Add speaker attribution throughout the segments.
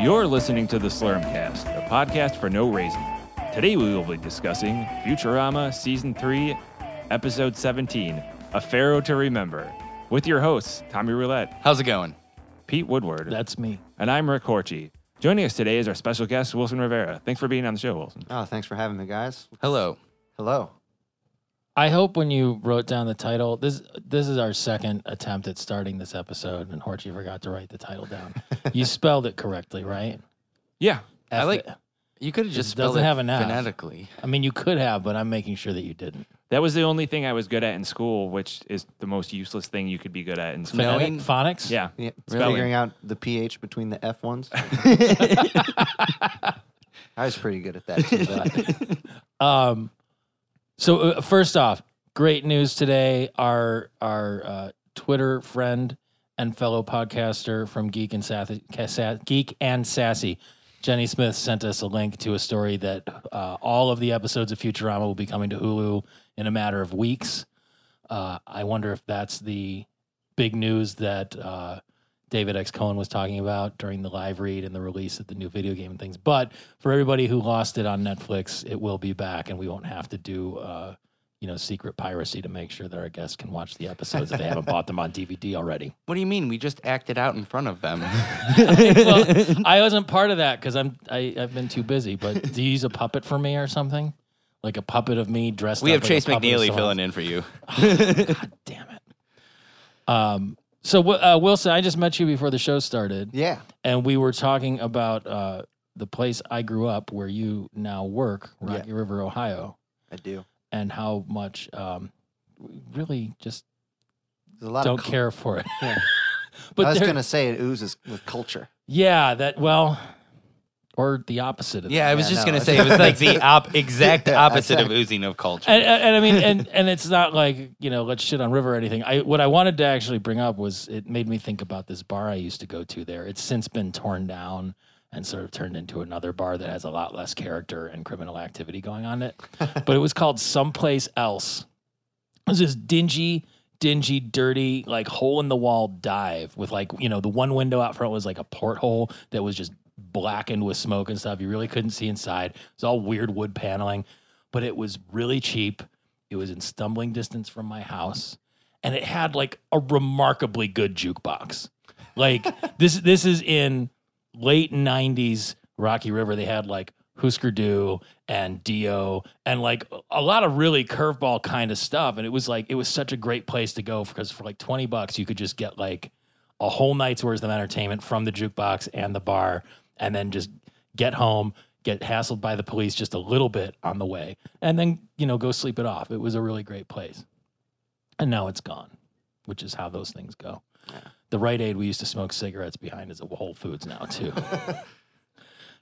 Speaker 1: You're listening to The Slurmcast, a podcast for no reason. Today we will be discussing Futurama Season 3, Episode 17, A Pharaoh to Remember, with your hosts, Tommy Roulette,
Speaker 2: How's it going?
Speaker 1: Pete Woodward,
Speaker 3: That's me.
Speaker 1: and I'm Rick Horchy. Joining us today is our special guest, Wilson Rivera. Thanks for being on the show, Wilson.
Speaker 4: Oh, thanks for having me, guys.
Speaker 2: Hello.
Speaker 4: Hello.
Speaker 3: I hope when you wrote down the title, this this is our second attempt at starting this episode, and Horchie forgot to write the title down. you spelled it correctly, right?
Speaker 1: Yeah.
Speaker 2: I
Speaker 3: F-
Speaker 2: like. You could have just spelled
Speaker 3: doesn't
Speaker 2: it
Speaker 3: have an F.
Speaker 2: phonetically.
Speaker 3: I mean, you could have, but I'm making sure that you didn't.
Speaker 1: That was the only thing I was good at in school, which is the most useless thing you could be good at in school.
Speaker 2: No.
Speaker 3: Phonetic,
Speaker 2: Knowing-
Speaker 3: phonics.
Speaker 1: Yeah.
Speaker 4: Yeah,
Speaker 1: Spelling.
Speaker 4: Figuring out the pH between the F ones. I was pretty good at that too. But
Speaker 3: Um. So uh, first off, great news today. Our our uh, Twitter friend and fellow podcaster from Geek and Sassy, Geek and Sassy, Jenny Smith sent us a link to a story that uh, all of the episodes of Futurama will be coming to Hulu in a matter of weeks. Uh, I wonder if that's the big news that uh, David X. Cohen was talking about during the live read and the release of the new video game and things. But for everybody who lost it on Netflix, it will be back, and we won't have to do uh, you know secret piracy to make sure that our guests can watch the episodes if they haven't bought them on DVD already.
Speaker 2: What do you mean? We just acted out in front of them.
Speaker 3: well, I wasn't part of that because I'm I, I've been too busy. But do you use a puppet for me or something? Like a puppet of me dressed.
Speaker 2: we
Speaker 3: up
Speaker 2: have
Speaker 3: like
Speaker 2: Chase
Speaker 3: a puppet of
Speaker 2: McNeely
Speaker 3: someone
Speaker 2: filling in for you.
Speaker 3: God damn it. Um. So Wi- uh, Wilson, I just met you before the show started,
Speaker 4: yeah,
Speaker 3: and we were talking about uh, the place I grew up, where you now work, Rocky River, Ohio,
Speaker 4: I do.
Speaker 3: and how much um, we really just
Speaker 4: There's a lot
Speaker 3: don't
Speaker 4: of cul-
Speaker 3: care for it.
Speaker 4: Yeah.
Speaker 3: but
Speaker 4: I was
Speaker 3: there-
Speaker 4: gonna say it oozes with culture.
Speaker 3: yeah, that well, or the opposite. Of
Speaker 2: Yeah, I was
Speaker 4: Yeah, no,
Speaker 2: just gonna
Speaker 4: it's-
Speaker 2: say it was like the op- exact
Speaker 4: Yeah,
Speaker 2: opposite of
Speaker 4: exact.
Speaker 2: oozing of culture.
Speaker 3: and, and, and I mean, and, and it's not like you know, let's shit on River or anything. I what I wanted to actually bring up was it made me think about this bar I used to go to there. It's since been torn down and sort of turned into another bar that has a lot less character and criminal activity going on it. but it was called Someplace Else. It was this dingy, dingy, dirty, like hole in the wall dive with like you know the one window out front was like a porthole that was just blackened with smoke and stuff. You really couldn't see inside. It was all weird wood paneling but it was really cheap. It was in stumbling distance from my house, and it had like a remarkably good jukebox. Like this, this is in late '90s Rocky River. They had like Husker Du and Dio, and like a lot of really curveball kind of stuff. And it was like it was such a great place to go because for like twenty bucks, you could just get like a whole night's worth of entertainment from the jukebox and the bar, and then just get home, get hassled by the police just a little bit on the way, and then, you know, go sleep it off. It was a really great place. And now it's gone, which is how those things go. The Rite Aid we used to smoke cigarettes behind is a Whole Foods now, too.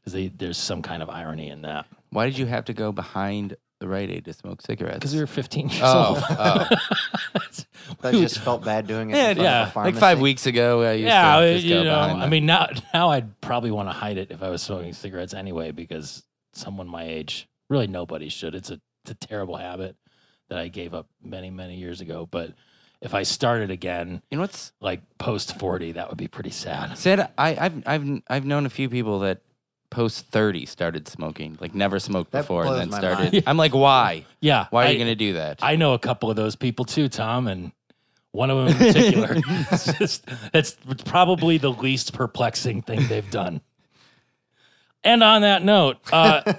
Speaker 3: 'Cause they, there's some kind of irony in that.
Speaker 2: Why did you have to go behind the Rite Aid to smoke cigarettes?
Speaker 3: Because we were 15 years
Speaker 2: Oh,
Speaker 3: old.
Speaker 2: oh.
Speaker 4: But I just felt bad doing it. in
Speaker 2: Yeah,
Speaker 4: front of a
Speaker 3: yeah. Like
Speaker 2: like
Speaker 4: pharmacy.
Speaker 2: five weeks ago, I used
Speaker 3: yeah,
Speaker 2: to just
Speaker 3: you
Speaker 2: go
Speaker 3: know,
Speaker 2: behind.
Speaker 3: I
Speaker 2: them.
Speaker 3: mean, now, now I'd probably want to hide it if I was smoking cigarettes anyway, because someone my age, really nobody should. It's a, it's a terrible habit that I gave up many, many years ago. But if I started again,
Speaker 2: you know what's
Speaker 3: like post 40, that would be pretty sad.
Speaker 2: Said I, I've I've I've known a few people that post thirty started smoking, like never smoked
Speaker 4: That
Speaker 2: before, and
Speaker 4: blows
Speaker 2: then
Speaker 4: my
Speaker 2: started.
Speaker 4: mind.
Speaker 2: I'm like, why?
Speaker 3: Yeah.
Speaker 2: Why are
Speaker 3: I,
Speaker 2: you gonna do that?
Speaker 3: I know a couple of those people too, Tom, and one of them in particular. it's just that's probably the least perplexing thing they've done. And on that note, uh,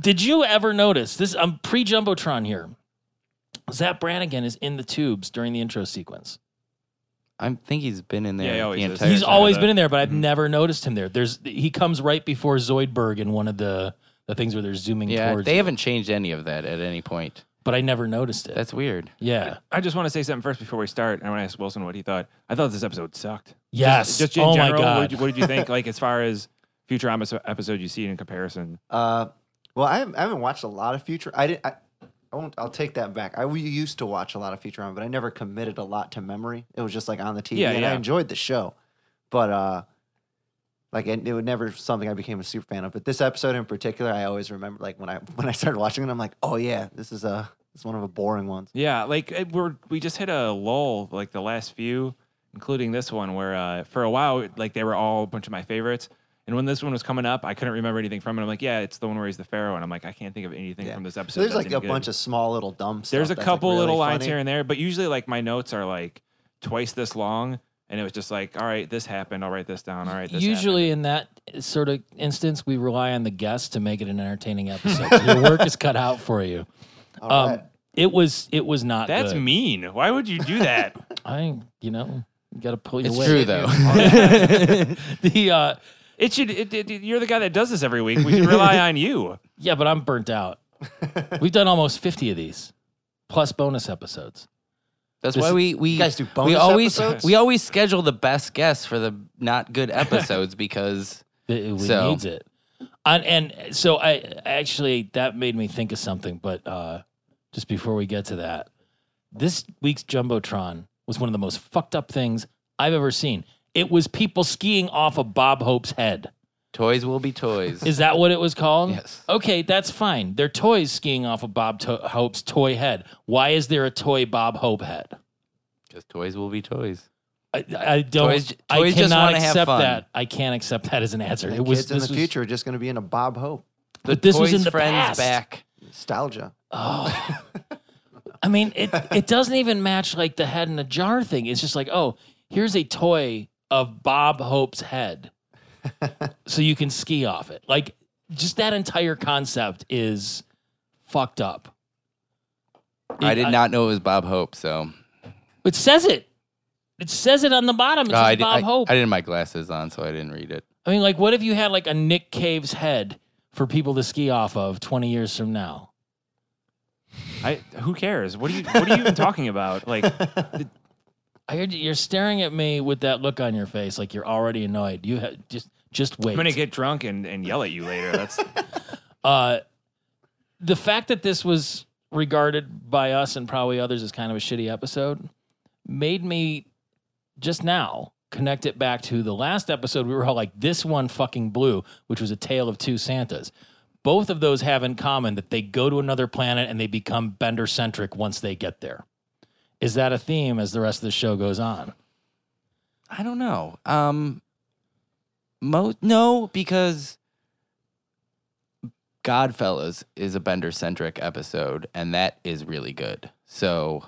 Speaker 3: did you ever notice this? I'm pre jumbotron here. Zap Brannigan is in the tubes during the intro sequence.
Speaker 2: I think he's been in
Speaker 1: Yeah,
Speaker 2: there
Speaker 1: he
Speaker 2: the
Speaker 1: always is.
Speaker 2: entire.
Speaker 3: He's
Speaker 1: There's
Speaker 3: always
Speaker 1: another-
Speaker 3: been in there, but
Speaker 1: Mm-hmm.
Speaker 3: I've never noticed him there. There's he comes right before Zoidberg in one of the the things where they're zooming
Speaker 2: yeah,
Speaker 3: towards.
Speaker 2: they
Speaker 3: you,
Speaker 2: haven't changed any of that at any point.
Speaker 3: but I never noticed it.
Speaker 2: That's weird.
Speaker 3: yeah.
Speaker 1: I just want to say something first before we start. I want to ask Wilson what he thought. I thought this episode sucked.
Speaker 3: Yes.
Speaker 1: Just in
Speaker 3: oh
Speaker 1: general,
Speaker 3: my god.
Speaker 1: What, did you, what did you think? like as far as Futurama so- episode you see in comparison?
Speaker 4: Uh, well, I haven't, I haven't watched a lot of Future. I didn't. I, I won't. I'll take that back. I we used to watch a lot of Futurama, but I never committed a lot to memory. It was just like on the TV,
Speaker 1: Yeah,
Speaker 4: and
Speaker 1: yeah.
Speaker 4: I enjoyed the show, but uh, like it, it was never something I became a super fan of. But this episode in particular, I always remember. Like when I when I started watching it, I'm like, oh yeah, this is a this is one of the boring ones.
Speaker 1: Yeah, like it, we're we just hit a lull like the last few, including this one where uh, for a while like they were all a bunch of my favorites, And when this one was coming up, I couldn't remember anything from it. I'm like, yeah, it's the one where he's the pharaoh, and I'm like, I can't think of anything
Speaker 4: Yeah.
Speaker 1: from this
Speaker 4: So
Speaker 1: episode.
Speaker 4: there's
Speaker 1: that's
Speaker 4: like
Speaker 1: any
Speaker 4: a
Speaker 1: good.
Speaker 4: bunch of small little dumps.
Speaker 1: There's a couple little lines here and there, but usually like my notes are like twice this long, and it was just like, all right, this happened. I'll write this down. All right, this
Speaker 3: Usually, in that sort of instance, we rely on the guests to make it an entertaining episode. So your work is cut out for you. Um, It was. It was not.
Speaker 1: happened. that's
Speaker 3: good.
Speaker 1: mean. Why would you do that?
Speaker 3: I. You know, you got to pull your
Speaker 2: It's
Speaker 3: weight.
Speaker 2: true though.
Speaker 3: the uh,
Speaker 1: it should. It, it- it- you're the guy that does this every week. We should rely on you.
Speaker 3: yeah, but I'm burnt out. We've done almost fifty of these, plus bonus episodes.
Speaker 2: That's
Speaker 3: This-
Speaker 2: why we we
Speaker 4: You guys do bonus
Speaker 2: we always
Speaker 4: episodes?
Speaker 2: we always schedule the best guests for the not good episodes because
Speaker 3: It, it- we
Speaker 2: So-
Speaker 3: needs it. And, and so I actually that made me think of something, but uh, just before we get to that, this week's jumbotron was one of the most fucked up things I've ever seen. It was people skiing off of Bob Hope's head.
Speaker 2: toys will be toys.
Speaker 3: Is that what it was called?
Speaker 2: Yes.
Speaker 3: Okay, that's fine. They're toys skiing off of Bob to- Hope's toy head. Why is there a toy Bob Hope head?
Speaker 2: Because toys will be toys.
Speaker 3: I, I don't.
Speaker 2: Toys j-
Speaker 3: I
Speaker 2: toys just
Speaker 3: cannot
Speaker 2: wanna have
Speaker 3: accept
Speaker 2: fun.
Speaker 3: that. I can't accept that as an answer.
Speaker 4: The
Speaker 3: it was
Speaker 4: kids in
Speaker 3: this
Speaker 4: the
Speaker 3: was-
Speaker 4: future are just going to be in a Bob Hope
Speaker 3: But this was
Speaker 2: toys
Speaker 3: in the
Speaker 2: friends
Speaker 3: past.
Speaker 2: back.
Speaker 4: nostalgia.
Speaker 3: Oh. I mean, it it doesn't even match like the head in a jar thing. It's just like, oh, here's a toy of Bob Hope's head, so you can ski off it. Like, just that entire concept is fucked up.
Speaker 2: I
Speaker 3: It-
Speaker 2: did not know it was Bob Hope, so
Speaker 3: It says it. It says it on the bottom. It
Speaker 2: Uh,
Speaker 3: says
Speaker 2: I, di-
Speaker 3: Bob
Speaker 2: I-
Speaker 3: Hope.
Speaker 2: I
Speaker 3: I,
Speaker 2: didn't have my glasses on, so I didn't read it.
Speaker 3: mean, like, what if you had like a Nick Cave's head for people to ski off of twenty years from now?
Speaker 1: I, who cares? What are you? What are you even talking about? Like,
Speaker 3: I heard you- you're staring at me with that look on your face, like you're already annoyed. You ha- just just wait.
Speaker 1: I'm gonna get drunk and, and yell at you later. That's
Speaker 3: uh, the fact that this was regarded by us and probably others as kind of a shitty episode made me just now connect it back to the last episode. We were all like, "This one fucking blew," which was a tale of two Santas. Both of those have in common that they go to another planet and they become Bender centric once they get there. Is that a theme as the rest of the show goes on?
Speaker 2: I don't know. Um, mo- no, because Godfellas is a Bender centric episode, and that is really good. So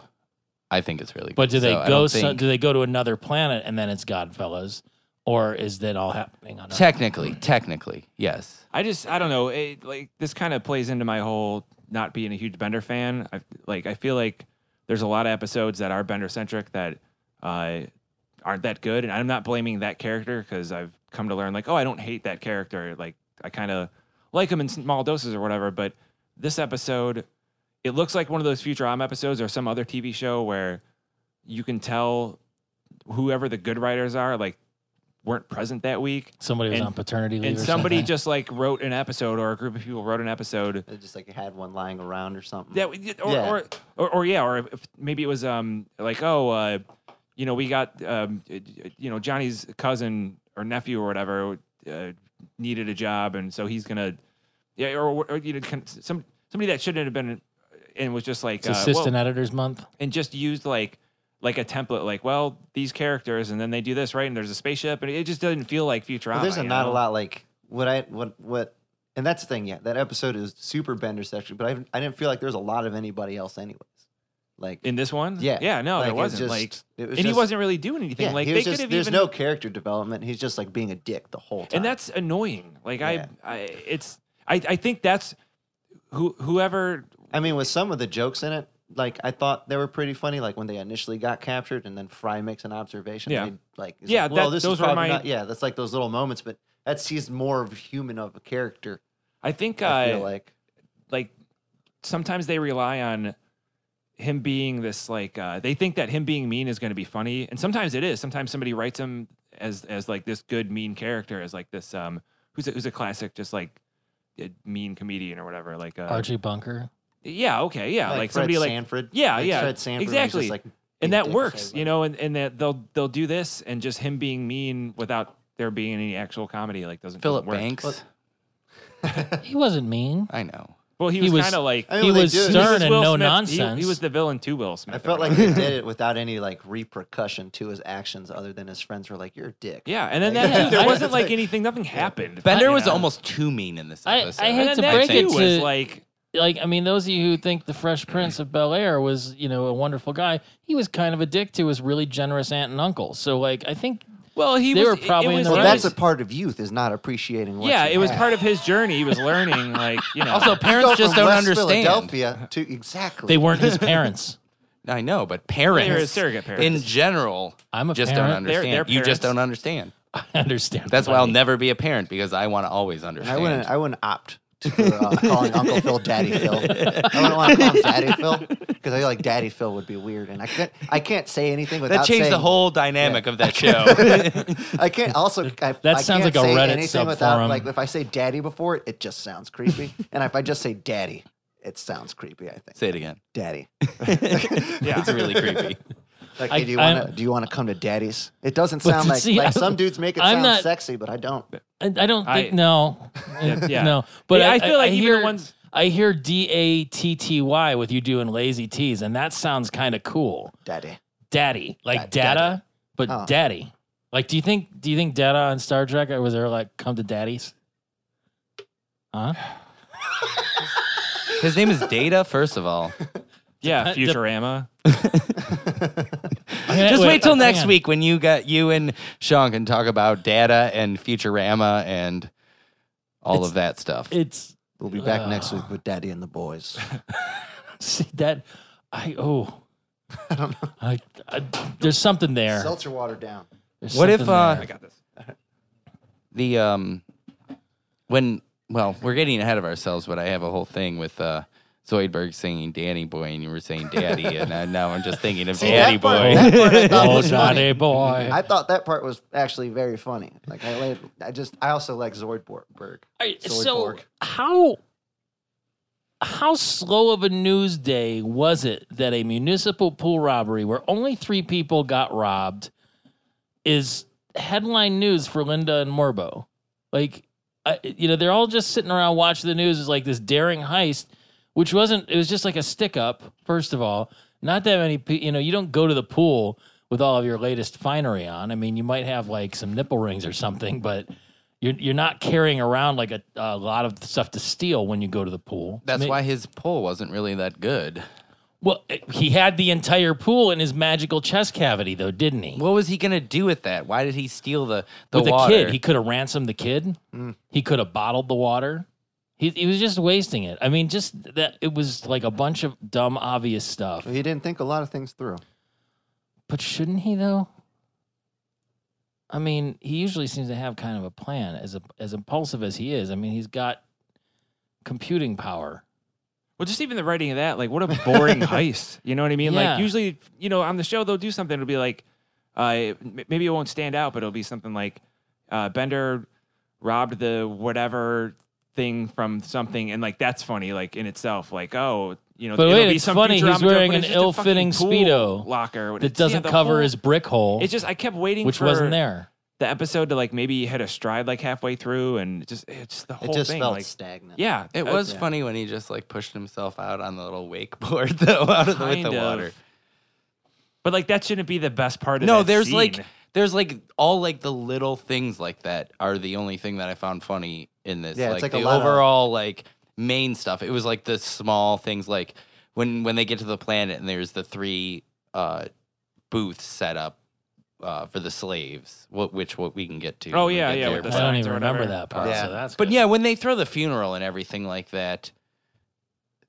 Speaker 2: I think it's really good.
Speaker 3: But do they
Speaker 2: So I
Speaker 3: go?
Speaker 2: don't
Speaker 3: so-
Speaker 2: think-
Speaker 3: do they go to another planet and then it's Godfellas, or is that all happening on? Earth?
Speaker 2: technically, technically, yes.
Speaker 1: I just I don't know. It, like this kind of plays into my whole not being a huge Bender fan. I like I feel like there's a lot of episodes that are Bender centric that uh, aren't that good, and I'm not blaming that character because I've come to learn like oh I don't hate that character. Like I kind of like him in small doses or whatever. But this episode, it looks like one of those Futurama episodes or some other TV show where you can tell whoever the good writers are like weren't present that week
Speaker 3: Somebody was
Speaker 1: and-
Speaker 3: on paternity leave,
Speaker 1: and
Speaker 3: or
Speaker 1: somebody
Speaker 3: something.
Speaker 1: just like wrote an episode or a group of people wrote an episode
Speaker 4: They just like had one lying around or something.
Speaker 1: that we- or,
Speaker 4: Yeah.
Speaker 1: or, or or yeah or if maybe it was um like oh uh you know we got um it- you know Johnny's cousin or nephew or whatever uh, needed a job and so he's gonna yeah or, or you know con- some somebody that shouldn't have been and was just like
Speaker 3: It's
Speaker 1: uh, well-
Speaker 3: assistant editors month.
Speaker 1: and just used like like a template like well these characters and then they do this right and there's a spaceship and it just doesn't feel like Futurama.
Speaker 4: Well, there's a,
Speaker 1: you
Speaker 4: not a
Speaker 1: know?
Speaker 4: lot like what I what what, and that's the thing. Yeah, that episode is super Bender section, but I I didn't feel like there was a lot of anybody else, anyways. Like
Speaker 1: in this one.
Speaker 4: yeah,
Speaker 1: yeah, no,
Speaker 4: like,
Speaker 1: there
Speaker 4: it
Speaker 1: wasn't
Speaker 4: just-
Speaker 1: like
Speaker 4: it was
Speaker 1: and he
Speaker 4: just-
Speaker 1: wasn't really doing anything.
Speaker 4: Yeah,
Speaker 1: like
Speaker 4: he
Speaker 1: they
Speaker 4: was
Speaker 1: could
Speaker 4: just-
Speaker 1: have
Speaker 4: there's
Speaker 1: even,
Speaker 4: no character development. He's just like being a dick the whole time.
Speaker 1: and that's annoying. Like
Speaker 4: Yeah.
Speaker 1: I, I, it's I, I think that's who whoever.
Speaker 4: I mean, with some of the jokes in it, like I thought they were pretty funny. Like when they initially got captured, and then Fry makes an observation.
Speaker 1: Yeah.
Speaker 4: they, like he's
Speaker 1: Yeah,
Speaker 4: like, well,
Speaker 1: that-
Speaker 4: this
Speaker 1: those
Speaker 4: is
Speaker 1: were
Speaker 4: probably
Speaker 1: my-
Speaker 4: not. Yeah, that's like those little moments, but that's he's more of a human of a character.
Speaker 1: I think
Speaker 4: I
Speaker 1: uh,
Speaker 4: feel like
Speaker 1: like sometimes they rely on him being this like uh, they think that him being mean is going to be funny, and sometimes it is. Sometimes somebody writes him as as like this good mean character, as like this um who's a, who's a classic just like a mean comedian or whatever. Like uh,
Speaker 3: Archie Bunker.
Speaker 1: yeah, okay, yeah, like,
Speaker 4: Fred
Speaker 1: somebody like
Speaker 4: Sanford.
Speaker 1: yeah,
Speaker 4: Like
Speaker 1: yeah,
Speaker 4: Fred Sanford when he's just,
Speaker 1: exactly.
Speaker 4: like, being
Speaker 1: and
Speaker 4: a
Speaker 1: that
Speaker 4: dick to
Speaker 1: works, you
Speaker 4: everybody.
Speaker 1: know, and, and that they'll they'll do this and just him being mean without there being any actual comedy like doesn't doesn't
Speaker 2: Philip
Speaker 1: work.
Speaker 2: Banks.
Speaker 4: But-
Speaker 3: He wasn't mean.
Speaker 2: I know.
Speaker 1: Well, he
Speaker 3: He
Speaker 1: was,
Speaker 3: was-
Speaker 1: kind of like
Speaker 4: I mean,
Speaker 3: he
Speaker 4: well, they
Speaker 3: was
Speaker 4: do it.
Speaker 1: he was
Speaker 3: stern and
Speaker 1: Will
Speaker 3: no
Speaker 1: Smith- he-
Speaker 3: nonsense.
Speaker 1: He, was the villain to Will Smith.
Speaker 4: I felt like he did it without any like repercussion to his actions, other than his friends were like, "You're a dick."
Speaker 1: yeah, and then
Speaker 4: Like,
Speaker 1: that too, there
Speaker 4: I-
Speaker 1: wasn't like anything. Nothing happened.
Speaker 2: Bender
Speaker 1: you
Speaker 2: was
Speaker 1: know?
Speaker 2: almost too mean in this
Speaker 3: I- I
Speaker 2: episode.
Speaker 3: hate
Speaker 1: And
Speaker 3: to
Speaker 1: then that
Speaker 2: break it
Speaker 1: too was
Speaker 3: to-
Speaker 1: like
Speaker 3: like I mean, those of you who think the Fresh Prince of Bel Air was, you know, a wonderful guy, he was kind of a dick to his really generous aunt and uncle. So like, I think
Speaker 1: well, he
Speaker 3: They
Speaker 1: was,
Speaker 3: were probably
Speaker 1: it,
Speaker 3: in
Speaker 1: it
Speaker 3: the
Speaker 1: was,
Speaker 4: Well,
Speaker 3: right.
Speaker 4: that's a part of youth is not appreciating. What
Speaker 1: Yeah,
Speaker 4: you
Speaker 1: it was
Speaker 4: have.
Speaker 1: part of his journey. He was learning, like you know.
Speaker 2: Also,
Speaker 4: You
Speaker 2: parents
Speaker 4: go
Speaker 2: just
Speaker 4: from
Speaker 2: don't
Speaker 4: West
Speaker 2: understand.
Speaker 4: Philadelphia to exactly.
Speaker 3: they weren't his parents.
Speaker 2: I know, but
Speaker 1: They're
Speaker 2: parents,
Speaker 1: his surrogate parents.
Speaker 2: in general,
Speaker 3: I'm a
Speaker 2: just don't
Speaker 3: parent.
Speaker 1: They're-
Speaker 2: understand.
Speaker 1: they're
Speaker 2: you just
Speaker 1: parents.
Speaker 2: don't understand.
Speaker 3: I understand.
Speaker 2: That's
Speaker 3: what
Speaker 2: why I'll
Speaker 3: I-
Speaker 2: never be a parent because I want to always understand.
Speaker 4: I wouldn't. I wouldn't opt to uh, calling Uncle Phil Daddy Phil. I wouldn't want to call him Daddy Phil because I feel like Daddy Phil would be weird, and I can't. I can't say anything without
Speaker 2: that changed
Speaker 4: saying,
Speaker 2: the whole dynamic of that show.
Speaker 4: I can't also. I,
Speaker 3: That
Speaker 4: I
Speaker 3: sounds
Speaker 4: can't
Speaker 3: like a
Speaker 4: say
Speaker 3: Reddit
Speaker 4: anything
Speaker 3: sub
Speaker 4: without,
Speaker 3: forum.
Speaker 4: Like if I say Daddy before it, it just sounds creepy, and if I just say Daddy, it sounds creepy. I think
Speaker 2: Say it again.
Speaker 4: Daddy.
Speaker 1: Yeah.
Speaker 2: It's really creepy.
Speaker 4: Like,
Speaker 3: I-
Speaker 4: hey, do you
Speaker 3: I'm-
Speaker 4: want to? Do you want to come to Daddy's? It doesn't
Speaker 3: But
Speaker 4: sound like
Speaker 3: see,
Speaker 4: like
Speaker 3: I'm-
Speaker 4: some dudes make it
Speaker 3: I'm
Speaker 4: sound
Speaker 3: not-
Speaker 4: sexy, but I don't.
Speaker 3: I, I don't
Speaker 1: I-
Speaker 3: think no.
Speaker 1: Yeah, yeah.
Speaker 3: No, but
Speaker 1: Yeah,
Speaker 3: I,
Speaker 1: I feel like even
Speaker 3: hear,
Speaker 1: the ones-
Speaker 3: I hear D A T T Y with you doing lazy T's, and that sounds kind of cool.
Speaker 4: Daddy.
Speaker 3: Daddy, like
Speaker 4: Da-
Speaker 3: data,
Speaker 4: daddy.
Speaker 3: but
Speaker 4: Huh.
Speaker 3: daddy. Like, do you think do you think data on Star Trek or was there like come to daddies? Huh?
Speaker 2: His name is Data, first of all.
Speaker 1: yeah,
Speaker 3: Dep- dep-
Speaker 1: Futurama.
Speaker 3: I'm gonna-
Speaker 2: Just wait uh, till
Speaker 3: uh, hang
Speaker 2: next
Speaker 3: on.
Speaker 2: week when you got you and Sean can talk about Data and Futurama and all
Speaker 3: It's-
Speaker 2: of that stuff.
Speaker 3: It's
Speaker 4: We'll be back next week with Daddy and the boys.
Speaker 3: see that I oh. I don't know. I, there's something there.
Speaker 4: Seltzer water down.
Speaker 3: There's
Speaker 2: What if,
Speaker 3: something
Speaker 2: uh,
Speaker 1: I got this.
Speaker 2: the um when well we're getting ahead of ourselves but i have a whole thing with uh zoidberg singing danny boy and you were saying daddy and I, now i'm just thinking of
Speaker 4: See,
Speaker 2: daddy
Speaker 4: that part- that
Speaker 2: boy
Speaker 4: part I thought
Speaker 3: oh,
Speaker 4: was funny.
Speaker 3: Johnny boy.
Speaker 4: I thought that part was actually very funny. Like I, like- I just, I also like Zoidberg.
Speaker 3: I-
Speaker 4: Soy
Speaker 3: so
Speaker 4: pork.
Speaker 3: how how slow of a news day was it that a municipal pool robbery where only three people got robbed is headline news for Linda and Morbo? Like, I, you know, they're all just sitting around watching the news. Is like this daring heist, which wasn't. It was just like a stick up. First of all, not that many. pe- You know, you don't go to the pool with all of your latest finery on. I mean, you might have like some nipple rings or something, but you're you're not carrying around like a, a lot of stuff to steal when you go to the pool.
Speaker 2: that's
Speaker 3: I mean,
Speaker 2: why his poll wasn't really that good
Speaker 3: Well, he had the entire pool in his magical chest cavity, though, didn't he?
Speaker 2: what was he gonna do with that why did he steal the the
Speaker 3: with
Speaker 2: water
Speaker 3: the kid. He could have ransomed the kid.
Speaker 1: Mm.
Speaker 3: He could have bottled the water. He, he was just wasting it. I mean, just that it was like a bunch of dumb, obvious stuff.
Speaker 4: He didn't think a lot of things through.
Speaker 3: But shouldn't he though? I mean, he usually seems to have kind of a plan. As as impulsive as he is, I mean, he's got computing power.
Speaker 1: Well, just even the writing of that, like, what a boring heist. You know what I mean?
Speaker 3: Yeah.
Speaker 1: Like, usually, you know, on the show they'll do something. It'll be like, uh, m- maybe it won't stand out, but it'll be something like, uh, Bender robbed the whatever thing from something, and like that's funny, like in itself. Like, oh, you know,
Speaker 3: But
Speaker 1: it'll
Speaker 3: wait,
Speaker 1: be
Speaker 3: it's
Speaker 1: some
Speaker 3: funny, he's
Speaker 1: futurama joke,
Speaker 3: wearing
Speaker 1: but it's
Speaker 3: an
Speaker 1: just a fucking
Speaker 3: ill-fitting
Speaker 1: pool
Speaker 3: Speedo
Speaker 1: locker with-
Speaker 3: That
Speaker 1: yeah,
Speaker 3: doesn't
Speaker 1: the
Speaker 3: cover
Speaker 1: whole-
Speaker 3: his brick hole,
Speaker 1: It's just I kept waiting,
Speaker 3: which
Speaker 1: for
Speaker 3: wasn't there.
Speaker 1: The episode to like maybe hit a stride like halfway through, and it just it's just the whole
Speaker 4: It just
Speaker 1: thing.
Speaker 4: felt
Speaker 1: like,
Speaker 4: stagnant.
Speaker 1: yeah,
Speaker 2: it
Speaker 1: uh,
Speaker 2: was
Speaker 4: yeah.
Speaker 2: funny when he just like pushed himself out on the little wakeboard though out of the, with
Speaker 1: Kind
Speaker 2: the
Speaker 1: of.
Speaker 2: water
Speaker 1: But like that shouldn't be the best part of
Speaker 2: no
Speaker 1: that
Speaker 2: there's
Speaker 1: scene.
Speaker 2: like there's like all like the little things like that are the only thing that i found funny in this
Speaker 4: Yeah,
Speaker 2: like,
Speaker 4: it's like a
Speaker 2: the
Speaker 4: lot of-
Speaker 2: overall like main stuff it was like the small things like when when they get to the planet and there's the three uh booths set up uh for the slaves what which what we can get to
Speaker 1: Oh,
Speaker 2: when we
Speaker 1: yeah,
Speaker 2: get
Speaker 1: yeah,
Speaker 2: there,
Speaker 1: with the
Speaker 2: but-
Speaker 3: I don't
Speaker 1: signs
Speaker 3: even
Speaker 1: or
Speaker 3: remember
Speaker 1: whatever.
Speaker 3: that part.
Speaker 4: Yeah.
Speaker 3: So that's
Speaker 2: but
Speaker 3: good.
Speaker 2: yeah, when they throw the funeral and everything like that,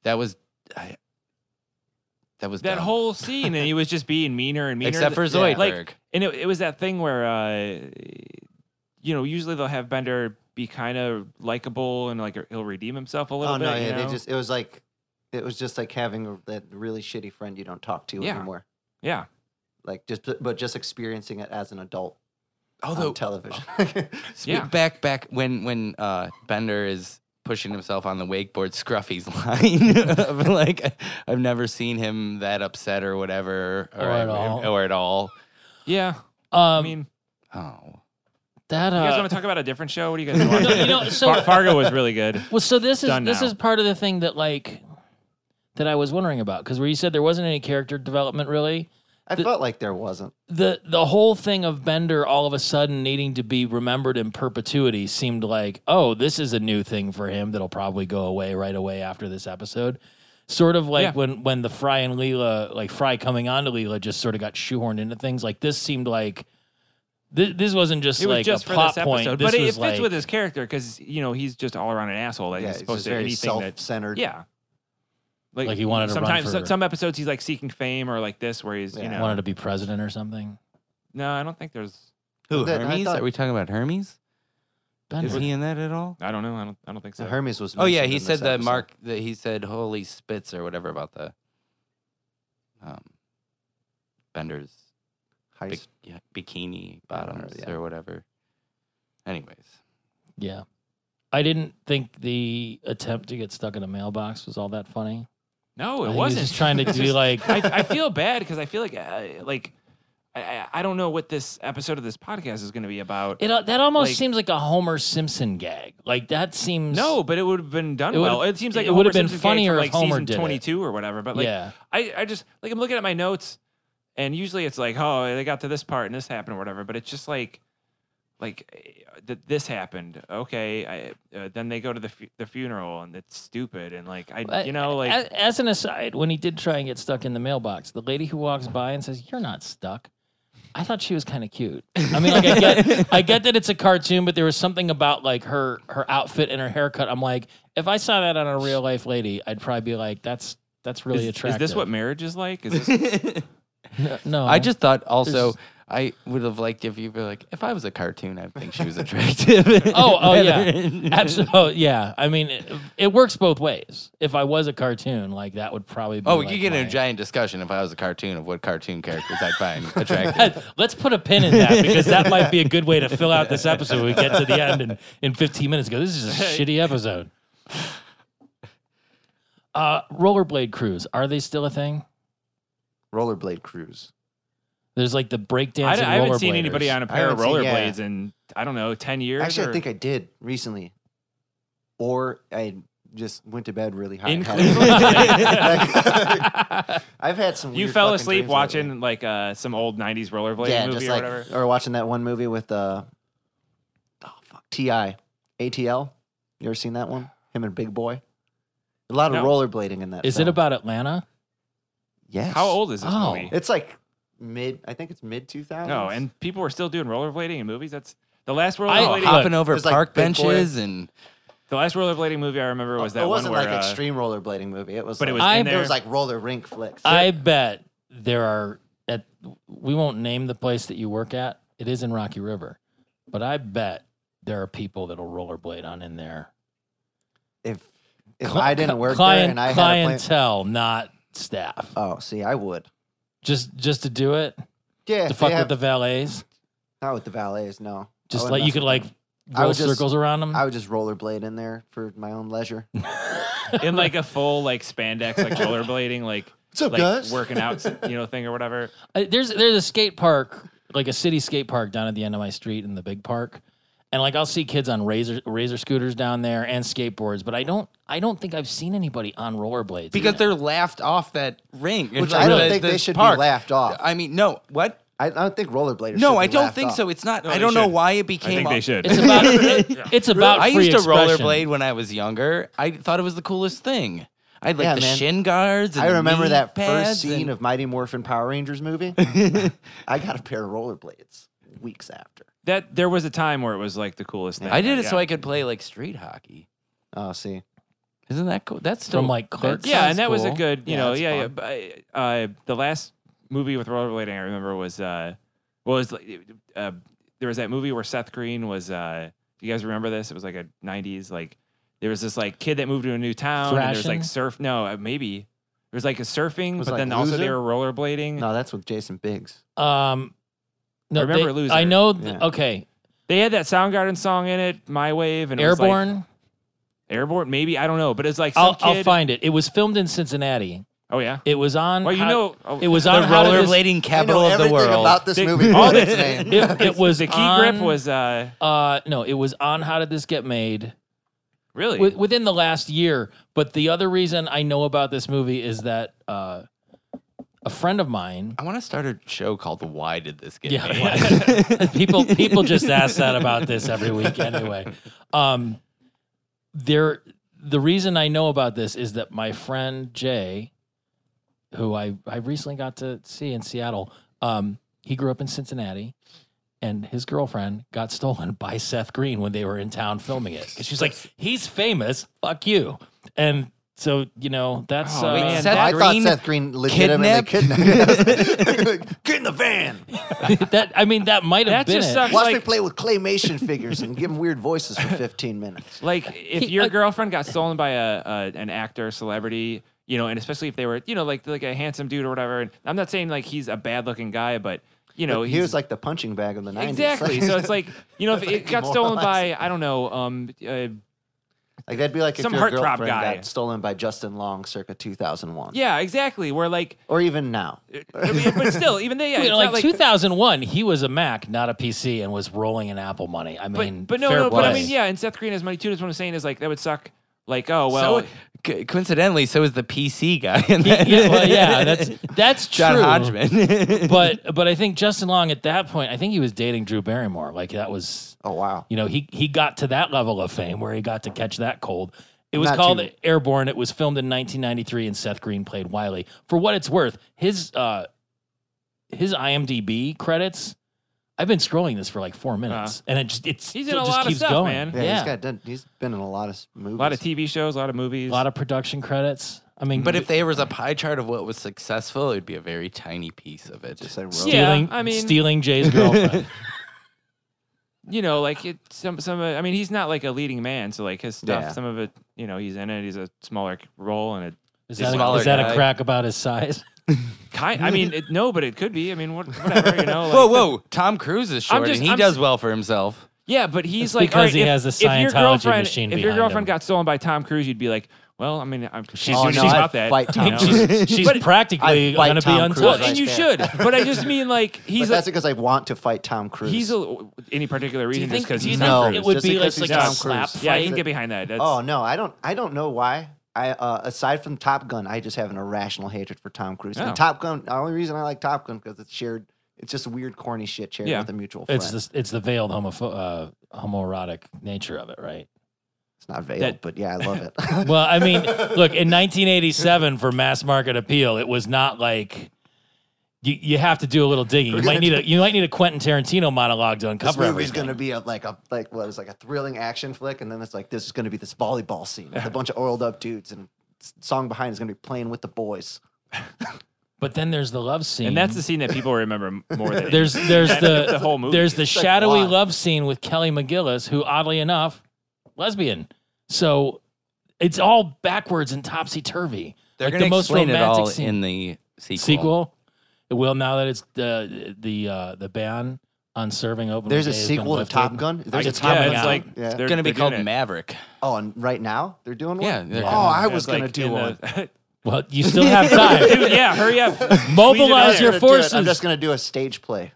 Speaker 2: that was I, that was
Speaker 1: that
Speaker 2: dumb.
Speaker 1: whole scene, and he was just being meaner and meaner.
Speaker 2: except for
Speaker 4: yeah.
Speaker 2: Zoidberg.
Speaker 1: Like, and it, it was that thing where, uh, you know, usually they'll have Bender be kind of likable and like he'll redeem himself a little
Speaker 4: Oh
Speaker 1: bit.
Speaker 4: no,
Speaker 1: you
Speaker 4: yeah. They
Speaker 1: know?
Speaker 4: just, it was like, it was just like having a, that really shitty friend you don't talk to
Speaker 1: Yeah.
Speaker 4: anymore.
Speaker 1: yeah.
Speaker 4: Like just, but just experiencing it as an adult
Speaker 2: Although
Speaker 4: on television.
Speaker 2: Spe-
Speaker 1: Yeah.
Speaker 2: Back back when when uh, Bender is pushing himself on the wakeboard, Scruffy's line of like I've never seen him that upset or whatever
Speaker 3: Or at all.
Speaker 2: or at all.
Speaker 1: Yeah.
Speaker 3: um,
Speaker 1: I mean,
Speaker 2: Oh,
Speaker 3: That uh,
Speaker 1: You guys want to talk about a different show? What do you guys want?
Speaker 3: No, you know, so-
Speaker 1: Far- Fargo was really good.
Speaker 3: Well, so this is
Speaker 1: done
Speaker 3: this
Speaker 1: now.
Speaker 3: is part of the thing that like that I was wondering about because where you said there wasn't any character development really.
Speaker 4: I felt like there wasn't.
Speaker 3: The the whole thing of Bender all of a sudden needing to be remembered in perpetuity seemed like, oh, this is a new thing for him that'll probably go away right away after this episode. Sort of like
Speaker 1: Yeah.
Speaker 3: when when the Fry and Leela, like Fry coming on to Leela just sort of got shoehorned into things. Like this seemed like this, this wasn't just
Speaker 1: It was
Speaker 3: like
Speaker 1: just
Speaker 3: a
Speaker 1: for
Speaker 3: plot
Speaker 1: this episode,
Speaker 3: point.
Speaker 1: but
Speaker 3: This
Speaker 1: it, it
Speaker 3: was
Speaker 1: fits
Speaker 3: like,
Speaker 1: with his character because you know he's just all around an asshole. That
Speaker 4: yeah,
Speaker 1: he's
Speaker 4: it's
Speaker 1: supposed
Speaker 4: just
Speaker 1: to
Speaker 4: very
Speaker 1: anything that
Speaker 4: self-centered.
Speaker 1: Yeah.
Speaker 3: Like he wanted to run
Speaker 1: sometimes
Speaker 3: for-
Speaker 1: some episodes he's like seeking fame or like this where he's you
Speaker 4: Yeah.
Speaker 1: know
Speaker 3: wanted to be president or something.
Speaker 1: no I don't think there's
Speaker 2: Who
Speaker 4: Then I
Speaker 2: Hermes?
Speaker 4: thought-
Speaker 2: Are we talking about Hermes?
Speaker 3: Bender.
Speaker 2: Is he in that at all?
Speaker 1: I don't know I don't I don't think so.
Speaker 4: So Hermes was.
Speaker 2: Oh yeah,
Speaker 4: mentioned
Speaker 2: he
Speaker 4: in
Speaker 2: said
Speaker 4: this
Speaker 2: that
Speaker 4: episode.
Speaker 2: Mark that he said holy spits or whatever about the um Bender's bi-
Speaker 4: Heist.
Speaker 2: yeah, bikini
Speaker 4: I don't know,
Speaker 2: bottoms
Speaker 4: yeah.
Speaker 2: or whatever. Anyways,
Speaker 3: Yeah. I didn't think the attempt to get stuck in a mailbox was all that funny.
Speaker 1: no,
Speaker 3: I
Speaker 1: Oh, it
Speaker 3: think he was
Speaker 1: wasn't.
Speaker 3: just trying to
Speaker 1: It's
Speaker 3: do
Speaker 1: just-
Speaker 3: like
Speaker 1: I, I feel bad because I feel like uh, like I- I, I don't know what this episode of this podcast is going to be about.
Speaker 3: it. al- That almost
Speaker 1: Like-
Speaker 3: seems like a Homer Simpson gag. Like that seems
Speaker 1: no, but it would have been done
Speaker 3: It would've-
Speaker 1: well. It seems like
Speaker 3: it
Speaker 1: a
Speaker 3: would've
Speaker 1: Homer
Speaker 3: been
Speaker 1: Simpson gag
Speaker 3: funnier
Speaker 1: from,
Speaker 3: if
Speaker 1: like
Speaker 3: Homer
Speaker 1: season
Speaker 3: did it.
Speaker 1: twenty-two or whatever. But like
Speaker 3: yeah.
Speaker 1: I, I just like I'm looking at my notes, and usually it's like, oh, they got to this part and this happened or whatever. But it's just like, like eh, th- this happened. Okay, I, uh, then they go to the fu- the funeral and it's stupid and like I, you know, like
Speaker 3: as, Uh, as an aside, when he did try and get stuck in the mailbox, the lady who walks by and says, "You're not stuck." I thought she was kind of cute. I mean, like I get, I get that it's a cartoon, but there was something about like her her outfit and her haircut. I'm like, if I saw that on a real life lady, I'd probably be like, "That's that's really
Speaker 1: is, is
Speaker 3: attractive."
Speaker 1: this what marriage is like? Is this,
Speaker 3: No,
Speaker 2: I just thought also
Speaker 3: There's-
Speaker 2: I would have liked if you were like if I was a cartoon, I think she was attractive.
Speaker 3: Oh, oh yeah, absolutely. Yeah, I mean, it, it works both ways. If I was a cartoon, like that would probably. Be
Speaker 2: Oh, we
Speaker 3: like
Speaker 2: could get
Speaker 3: my...
Speaker 2: in a giant discussion if I was a cartoon of what cartoon characters I'd find attractive.
Speaker 3: Let's put a pin in that because that might be a good way to fill out this episode. We get to the end and in 15 minutes go, this is a shitty episode. Uh, rollerblade crews, are they still a thing?
Speaker 4: rollerblade cruise.
Speaker 3: There's like the breakdancing
Speaker 1: I, I haven't seen
Speaker 3: rollerbladers.
Speaker 1: anybody on a
Speaker 4: I
Speaker 1: pair of
Speaker 4: haven't seen- yeah.
Speaker 1: rollerblades in I don't know ten years.
Speaker 4: Actually,
Speaker 1: or-
Speaker 4: I think I did recently, or I just went to bed really high.
Speaker 1: In
Speaker 4: and had-
Speaker 1: Cleveland?
Speaker 4: Like, I've had some.
Speaker 1: you
Speaker 4: weird
Speaker 1: fell
Speaker 4: fucking
Speaker 1: asleep
Speaker 4: dreams lately.
Speaker 1: watching like uh, some old '90s rollerblade
Speaker 4: yeah,
Speaker 1: movie
Speaker 4: just
Speaker 1: or
Speaker 4: like oh,
Speaker 1: whatever.
Speaker 4: or watching that one movie with uh, oh fuck, Ti ATL. You ever seen that one? Him and Big Boy. A lot of
Speaker 1: No.
Speaker 4: rollerblading in that.
Speaker 3: Is
Speaker 4: film.
Speaker 3: it about Atlanta?
Speaker 4: Yes.
Speaker 1: How old is this
Speaker 3: Oh.
Speaker 1: movie?
Speaker 4: It's like mid. I think it's mid two thousand.
Speaker 1: No, Oh, and people were still doing rollerblading in movies. That's the last rollerblading.
Speaker 3: I-
Speaker 2: Hopping over
Speaker 4: There's, like,
Speaker 2: park
Speaker 4: big boy-
Speaker 2: benches and
Speaker 1: the last rollerblading movie I remember was that
Speaker 4: Oh, it wasn't
Speaker 1: one where
Speaker 4: like
Speaker 1: uh,
Speaker 4: extreme rollerblading movie. It was.
Speaker 1: but it was
Speaker 4: like,
Speaker 3: I-
Speaker 1: in
Speaker 3: it
Speaker 1: there.
Speaker 4: was like roller rink flicks.
Speaker 3: I bet there are at we won't name the place that you work at. It is in Rocky River. But I bet there are people that'll rollerblade on in there.
Speaker 4: if if
Speaker 3: Cli-
Speaker 4: I didn't work
Speaker 3: client,
Speaker 4: there and I had a plan,
Speaker 3: clientele, not staff.
Speaker 4: oh, see, I would.
Speaker 3: Just just to do it.
Speaker 4: Yeah,
Speaker 3: to
Speaker 4: if
Speaker 3: fuck
Speaker 4: they have,
Speaker 3: with the valets.
Speaker 4: not with the valets. No, I
Speaker 3: Just
Speaker 4: would
Speaker 3: like you
Speaker 4: mess
Speaker 3: could
Speaker 4: with
Speaker 3: like
Speaker 4: them. I
Speaker 3: roll
Speaker 4: would just-
Speaker 3: circles around them.
Speaker 4: I would just rollerblade in there for my own leisure.
Speaker 1: in like a full like spandex like rollerblading like
Speaker 4: What's up,
Speaker 1: like working out you know thing or whatever.
Speaker 3: I- Uh, there's there's a skate park, like a city skate park down at the end of my street in the big park. And like I'll see kids on razor razor scooters down there and skateboards, but I don't I don't think I've seen anybody on rollerblades.
Speaker 2: because
Speaker 3: either.
Speaker 2: they're laughed off that ring.
Speaker 4: Which
Speaker 2: Like,
Speaker 4: I don't
Speaker 2: the-
Speaker 4: think they
Speaker 2: this
Speaker 4: should
Speaker 2: park.
Speaker 4: be laughed off. I,
Speaker 2: I mean, no, what?
Speaker 4: I don't think rollerbladers.
Speaker 2: No,
Speaker 4: should be
Speaker 2: I don't
Speaker 4: laughed
Speaker 2: think
Speaker 4: off.
Speaker 2: so. It's not.
Speaker 1: No,
Speaker 2: I
Speaker 1: they
Speaker 2: don't know
Speaker 1: should.
Speaker 2: why it
Speaker 1: I
Speaker 2: became.
Speaker 1: think they
Speaker 2: a-
Speaker 1: should.
Speaker 3: it's about it- it's about
Speaker 2: I
Speaker 3: free
Speaker 2: used to
Speaker 3: expression.
Speaker 2: rollerblade when I was younger. I thought it was the coolest thing. I had like
Speaker 4: Yeah,
Speaker 2: the
Speaker 4: man.
Speaker 2: shin guards. And
Speaker 4: I
Speaker 2: the knee
Speaker 4: remember that
Speaker 2: pads
Speaker 4: first scene
Speaker 2: and-
Speaker 4: of Mighty Morphin Power Rangers movie. I got a pair of rollerblades weeks after.
Speaker 1: That there was a time where it was like the coolest thing.
Speaker 2: I did it
Speaker 1: Yeah.
Speaker 2: so I could play like street hockey.
Speaker 4: Oh, see,
Speaker 2: Isn't that cool? That's still
Speaker 3: From, like, Clerks?
Speaker 2: that
Speaker 1: yeah,
Speaker 2: sounds
Speaker 1: and that was a
Speaker 2: cool.
Speaker 1: good you
Speaker 2: Yeah,
Speaker 1: know
Speaker 2: that's
Speaker 1: yeah, yeah
Speaker 2: fun.
Speaker 1: but I- uh, the last movie with rollerblading I remember was uh well, it was like uh, there was that movie where Seth Green was uh do you guys remember this? It was like a '90s like there was this like kid that moved to a new town and there was
Speaker 3: Thrashing?
Speaker 1: like surf no uh, maybe there was like a surfing
Speaker 4: Was it,
Speaker 1: but
Speaker 4: like,
Speaker 1: then also they
Speaker 4: Loser?
Speaker 1: were rollerblading.
Speaker 4: no, that's with Jason Biggs.
Speaker 3: Um no,
Speaker 1: I remember
Speaker 3: they-
Speaker 1: Loser.
Speaker 3: I know th-
Speaker 4: Yeah.
Speaker 3: okay.
Speaker 1: They had that Soundgarden song in it, My Wave, and it was, like,
Speaker 3: Airborne.
Speaker 1: Airborne, maybe I don't know, but it's like some
Speaker 3: I'll,
Speaker 1: kid.
Speaker 3: I'll find it. It was filmed in Cincinnati,
Speaker 1: Oh yeah.
Speaker 3: It was on.
Speaker 1: Well, you
Speaker 3: how-
Speaker 1: know, oh,
Speaker 3: it was
Speaker 2: The
Speaker 3: on how to Dis-
Speaker 2: rollerblading
Speaker 4: I know
Speaker 2: capital of the
Speaker 4: everything
Speaker 2: world.
Speaker 4: about this
Speaker 1: They-
Speaker 4: movie. but
Speaker 1: all the-
Speaker 4: its name.
Speaker 3: it, it was
Speaker 1: the key
Speaker 3: on-
Speaker 1: grip was uh
Speaker 3: Uh, no, it was on How Did This Get Made
Speaker 1: really
Speaker 3: wi- within the last year. But the other reason I know about this movie is that uh, a friend of mine
Speaker 2: I want to start a show called "Why Did This Get
Speaker 3: Yeah.
Speaker 2: Made?"
Speaker 3: people people just ask that about this every week anyway. Um, there, the reason I know about this is that my friend Jay, who I I recently got to see in Seattle, um, he grew up in Cincinnati, and his girlfriend got stolen by Seth Green when they were in town filming it. 'Cause she's like, he's famous, fuck you, and so you know that's
Speaker 1: Oh,
Speaker 3: uh,
Speaker 1: wait,
Speaker 3: man,
Speaker 2: Seth
Speaker 4: I
Speaker 2: Green
Speaker 4: thought Seth Green legitimately
Speaker 2: kidnapped-
Speaker 4: kidnapped. us. Get in the van.
Speaker 3: that, that- I mean that might have
Speaker 1: That
Speaker 3: been
Speaker 1: just
Speaker 3: it.
Speaker 1: sucks.
Speaker 4: Watch
Speaker 1: like-
Speaker 4: me play with claymation figures and give them weird voices for 15 minutes.
Speaker 1: like if
Speaker 3: He-
Speaker 1: your
Speaker 3: uh,
Speaker 1: girlfriend got stolen by a, a an actor, celebrity, you know, and especially if they were, you know, like like a handsome dude or whatever. And I'm not saying like he's a bad looking guy, but you know,
Speaker 4: he
Speaker 1: he's
Speaker 4: was like the punching bag of the 90s.
Speaker 1: exactly. so it's like you know, if
Speaker 4: Like
Speaker 1: it got stolen by
Speaker 4: demoralizing.
Speaker 1: I don't know, um, uh,
Speaker 4: Like that'd be like
Speaker 1: Some
Speaker 4: if your
Speaker 1: heartthrob
Speaker 4: girlfriend
Speaker 1: guy.
Speaker 4: got stolen by Justin Long circa 2001.
Speaker 1: yeah, Uh, exactly. Where like,
Speaker 4: Or even now.
Speaker 1: I mean, but still, even they, yeah,
Speaker 3: You
Speaker 1: it's
Speaker 3: know,
Speaker 1: not
Speaker 3: like,
Speaker 1: like
Speaker 3: 2001, he was a Mac, not a PC, and was rolling in Apple money. I mean,
Speaker 1: but but no,
Speaker 3: fair
Speaker 1: no, but I
Speaker 3: play.
Speaker 1: mean, yeah, and Seth Green has money too. That's what I'm saying is like that would suck. Like, oh well,
Speaker 2: so, co- coincidentally, so is the PC guy. in
Speaker 3: He-
Speaker 2: that.
Speaker 3: yeah, well, yeah, that's that's
Speaker 2: John
Speaker 3: true.
Speaker 2: Hodgman.
Speaker 3: But but I think Justin Long at that point, I think he was dating Drew Barrymore. Like that was,
Speaker 4: Oh, wow.
Speaker 3: you know, he he got to that level of fame where he got to catch that cold. It was
Speaker 4: Not
Speaker 3: called
Speaker 4: too-
Speaker 3: Airborne. It was filmed in 1993, and Seth Green played Wiley. For what it's worth, his uh, his IMDb credits. I've been scrolling this for like four minutes, and it just it's
Speaker 1: Uh-huh. He's in
Speaker 3: it
Speaker 1: a
Speaker 3: just
Speaker 1: lot of
Speaker 3: keeps
Speaker 1: stuff,
Speaker 3: going.
Speaker 1: man.
Speaker 4: Yeah, he's got done, he's been in a lot of s- movies.
Speaker 1: a lot of TV shows, a lot of movies.
Speaker 3: a lot of production credits. I mean,
Speaker 2: but if there was a pie chart of what was successful, it would be a very tiny piece of it.
Speaker 4: Just
Speaker 2: Just
Speaker 4: said, "Roll."
Speaker 1: Yeah.
Speaker 3: stealing,
Speaker 1: I mean-
Speaker 3: stealing Jay's girlfriend,
Speaker 1: you know, like it, some some. uh, I mean, he's not like a leading man, so like his stuff,
Speaker 4: Yeah.
Speaker 1: some of it, you know, he's in it. He's a smaller c- role, and it
Speaker 3: is
Speaker 2: The
Speaker 3: that, a,
Speaker 2: smaller
Speaker 3: is that a
Speaker 2: guy.
Speaker 3: crack about his size?
Speaker 1: kind. I mean, it, no, but it could be. I mean, what, whatever, you know. Like,
Speaker 2: whoa, whoa! Tom Cruise is
Speaker 1: I'm
Speaker 2: short,
Speaker 1: just-
Speaker 2: and he
Speaker 1: I'm
Speaker 2: does
Speaker 1: s-
Speaker 2: well for himself.
Speaker 1: Yeah, but he's
Speaker 3: It's
Speaker 1: like
Speaker 3: because
Speaker 1: all right,
Speaker 3: he
Speaker 1: if,
Speaker 3: has the
Speaker 1: if your
Speaker 3: Scientology
Speaker 1: girlfriend-
Speaker 3: machine
Speaker 1: If your
Speaker 3: behind
Speaker 1: girlfriend
Speaker 3: him.
Speaker 1: got stolen by Tom Cruise, you'd be like, well, I mean, I'm she's
Speaker 4: Oh, no, I'd
Speaker 1: about that.
Speaker 4: fight Tom
Speaker 1: you know?
Speaker 4: Cruise.
Speaker 3: she's she's
Speaker 1: But-
Speaker 3: practically
Speaker 4: I'd fight
Speaker 3: going to be
Speaker 4: Tom
Speaker 3: untouched.
Speaker 4: Cruise
Speaker 1: well,
Speaker 4: right
Speaker 1: and you
Speaker 4: there.
Speaker 1: should, but I just mean like
Speaker 4: But
Speaker 1: he's
Speaker 4: that's
Speaker 1: a,
Speaker 4: because I want to fight Tom Cruise. Oh,
Speaker 1: he's a, any particular reason just because
Speaker 3: do you
Speaker 1: he's
Speaker 3: think
Speaker 4: Tom
Speaker 3: it
Speaker 4: Cruise,
Speaker 3: would
Speaker 4: just
Speaker 3: be like,
Speaker 4: because
Speaker 3: like
Speaker 1: he's
Speaker 3: a
Speaker 1: Tom
Speaker 3: slap
Speaker 4: Cruise.
Speaker 3: fight?
Speaker 1: yeah, I can get behind that. That's,
Speaker 4: oh no, I don't. I don't know why. I uh, aside from Top Gun, I just have an irrational hatred for Tom Cruise.
Speaker 1: Oh.
Speaker 4: And Top Gun, the only reason I like Top Gun because it's shared. It's just weird, corny shit shared
Speaker 1: Yeah.
Speaker 4: with a mutual friend.
Speaker 3: it's
Speaker 4: It's,
Speaker 3: the it's the veiled homopho- uh, homoerotic nature of it, right?
Speaker 4: not veiled,
Speaker 1: that-
Speaker 4: but yeah, I love it.
Speaker 3: Well, I mean, look, in 1987 for mass market appeal, it was not like. You, you have to do a little digging. You might need a you might need a Quentin Tarantino monologue to
Speaker 4: this
Speaker 3: uncover
Speaker 4: movie's
Speaker 3: everything.
Speaker 4: going to be a, like a like what is like a thrilling action flick, and then it's like this is going to be this volleyball scene with a bunch of oiled up dudes, and s- song behind is going to be playing with the boys.
Speaker 3: but then there's the love scene,
Speaker 1: and that's the scene that people remember m- more than
Speaker 3: There's there's
Speaker 1: That-
Speaker 3: the,
Speaker 1: the whole movie.
Speaker 3: There's the
Speaker 4: like,
Speaker 3: shadowy
Speaker 4: why?
Speaker 3: love scene with Kelly McGillis, who oddly enough, lesbian. So it's all backwards and topsy turvy.
Speaker 2: They're
Speaker 3: Like
Speaker 2: going
Speaker 3: the
Speaker 2: to
Speaker 3: most
Speaker 2: explain it
Speaker 3: romantic
Speaker 2: all
Speaker 3: scene.
Speaker 2: in the sequel.
Speaker 3: Sequel. It will now that it's the the uh, the ban on serving open.
Speaker 4: There's a sequel to Top Gun. There's
Speaker 1: I
Speaker 4: a
Speaker 1: guess,
Speaker 4: Top
Speaker 1: yeah,
Speaker 4: Gun.
Speaker 1: it's
Speaker 3: out.
Speaker 1: like
Speaker 4: Yeah.
Speaker 1: they're-
Speaker 2: It's going to be
Speaker 1: they're
Speaker 2: called
Speaker 1: doing it.
Speaker 2: Maverick.
Speaker 4: Oh, and right now they're doing one.
Speaker 2: Yeah, they're-
Speaker 4: oh, I
Speaker 1: It's
Speaker 4: was
Speaker 1: like
Speaker 4: going to do
Speaker 1: in the-
Speaker 4: one.
Speaker 3: Well, you still have time.
Speaker 1: Dude, yeah, hurry up.
Speaker 3: Mobilize
Speaker 1: Squeeze it
Speaker 3: your
Speaker 4: gonna
Speaker 1: in.
Speaker 4: do it.
Speaker 3: forces.
Speaker 4: I'm just gonna do a stage play.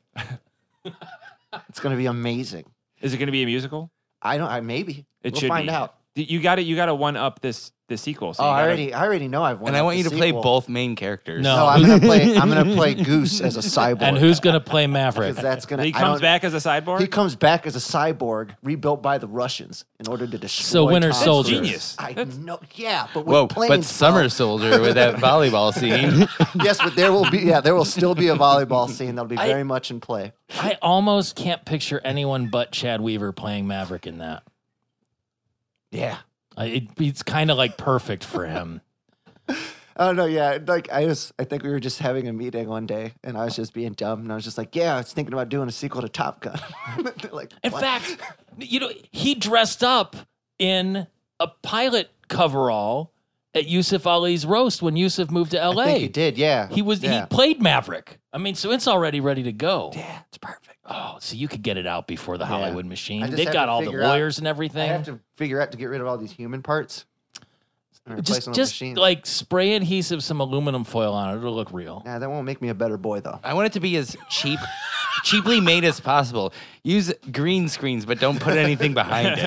Speaker 4: it's gonna be amazing.
Speaker 1: Is it going to be a musical?
Speaker 4: I don't. I maybe
Speaker 1: It
Speaker 4: we'll
Speaker 1: should
Speaker 4: find
Speaker 1: be.
Speaker 4: out.
Speaker 1: Y- You got to You got to one up this the sequel. So
Speaker 4: oh,
Speaker 1: you
Speaker 4: I
Speaker 1: gotta-
Speaker 4: already, I already know I've won.
Speaker 2: And I
Speaker 4: up
Speaker 2: want
Speaker 4: the
Speaker 2: you to play
Speaker 4: sequel.
Speaker 2: both main characters.
Speaker 3: No.
Speaker 4: No, I'm gonna play. I'm gonna play Goose as a cyborg.
Speaker 3: and who's gonna play
Speaker 4: Because
Speaker 3: Maverick?
Speaker 4: that's gonna.
Speaker 1: He
Speaker 4: I
Speaker 1: comes
Speaker 4: don't-
Speaker 1: back as a sideboard.
Speaker 4: He comes back as a cyborg rebuilt by the Russians in order to destroy.
Speaker 3: So Winter
Speaker 4: Tom
Speaker 3: Soldier.
Speaker 4: Cruise.
Speaker 1: Genius.
Speaker 4: I know. Yeah, but with
Speaker 2: Whoa,
Speaker 4: planes,
Speaker 2: but Summer
Speaker 4: Tom.
Speaker 2: Soldier with that volleyball scene.
Speaker 4: yes, but there will be. Yeah, there will still be a volleyball scene that'll be
Speaker 3: I-
Speaker 4: very much in play.
Speaker 3: I almost can't picture anyone but Chad Weaver playing Maverick in that.
Speaker 4: Yeah.
Speaker 3: I- It, it's kind of like perfect for him.
Speaker 4: Oh no, yeah. Like I was, I think we were just having a meeting one day, and I was just being dumb, and I was just like, "Yeah, I was thinking about doing a sequel to Top Gun." They're like,
Speaker 3: In
Speaker 4: "What?"
Speaker 3: fact, you know, he dressed up in a pilot coverall at Yusuf Ali's roast when Yusuf moved to LA.
Speaker 4: I think he did. Yeah,
Speaker 3: He was
Speaker 4: Yeah.
Speaker 3: he played Maverick. I mean, so it's already ready to go.
Speaker 4: yeah, it's perfect.
Speaker 3: Oh, so you could get it out before the
Speaker 4: Yeah.
Speaker 3: Hollywood
Speaker 4: I
Speaker 3: machine.
Speaker 4: just
Speaker 3: They've
Speaker 4: have
Speaker 3: got
Speaker 4: to
Speaker 3: all the
Speaker 4: figure out-
Speaker 3: lawyers and
Speaker 4: I
Speaker 3: everything.
Speaker 4: have to figure out to get rid of all these human parts. and replace
Speaker 3: Just,
Speaker 4: them with
Speaker 3: just
Speaker 4: machines.
Speaker 3: like spray adhesive some aluminum foil on it. It'll look real.
Speaker 4: nah, that won't make me a better boy though.
Speaker 2: I want it to be as cheap, cheaply made as possible. Use green screens, but don't put anything behind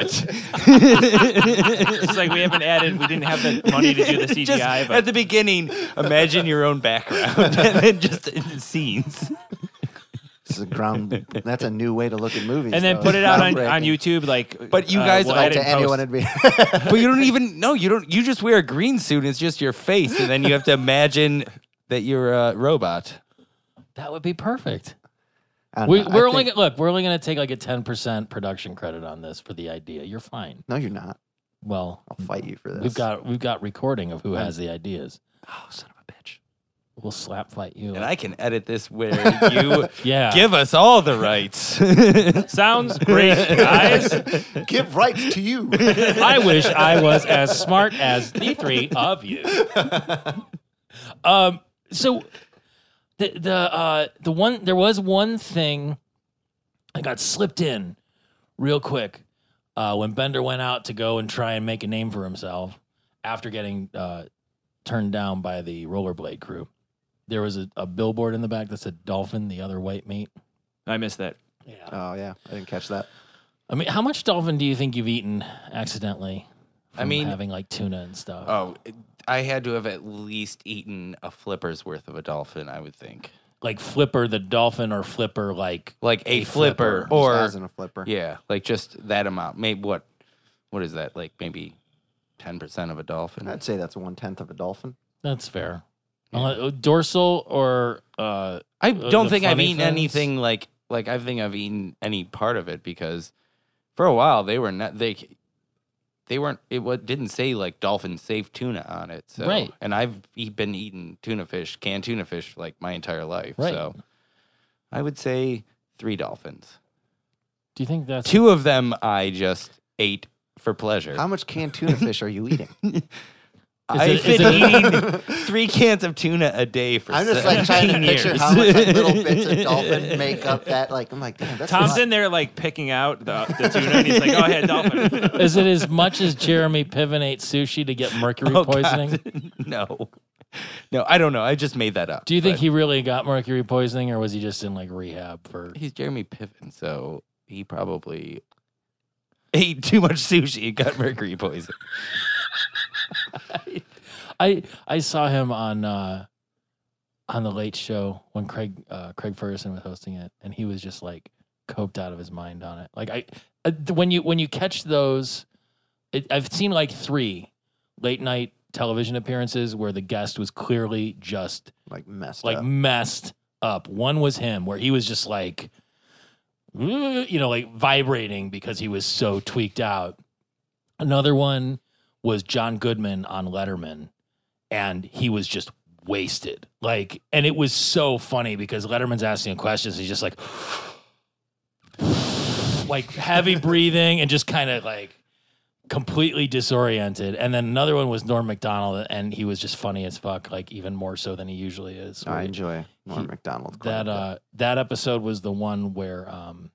Speaker 2: it.
Speaker 1: It's like we haven't added. We didn't have the money to do the
Speaker 2: Just
Speaker 1: CGI,
Speaker 2: at
Speaker 1: but
Speaker 2: the beginning, imagine your own background and then just in scenes.
Speaker 4: This is a ground. that's a new way to look at movies.
Speaker 1: and then
Speaker 4: though.
Speaker 1: put it
Speaker 4: It's
Speaker 1: out on,
Speaker 4: groundbreaking.
Speaker 1: on YouTube. Like, uh,
Speaker 2: But you guys
Speaker 1: we'll
Speaker 2: are
Speaker 4: Like
Speaker 1: add it in
Speaker 4: to anyone,
Speaker 1: post.
Speaker 4: it'd be.
Speaker 2: But you don't even no, you don't. You just wear a green suit. and It's just your face, and then you have to imagine that you're a robot.
Speaker 3: That would be perfect.
Speaker 4: I don't
Speaker 3: We,
Speaker 4: know, I
Speaker 3: we're only
Speaker 4: think-
Speaker 3: gonna look. We're only going to take like a ten percent production credit on this for the idea. You're fine.
Speaker 4: No, you're not.
Speaker 3: Well,
Speaker 4: I'll fight you for this.
Speaker 3: we've got we've got recording of who has the ideas.
Speaker 4: Oh, son of a bitch.
Speaker 3: We'll slap fight you.
Speaker 2: And I can edit this where you
Speaker 3: yeah.
Speaker 2: give us all the rights.
Speaker 1: Sounds great, guys.
Speaker 4: Give rights to you.
Speaker 3: I wish I was as smart as the three of you. Um, so the the uh, the one there was one thing I got slipped in real quick uh, when Bender went out to go and try and make a name for himself after getting uh, turned down by the rollerblade crew. There was a, a billboard in the back that said "Dolphin, the other white meat."
Speaker 1: I missed that.
Speaker 3: Yeah.
Speaker 4: Oh yeah, I didn't catch that.
Speaker 3: I mean, how much dolphin do you think you've eaten accidentally?
Speaker 2: I
Speaker 3: from
Speaker 2: mean-
Speaker 3: having like tuna and stuff.
Speaker 2: oh, I had to have at least eaten a flipper's worth of a dolphin. I would think,
Speaker 3: like Flipper the dolphin or Flipper like
Speaker 2: like a,
Speaker 3: A
Speaker 2: flipper,
Speaker 3: flipper.
Speaker 4: Just
Speaker 2: or
Speaker 4: as in a flipper.
Speaker 2: yeah, like just that amount. Maybe what? What is that? Like maybe ten percent of a dolphin.
Speaker 4: I'd say that's one tenth of a dolphin.
Speaker 3: that's fair.
Speaker 2: Yeah.
Speaker 3: Unle- uh, dorsal or uh
Speaker 2: I
Speaker 3: Uh,
Speaker 2: don't
Speaker 3: the
Speaker 2: think I've
Speaker 3: funny
Speaker 2: eaten
Speaker 3: things?
Speaker 2: anything like like I think I've eaten any part of it because for a while they were not they they weren't it what didn't say like dolphin safe tuna on it so
Speaker 3: Right.
Speaker 2: and I've e- been eating tuna fish canned tuna fish like my entire life
Speaker 3: Right.
Speaker 2: so I would say three dolphins
Speaker 3: do you think that's
Speaker 2: two of them I just ate for pleasure
Speaker 4: How much canned tuna fish are you eating?
Speaker 2: I've
Speaker 3: it- is
Speaker 2: been
Speaker 3: it-
Speaker 2: eating three cans of tuna a day for
Speaker 4: I'm just like trying to
Speaker 2: 17 years.
Speaker 4: picture how much like, little bits of dolphin make up that. Like I'm like, damn, that's a
Speaker 1: Tom's
Speaker 4: lot.
Speaker 1: in there like picking out the, the tuna, and he's like, "Oh yeah, dolphin."
Speaker 3: is it as much as Jeremy Piven ate sushi to get mercury
Speaker 2: Oh, God.
Speaker 3: poisoning?
Speaker 2: no. No, I don't know. I just made that up.
Speaker 3: Do you think
Speaker 2: but-
Speaker 3: he really got mercury poisoning or was he just in like rehab for
Speaker 2: he's Jeremy Piven, so he probably ate too much sushi and got mercury poison.
Speaker 3: I I saw him on uh on the late show when Craig uh Craig Ferguson was hosting it and he was just like coped out of his mind on it. Like I uh, th- when you when you catch those it, I've seen like 3 late night television appearances where the guest was clearly just
Speaker 4: like messed
Speaker 3: like
Speaker 4: up.
Speaker 3: messed up. One was him where he was just like you know like vibrating because he was so tweaked out. Another one was John Goodman on Letterman and he was just wasted. Like and it was so funny because Letterman's asking him questions he's just like like heavy breathing and just kind of like completely disoriented. And then another one was Norm Macdonald, and he was just funny as fuck, like even more so than he usually is.
Speaker 4: I
Speaker 3: Where-
Speaker 4: enjoy Norm
Speaker 3: he-
Speaker 4: Macdonald. quite a
Speaker 3: that
Speaker 4: bit.
Speaker 3: uh, that episode was the one where um,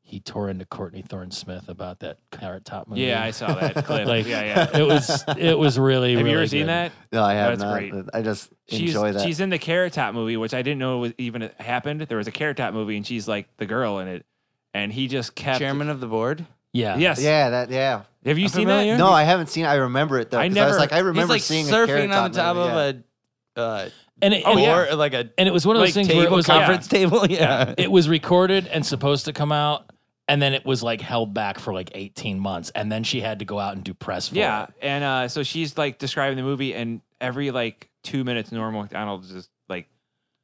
Speaker 3: he tore into Courtney Thorne Smith about that Carrot Top movie.
Speaker 1: Yeah, I saw that clip.
Speaker 3: Like-
Speaker 1: yeah, yeah. Have
Speaker 3: it was it was really.
Speaker 1: you
Speaker 3: really
Speaker 1: ever seen
Speaker 3: good.
Speaker 1: that?
Speaker 4: no, I have
Speaker 1: that's
Speaker 4: not.
Speaker 1: great.
Speaker 4: I just
Speaker 1: She's
Speaker 4: enjoy that.
Speaker 1: she's in the Carrot Top movie, which I didn't know was even happened. There was a Carrot Top movie, and she's like the girl in it, and he just kept.
Speaker 2: Chairman of the board?
Speaker 3: Yeah.
Speaker 1: Yes.
Speaker 4: yeah, that yeah.
Speaker 1: Have you
Speaker 2: I'm
Speaker 1: seen
Speaker 2: familiar.
Speaker 1: that?
Speaker 4: No, I haven't seen. it. I remember it though.
Speaker 1: I
Speaker 4: 'cause I
Speaker 1: never-
Speaker 4: was like, I remember
Speaker 2: he's like
Speaker 4: seeing a
Speaker 2: surfing
Speaker 4: carrot
Speaker 2: on the top
Speaker 4: movie,
Speaker 2: of
Speaker 4: yeah.
Speaker 2: a uh,
Speaker 3: and it,
Speaker 2: board,
Speaker 3: and,
Speaker 1: Oh, yeah.
Speaker 2: like a
Speaker 3: and it was Oh, one of those
Speaker 2: like,
Speaker 3: things
Speaker 2: table,
Speaker 3: where it was like
Speaker 2: conference table. Yeah.
Speaker 3: it was recorded and supposed to come out. And then it was like held back for like 18 months. And then she had to go out and do press for
Speaker 1: Yeah,
Speaker 3: it.
Speaker 1: and uh, so she's like describing the movie, and every like two minutes, Norm Macdonald just like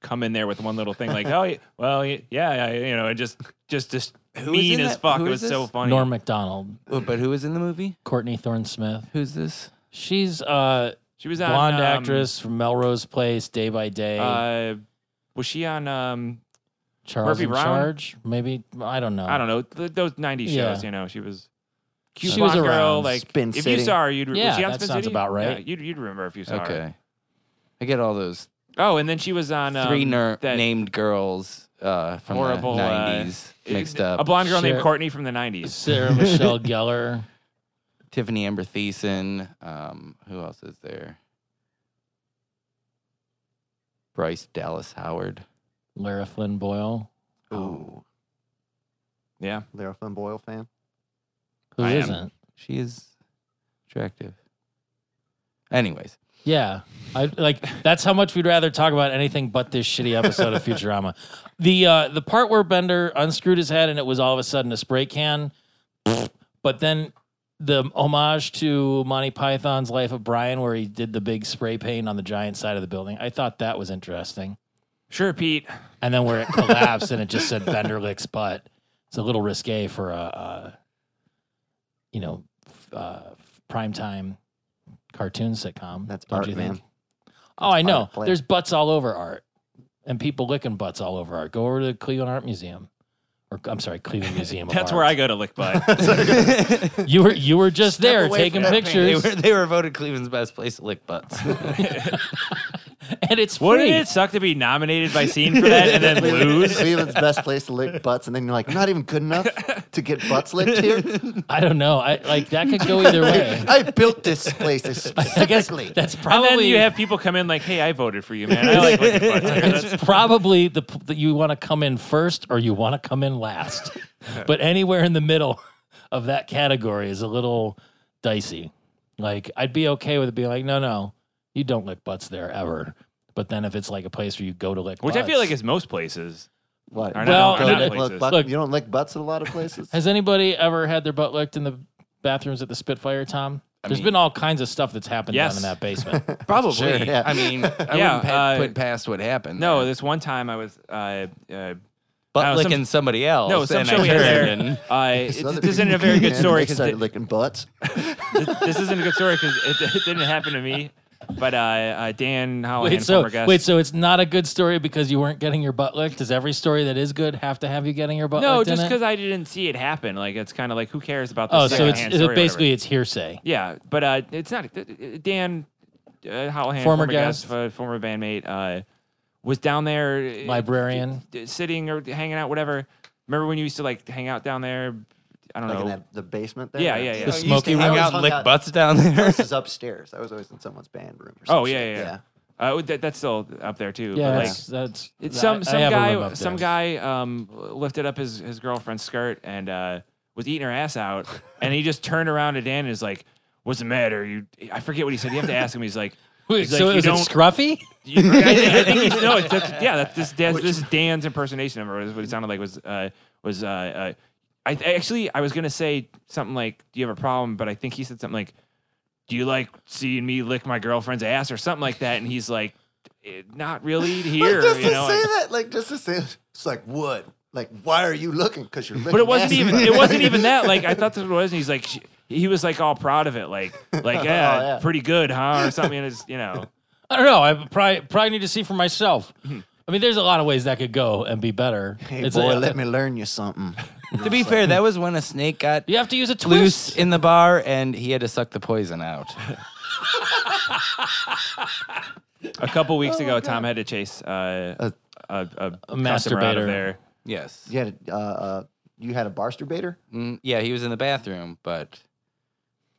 Speaker 1: come in there with one little thing, like, "Oh, y- well, y- yeah, yeah," you know, and just just just
Speaker 2: Who was
Speaker 1: mean
Speaker 2: in
Speaker 1: as
Speaker 2: that?
Speaker 1: fuck.
Speaker 2: Who
Speaker 1: It was
Speaker 2: is
Speaker 1: so
Speaker 2: this?
Speaker 1: funny.
Speaker 3: Norm MacDonald,
Speaker 2: Oh, but who is in the movie?
Speaker 3: Courtney Thorne Smith.
Speaker 2: Who's this?
Speaker 3: She's uh
Speaker 1: she was on
Speaker 3: blonde
Speaker 1: um,
Speaker 3: actress from Melrose Place, Day by Day,
Speaker 1: Uh, was she on? Um,
Speaker 3: Charles
Speaker 1: Murphy
Speaker 3: in
Speaker 1: Brown?
Speaker 3: Charge. Maybe I don't know.
Speaker 1: I don't know th- those '90s
Speaker 3: Yeah.
Speaker 1: shows. You know, she was. Cute
Speaker 3: She was
Speaker 1: blonde girl,
Speaker 3: around.
Speaker 1: like
Speaker 4: Spin
Speaker 1: if you
Speaker 4: City.
Speaker 1: saw her, you'd
Speaker 3: Yeah,
Speaker 1: was she on
Speaker 3: that
Speaker 1: Spin
Speaker 3: sounds
Speaker 1: City?
Speaker 3: about right.
Speaker 1: Yeah, you'd, you'd remember if you saw
Speaker 2: Okay.
Speaker 1: her.
Speaker 2: I get all those
Speaker 1: Oh, and then she was on um,
Speaker 2: three ner-
Speaker 1: that-
Speaker 2: named girls uh, from
Speaker 1: Horrible,
Speaker 2: the
Speaker 1: uh,
Speaker 2: 90s mixed up.
Speaker 1: A blonde girl named
Speaker 3: Sure.
Speaker 1: Courtney from the '90s.
Speaker 3: Sarah Michelle Gellar.
Speaker 2: Tiffany Amber Thiessen. Um, who else is there? Bryce Dallas Howard.
Speaker 3: Lara Flynn Boyle.
Speaker 4: Ooh,
Speaker 1: Yeah.
Speaker 4: Lara Flynn Boyle fan.
Speaker 3: Who
Speaker 1: I am.
Speaker 3: not
Speaker 2: She is attractive. Anyways,
Speaker 3: Yeah. I like that's how much we'd rather talk about anything but this shitty episode of Futurama. The uh the part where Bender unscrewed his head and it was all of a sudden a spray can. But then the homage to Monty Python's Life of Brian where he did the big spray paint on the giant side of the building. I thought that was interesting.
Speaker 1: Sure, Pete.
Speaker 3: And then where it collapsed and it just said Bender licks butt. It's a little risque for a, a you know, f- uh primetime cartoon sitcom.
Speaker 4: That's
Speaker 3: don't
Speaker 4: art,
Speaker 3: you
Speaker 4: man.
Speaker 3: think? Oh, I know.
Speaker 4: art play.
Speaker 3: There's butts all over art, and people licking butts all over art. Go over to the Cleveland Art Museum, or I'm sorry, Cleveland Museum. of
Speaker 1: That's
Speaker 3: Art.
Speaker 1: where I go to lick butt.
Speaker 2: they
Speaker 3: You were you were just
Speaker 4: Step
Speaker 3: there
Speaker 4: away
Speaker 3: taking
Speaker 4: from that
Speaker 3: pictures,
Speaker 2: were they were voted Cleveland's best place to lick butts.
Speaker 3: and it's free.
Speaker 1: Wouldn't it suck to be nominated by Scene for that and then lose?
Speaker 4: Cleveland's best place to lick butts, and then you're like, not even good enough to get butts licked here.
Speaker 3: I don't know. I like that could go either way.
Speaker 4: I built this place
Speaker 3: I guess
Speaker 4: specifically.
Speaker 3: that's
Speaker 1: And
Speaker 3: probably
Speaker 1: then you have people come in like, "Hey, I voted for you, man. I like licking butts." here." That's-
Speaker 3: it's probably the p- that you want to come in first or you want to come in last, but anywhere in the middle of that category is a little dicey. Like I'd be okay with it being like, no, no, you don't lick butts there ever. But then if it's like a place where you go to lick,
Speaker 1: Which I
Speaker 3: butts,
Speaker 1: feel like is most places.
Speaker 4: What?
Speaker 1: Are
Speaker 4: you
Speaker 3: not-
Speaker 4: don't go
Speaker 3: are not
Speaker 4: lick
Speaker 1: places.
Speaker 4: butt-
Speaker 3: Look.
Speaker 4: you don't lick butts at a lot of places.
Speaker 3: has anybody ever had their butt licked in the bathrooms at the Spitfire, Tom?
Speaker 2: I
Speaker 3: There's
Speaker 2: mean-
Speaker 3: been all kinds of stuff that's happened down
Speaker 1: Yes.
Speaker 3: in that basement.
Speaker 2: Probably.
Speaker 4: Sure, yeah.
Speaker 2: I mean, I
Speaker 1: Yeah,
Speaker 2: wouldn't pa-
Speaker 1: uh,
Speaker 2: put past what happened.
Speaker 1: No,
Speaker 2: there.
Speaker 1: this one time I was. Uh, uh,
Speaker 2: butt
Speaker 1: no, some-
Speaker 2: licking somebody else.
Speaker 1: no, some
Speaker 2: and
Speaker 1: show
Speaker 2: I
Speaker 1: we had there.
Speaker 2: turned and-
Speaker 1: Uh,
Speaker 4: There's
Speaker 1: it-
Speaker 4: other
Speaker 1: this isn't
Speaker 4: people
Speaker 1: a very
Speaker 4: came in
Speaker 1: good
Speaker 4: and
Speaker 1: story
Speaker 4: They
Speaker 1: because
Speaker 4: started licking butts.
Speaker 1: this isn't a good story because it, it didn't happen to me. But uh, uh, Dan Holland,
Speaker 3: Wait, so
Speaker 1: former guest.
Speaker 3: wait, so it's not a good story because you weren't getting your butt licked. Does every story that is good have to have you getting your butt
Speaker 1: no,
Speaker 3: licked? in
Speaker 1: just
Speaker 3: it?
Speaker 1: because I didn't see it happen. Like it's kind of like who cares about the
Speaker 3: Oh, so it's,
Speaker 1: secondhand
Speaker 3: it's
Speaker 1: story or whatever.
Speaker 3: basically it's hearsay.
Speaker 1: yeah. But uh, it's not uh, uh, Dan uh, Holland, former,
Speaker 3: Former
Speaker 1: guest,
Speaker 3: guest.
Speaker 1: uh, former bandmate, uh, was down there, uh,
Speaker 3: Librarian.
Speaker 1: d- d- sitting or hanging out, whatever. Remember when you used to like hang out down there? I don't
Speaker 4: Like in
Speaker 1: know.
Speaker 4: that, the basement there?
Speaker 1: Yeah, yeah, yeah.
Speaker 2: You know,
Speaker 3: The
Speaker 2: you used
Speaker 3: smoky
Speaker 2: to
Speaker 4: room.
Speaker 2: hang
Speaker 4: I always
Speaker 2: out and
Speaker 4: hung
Speaker 2: lick
Speaker 4: out-
Speaker 2: butts down there.
Speaker 4: This is upstairs. I was always in someone's band room. Or some
Speaker 1: Oh yeah,
Speaker 4: shit.
Speaker 1: yeah, yeah. Uh, w- that, that's still up there too.
Speaker 3: Yeah,
Speaker 1: but, like,
Speaker 3: that's, that's
Speaker 1: It's
Speaker 3: I-
Speaker 1: some
Speaker 3: I
Speaker 1: some
Speaker 3: have a room
Speaker 1: guy
Speaker 3: up
Speaker 1: some
Speaker 3: there.
Speaker 1: guy um lifted up his his girlfriend's skirt and uh was eating her ass out and he just turned around to Dan and is like what's the matter you I forget what he said you have to ask him he's like
Speaker 3: Wait,
Speaker 1: he's
Speaker 3: so
Speaker 1: like,
Speaker 3: is
Speaker 1: you
Speaker 3: it
Speaker 1: don't
Speaker 3: scruffy?
Speaker 1: you, I, think, I think he's no it's, that's, yeah that's this Dan's, this is Dan's impersonation of her is what he sounded like was uh was uh, uh I I actually I was gonna say something like do you have a problem but I think he said something like do you like seeing me lick my girlfriend's ass or something like that and he's like "Eh, not really here
Speaker 4: Just
Speaker 1: you
Speaker 4: to
Speaker 1: know
Speaker 4: say
Speaker 1: and-
Speaker 4: that, like, just to say, it's like, what? Like, why are you looking? Because you're looking.
Speaker 1: but it wasn't even it wasn't even that like i thought this was and he's like sh he was like all proud of it like like Oh, yeah,
Speaker 4: yeah.
Speaker 1: pretty good huh or something and it's you know
Speaker 3: I don't know. I probably probably need to see for myself. I mean, there's a lot of ways that could go and be better.
Speaker 4: Hmm. Hey,
Speaker 3: It's
Speaker 4: boy,
Speaker 3: a-
Speaker 4: let me learn you something.
Speaker 2: to be fair, that was when a snake got
Speaker 3: You have to use a
Speaker 2: loose
Speaker 3: twist.
Speaker 2: in the bar and he had to suck the poison out.
Speaker 1: a couple
Speaker 3: Oh,
Speaker 1: weeks ago tom had to chase uh, a, a, customer out
Speaker 3: masturbator.
Speaker 1: of there
Speaker 2: Yes.
Speaker 4: You had a, uh, uh, you had a barsterbator?
Speaker 2: Mm, yeah, he was in the bathroom, but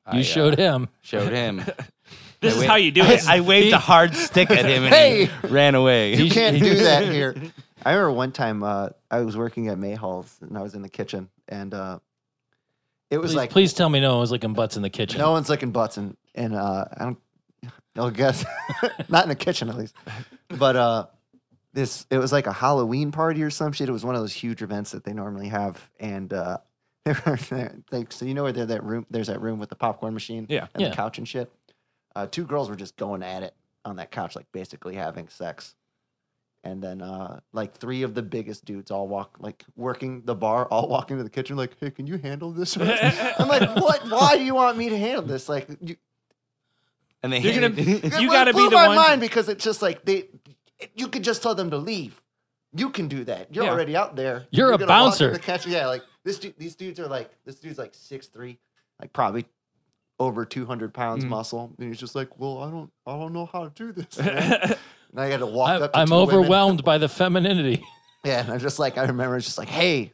Speaker 2: I,
Speaker 3: You
Speaker 2: uh,
Speaker 3: showed him.
Speaker 2: showed him.
Speaker 1: this is
Speaker 2: I wa-
Speaker 1: how you do
Speaker 2: I,
Speaker 1: it
Speaker 2: I waved a hard stick at him and he ran away.
Speaker 4: You can't do that here. I remember one time uh, I was working at Mayhall's and I was in the kitchen and uh, it was
Speaker 3: Please,
Speaker 4: like
Speaker 3: please tell me no one was licking butts in the kitchen.
Speaker 4: no one's licking butts and and uh, I don't I'll guess not in the kitchen at least, but uh, this it was like a Halloween party or some shit. It was one of those huge events that they normally have and. Uh, they were there, like, so you know where there that room there's that room with the popcorn machine
Speaker 1: Yeah.
Speaker 4: and
Speaker 3: Yeah.
Speaker 4: the couch and shit. Uh, two girls were just going at it on that couch, like basically having sex. And then uh, like three of the biggest dudes all walk like working the bar, all walk into the kitchen, like, hey, can you handle this? I'm like, what? Why do you want me to handle this? Like, you,
Speaker 2: and they
Speaker 1: you're
Speaker 2: handed-
Speaker 1: gonna
Speaker 4: it
Speaker 1: you gotta
Speaker 4: blew
Speaker 1: be the
Speaker 4: my
Speaker 1: one
Speaker 4: mind because it's just like they, you could just tell them to leave. You can do that. You're
Speaker 1: Yeah.
Speaker 4: already out there.
Speaker 3: You're a
Speaker 4: gonna walk
Speaker 3: bouncer.
Speaker 4: in The catch, yeah, like this. Dude, these dudes are like this dude's like six three, like probably over two hundred pounds
Speaker 1: Mhm.
Speaker 4: muscle, and he's just like, well, I don't, I don't know how to do this. man." and I got to walk
Speaker 3: I,
Speaker 4: up. To
Speaker 3: I'm
Speaker 4: two women.
Speaker 3: overwhelmed by the femininity.
Speaker 4: Yeah, and I'm just like, I remember, it's just like, hey,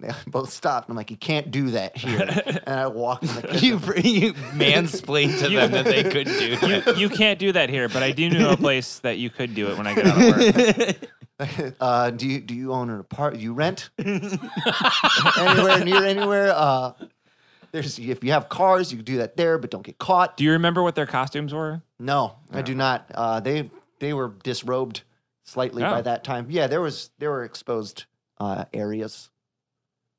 Speaker 4: They both stopped. And I'm like, you can't do that here. and I walked in the kitchen.
Speaker 2: You you mansplained to them that they couldn't do
Speaker 1: You,
Speaker 2: that.
Speaker 1: you can't do that here, but I do know a place that you could do it when I get out of work.
Speaker 4: uh, do you do you own an apartment? You rent anywhere near anywhere? Uh, there's if you have cars, you can do that there, but don't get caught.
Speaker 1: Do you remember what their costumes were?
Speaker 4: No, I do not. Uh, they they were disrobed slightly by
Speaker 1: Oh.
Speaker 4: that time. Yeah, there was there were exposed uh, areas,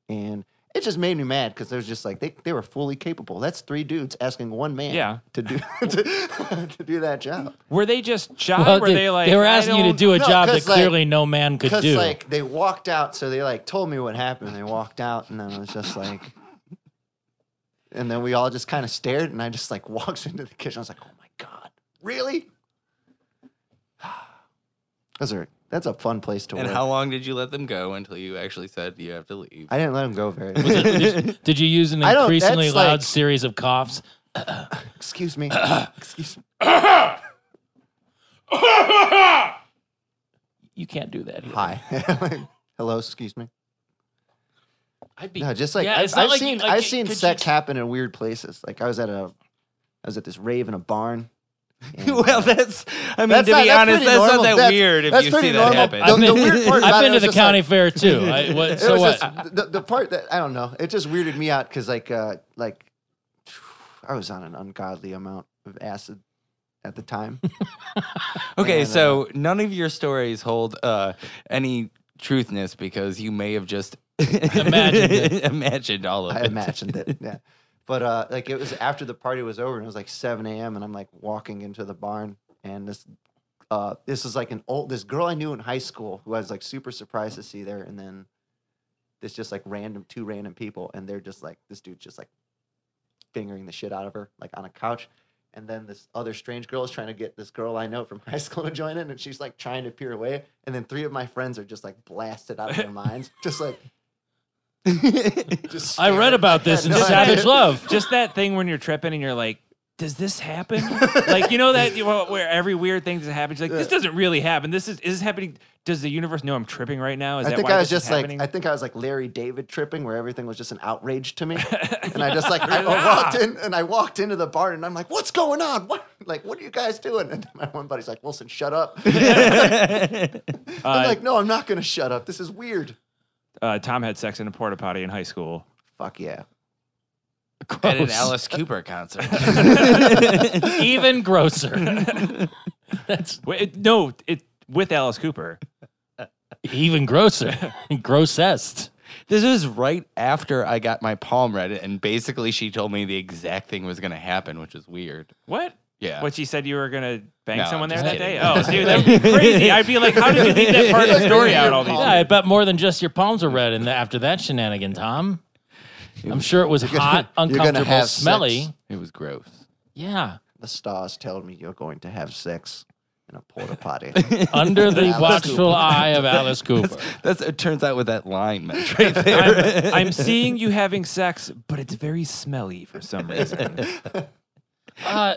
Speaker 4: and it just made me mad because there's just like they they were fully capable. That's three dudes asking one man
Speaker 1: Yeah.
Speaker 4: to do to, to do that job.
Speaker 1: Were they just shy?
Speaker 3: Well,
Speaker 1: were
Speaker 3: they,
Speaker 1: they, like
Speaker 3: they were
Speaker 1: "I
Speaker 3: asking you to
Speaker 1: don't-
Speaker 3: do a
Speaker 4: No,
Speaker 3: job
Speaker 4: 'cause,
Speaker 3: that
Speaker 4: like-
Speaker 3: clearly no man could
Speaker 4: Because
Speaker 3: do.
Speaker 4: like they walked out, so they like told me what happened. They walked out, and then I was just like, and then we all just kind of stared, and I just like walked into the kitchen. I was like, oh my god, really? Those are that's a fun place to
Speaker 2: And
Speaker 4: work.
Speaker 2: how long did you let them go until you actually said you have to leave?
Speaker 4: I didn't let him go very.
Speaker 3: Was it- did, did you use an
Speaker 4: I don't-
Speaker 3: increasingly
Speaker 4: that's
Speaker 3: loud
Speaker 4: like-
Speaker 3: series of coughs?
Speaker 4: Excuse me. Excuse me.
Speaker 3: You can't do that. Here.
Speaker 4: Hi. Hello. Excuse me.
Speaker 3: I'd be
Speaker 4: No, just like
Speaker 3: Yeah,
Speaker 4: I've,
Speaker 3: it's not
Speaker 4: I've
Speaker 3: like you-
Speaker 4: seen
Speaker 3: like,
Speaker 4: I've
Speaker 3: c-
Speaker 4: seen
Speaker 3: could you
Speaker 4: sex
Speaker 3: t-
Speaker 4: happen in weird places. Like I was at a I was at this rave in a barn. and,
Speaker 2: well,
Speaker 4: uh,
Speaker 2: that's. I mean,
Speaker 4: That's
Speaker 2: to
Speaker 4: not-
Speaker 2: be
Speaker 4: that's
Speaker 2: honest,
Speaker 4: pretty
Speaker 2: that's
Speaker 4: normal.
Speaker 2: not that
Speaker 4: That's-
Speaker 2: weird if
Speaker 4: that's
Speaker 2: you
Speaker 4: pretty
Speaker 2: see that
Speaker 4: normal.
Speaker 2: happen.
Speaker 4: The-
Speaker 3: I've been,
Speaker 4: the weird part
Speaker 3: I've
Speaker 4: about it
Speaker 3: been to
Speaker 4: was
Speaker 3: the
Speaker 4: just
Speaker 3: county fair too. I, what,
Speaker 4: It
Speaker 3: so
Speaker 4: was
Speaker 3: what?
Speaker 4: Just, the, the part that I don't know, it just weirded me out because like uh like I was on an ungodly amount of acid at the time.
Speaker 2: Okay,
Speaker 4: And, uh,
Speaker 2: so none of your stories hold uh, any truthness because you may have just
Speaker 3: Imagined it.
Speaker 2: imagined all of
Speaker 4: I
Speaker 2: it.
Speaker 4: imagined it. Yeah. But uh like it was after the party was over and it was like seven AM and I'm like walking into the barn and this uh this is like an old this girl I knew in high school who I was like super surprised to see there and then this just like random two random people and they're just like this dude's just like fingering the shit out of her like on a couch and then this other strange girl is trying to get this girl I know from high school to join in and she's like trying to peer away and then three of my friends are just like blasted out of their minds just like just
Speaker 3: I read
Speaker 4: staring.
Speaker 3: about this in
Speaker 4: No, I
Speaker 3: Savage
Speaker 4: didn't.
Speaker 3: Love.
Speaker 1: Just that thing when you're tripping and you're like, does this happen? like you know that you know, where every weird thing that happens, you're like this doesn't really happen. This is is this happening? Does the universe know I'm tripping right now? Is
Speaker 4: I
Speaker 1: that
Speaker 4: think
Speaker 1: why
Speaker 4: I was
Speaker 1: this is
Speaker 4: just like
Speaker 1: happening?
Speaker 4: I think I was like Larry David tripping, where everything was just an outrage to me, and I just like I walked in and I walked into the barn and I'm like, what's going on? What like what are you guys doing? And my one buddy's like, Wilson, shut up. I'm
Speaker 1: Uh,
Speaker 4: like, no, I'm not gonna shut up. This is weird.
Speaker 1: uh, Tom had sex in a porta potty in high school.
Speaker 4: Fuck yeah.
Speaker 2: At an
Speaker 3: Gross.
Speaker 2: Alice Cooper concert.
Speaker 3: Even grosser. That's
Speaker 1: Wait, it- no, it with Alice Cooper.
Speaker 3: even grosser. Grossest.
Speaker 2: this was right after I got my palm read, and basically she told me the exact thing was going to happen, which is weird.
Speaker 1: What?
Speaker 2: Yeah.
Speaker 1: What she said you were gonna bang
Speaker 2: No,
Speaker 1: someone there
Speaker 2: I'm
Speaker 1: that
Speaker 2: just
Speaker 1: day? Oh,
Speaker 2: kidding.
Speaker 1: dude, that would be crazy. I'd be like, how did you leave that part of the story out all these?
Speaker 4: Yeah,
Speaker 3: Yeah, I bet more than just your palms were red in the, after that shenanigan, Tom. I'm sure it was hot,
Speaker 4: you're gonna
Speaker 3: uncomfortable,
Speaker 4: have
Speaker 3: smelly.
Speaker 4: sex.
Speaker 2: It was gross.
Speaker 3: Yeah.
Speaker 4: The stars tell me you're going to have sex in a porta potty.
Speaker 3: Under the
Speaker 4: Alice
Speaker 3: watchful
Speaker 4: Cooper.
Speaker 3: eye of Alice Cooper.
Speaker 2: That's it turns out with that line meant right there.
Speaker 1: I'm, I'm seeing you having sex, but it's very smelly for some reason.
Speaker 3: Uh,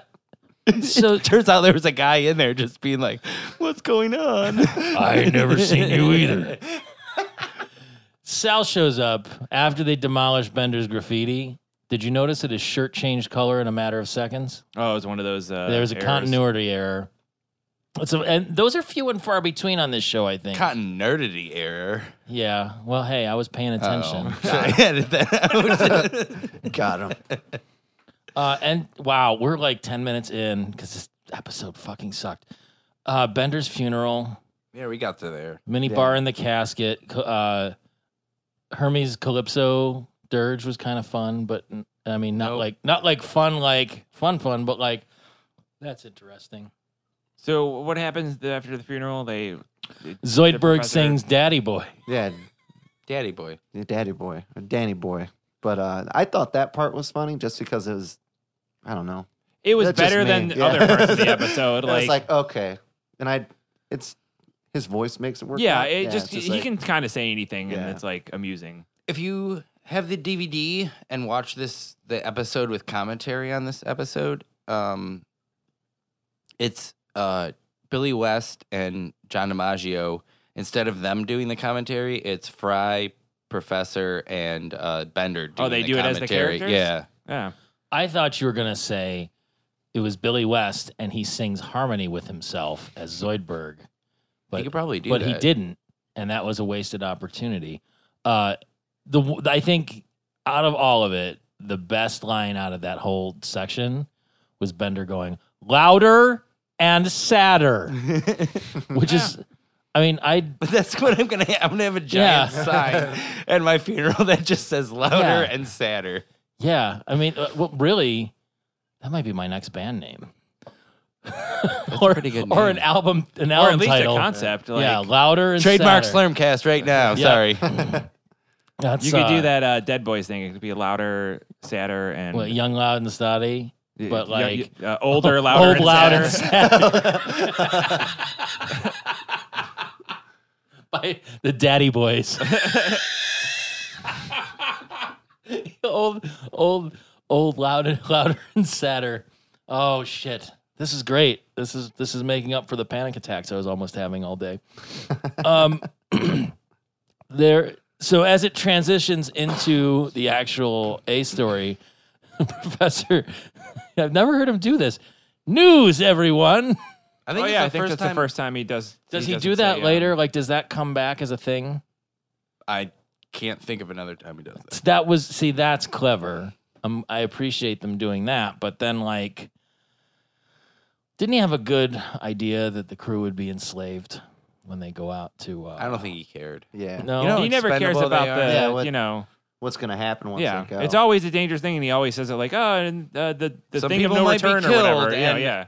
Speaker 3: so
Speaker 2: turns out there was a guy in there just being like, "What's going on?"
Speaker 3: I ain't never seen you either. Sal shows up after they demolish Bender's graffiti. Did you notice that his shirt changed color in a matter of seconds?
Speaker 1: Oh, it was one of those. Uh,
Speaker 3: there was a
Speaker 1: errors.
Speaker 3: continuity error. So, and those are few and far between on this show, I think.
Speaker 2: Cotton nerdity error.
Speaker 3: yeah. Well, hey, I was paying attention.
Speaker 2: Oh, should I edit that out?
Speaker 4: Got him.
Speaker 3: Uh, and wow, we're like 10 minutes in because this episode fucking sucked. Uh, Bender's funeral,
Speaker 2: yeah, we got to there.
Speaker 3: mini
Speaker 4: Yeah.
Speaker 3: bar in the casket. co- Uh, Hermes Calypso dirge was kind of fun, but n- I mean, not
Speaker 2: Nope.
Speaker 3: like, not like fun, like fun, fun, but like that's interesting.
Speaker 1: So what happens th- after the funeral? They
Speaker 3: Zoidberg
Speaker 1: professor-
Speaker 3: sings Daddy Boy.
Speaker 4: Yeah,
Speaker 2: Daddy boy.
Speaker 4: the daddy boy, or Danny boy. But uh, I thought that part was funny just because it was, I don't know.
Speaker 1: it was
Speaker 4: That's just
Speaker 1: better
Speaker 4: me.
Speaker 1: than
Speaker 4: Yeah.
Speaker 1: other parts of the episode.
Speaker 4: And I was
Speaker 1: like,
Speaker 4: like, okay. And I, it's his voice makes it work.
Speaker 1: yeah,
Speaker 4: out.
Speaker 1: it
Speaker 4: it's
Speaker 1: just, he
Speaker 4: like-
Speaker 1: can kind of say anything,
Speaker 4: Yeah.
Speaker 1: and it's like amusing.
Speaker 2: If you have the DVD and watch this the episode with commentary on this episode, um, it's uh, Billy West and John DiMaggio. Instead of them doing the commentary, it's Fry, Professor and uh, Bender. Doing
Speaker 1: Oh, they
Speaker 2: the
Speaker 1: do it as the
Speaker 2: commentary.
Speaker 1: characters?
Speaker 2: Yeah,
Speaker 1: Yeah.
Speaker 3: I thought you were gonna say it was Billy West and he sings harmony with himself as Zoidberg,
Speaker 2: he
Speaker 3: but
Speaker 2: could probably do
Speaker 3: but
Speaker 2: that.
Speaker 3: he didn't, and that was a wasted opportunity. Uh, the w- I think out of all of it, the best line out of that whole section was Bender going louder and sadder, which is, I mean, I
Speaker 2: But that's what I'm gonna. I'm gonna have a giant
Speaker 3: Yeah.
Speaker 2: sign at my funeral that just says louder
Speaker 3: Yeah.
Speaker 2: and sadder.
Speaker 3: yeah, I mean, uh, well, really, that might be my next band name. or,
Speaker 2: pretty good
Speaker 3: or an
Speaker 2: name.
Speaker 3: album, an
Speaker 1: Or at
Speaker 3: album
Speaker 1: least
Speaker 3: title.
Speaker 1: a concept. Like,
Speaker 3: yeah, louder and
Speaker 2: Trademark
Speaker 3: sadder.
Speaker 2: Slurmcast right now.
Speaker 3: Yeah.
Speaker 2: Sorry.
Speaker 1: Oh,
Speaker 3: That's,
Speaker 1: You could
Speaker 3: uh,
Speaker 1: do that uh, Dead Boys thing. It could be louder, sadder, and
Speaker 3: What, young, loud, and steady.
Speaker 1: y-
Speaker 3: but
Speaker 1: y- y-
Speaker 3: like-
Speaker 1: uh, older, louder,
Speaker 3: Old,
Speaker 1: and
Speaker 3: loud,
Speaker 1: sadder.
Speaker 3: and sadder. By the Daddy Boys. old, old, old, loud and louder and sadder. Oh shit! This is great. This is this is making up for the panic attacks I was almost having all day. Um, there. So as it transitions into the actual A story, Professor, I've never heard him do this. News, everyone.
Speaker 2: I think
Speaker 1: Oh
Speaker 2: it's
Speaker 1: yeah,
Speaker 2: the
Speaker 1: I think
Speaker 2: first
Speaker 1: that's
Speaker 2: time.
Speaker 1: the first time he does.
Speaker 3: Does he,
Speaker 1: doesn't
Speaker 3: do that
Speaker 1: say, um,
Speaker 3: later? Like, does that come back as a thing?
Speaker 2: I can't think of another time he does that.
Speaker 3: That was see, that's clever. Um, I appreciate them doing that, but then like, didn't he have a good idea that the crew would be enslaved when they go out to? Uh,
Speaker 2: I don't think he cared.
Speaker 4: yeah.
Speaker 3: No,
Speaker 2: you know-
Speaker 1: he never cares
Speaker 2: expendable they
Speaker 1: about
Speaker 2: are.
Speaker 1: the, uh,
Speaker 4: Yeah, what-
Speaker 1: you know,
Speaker 4: What's gonna happen once
Speaker 1: yeah.
Speaker 4: they go?
Speaker 1: It's always a dangerous thing, and he always says it like, oh, and, uh, the the
Speaker 2: Some
Speaker 1: thing of
Speaker 2: people
Speaker 1: no
Speaker 2: might be
Speaker 1: return or
Speaker 2: killed,
Speaker 1: whatever. Yeah,
Speaker 2: and-
Speaker 1: yeah.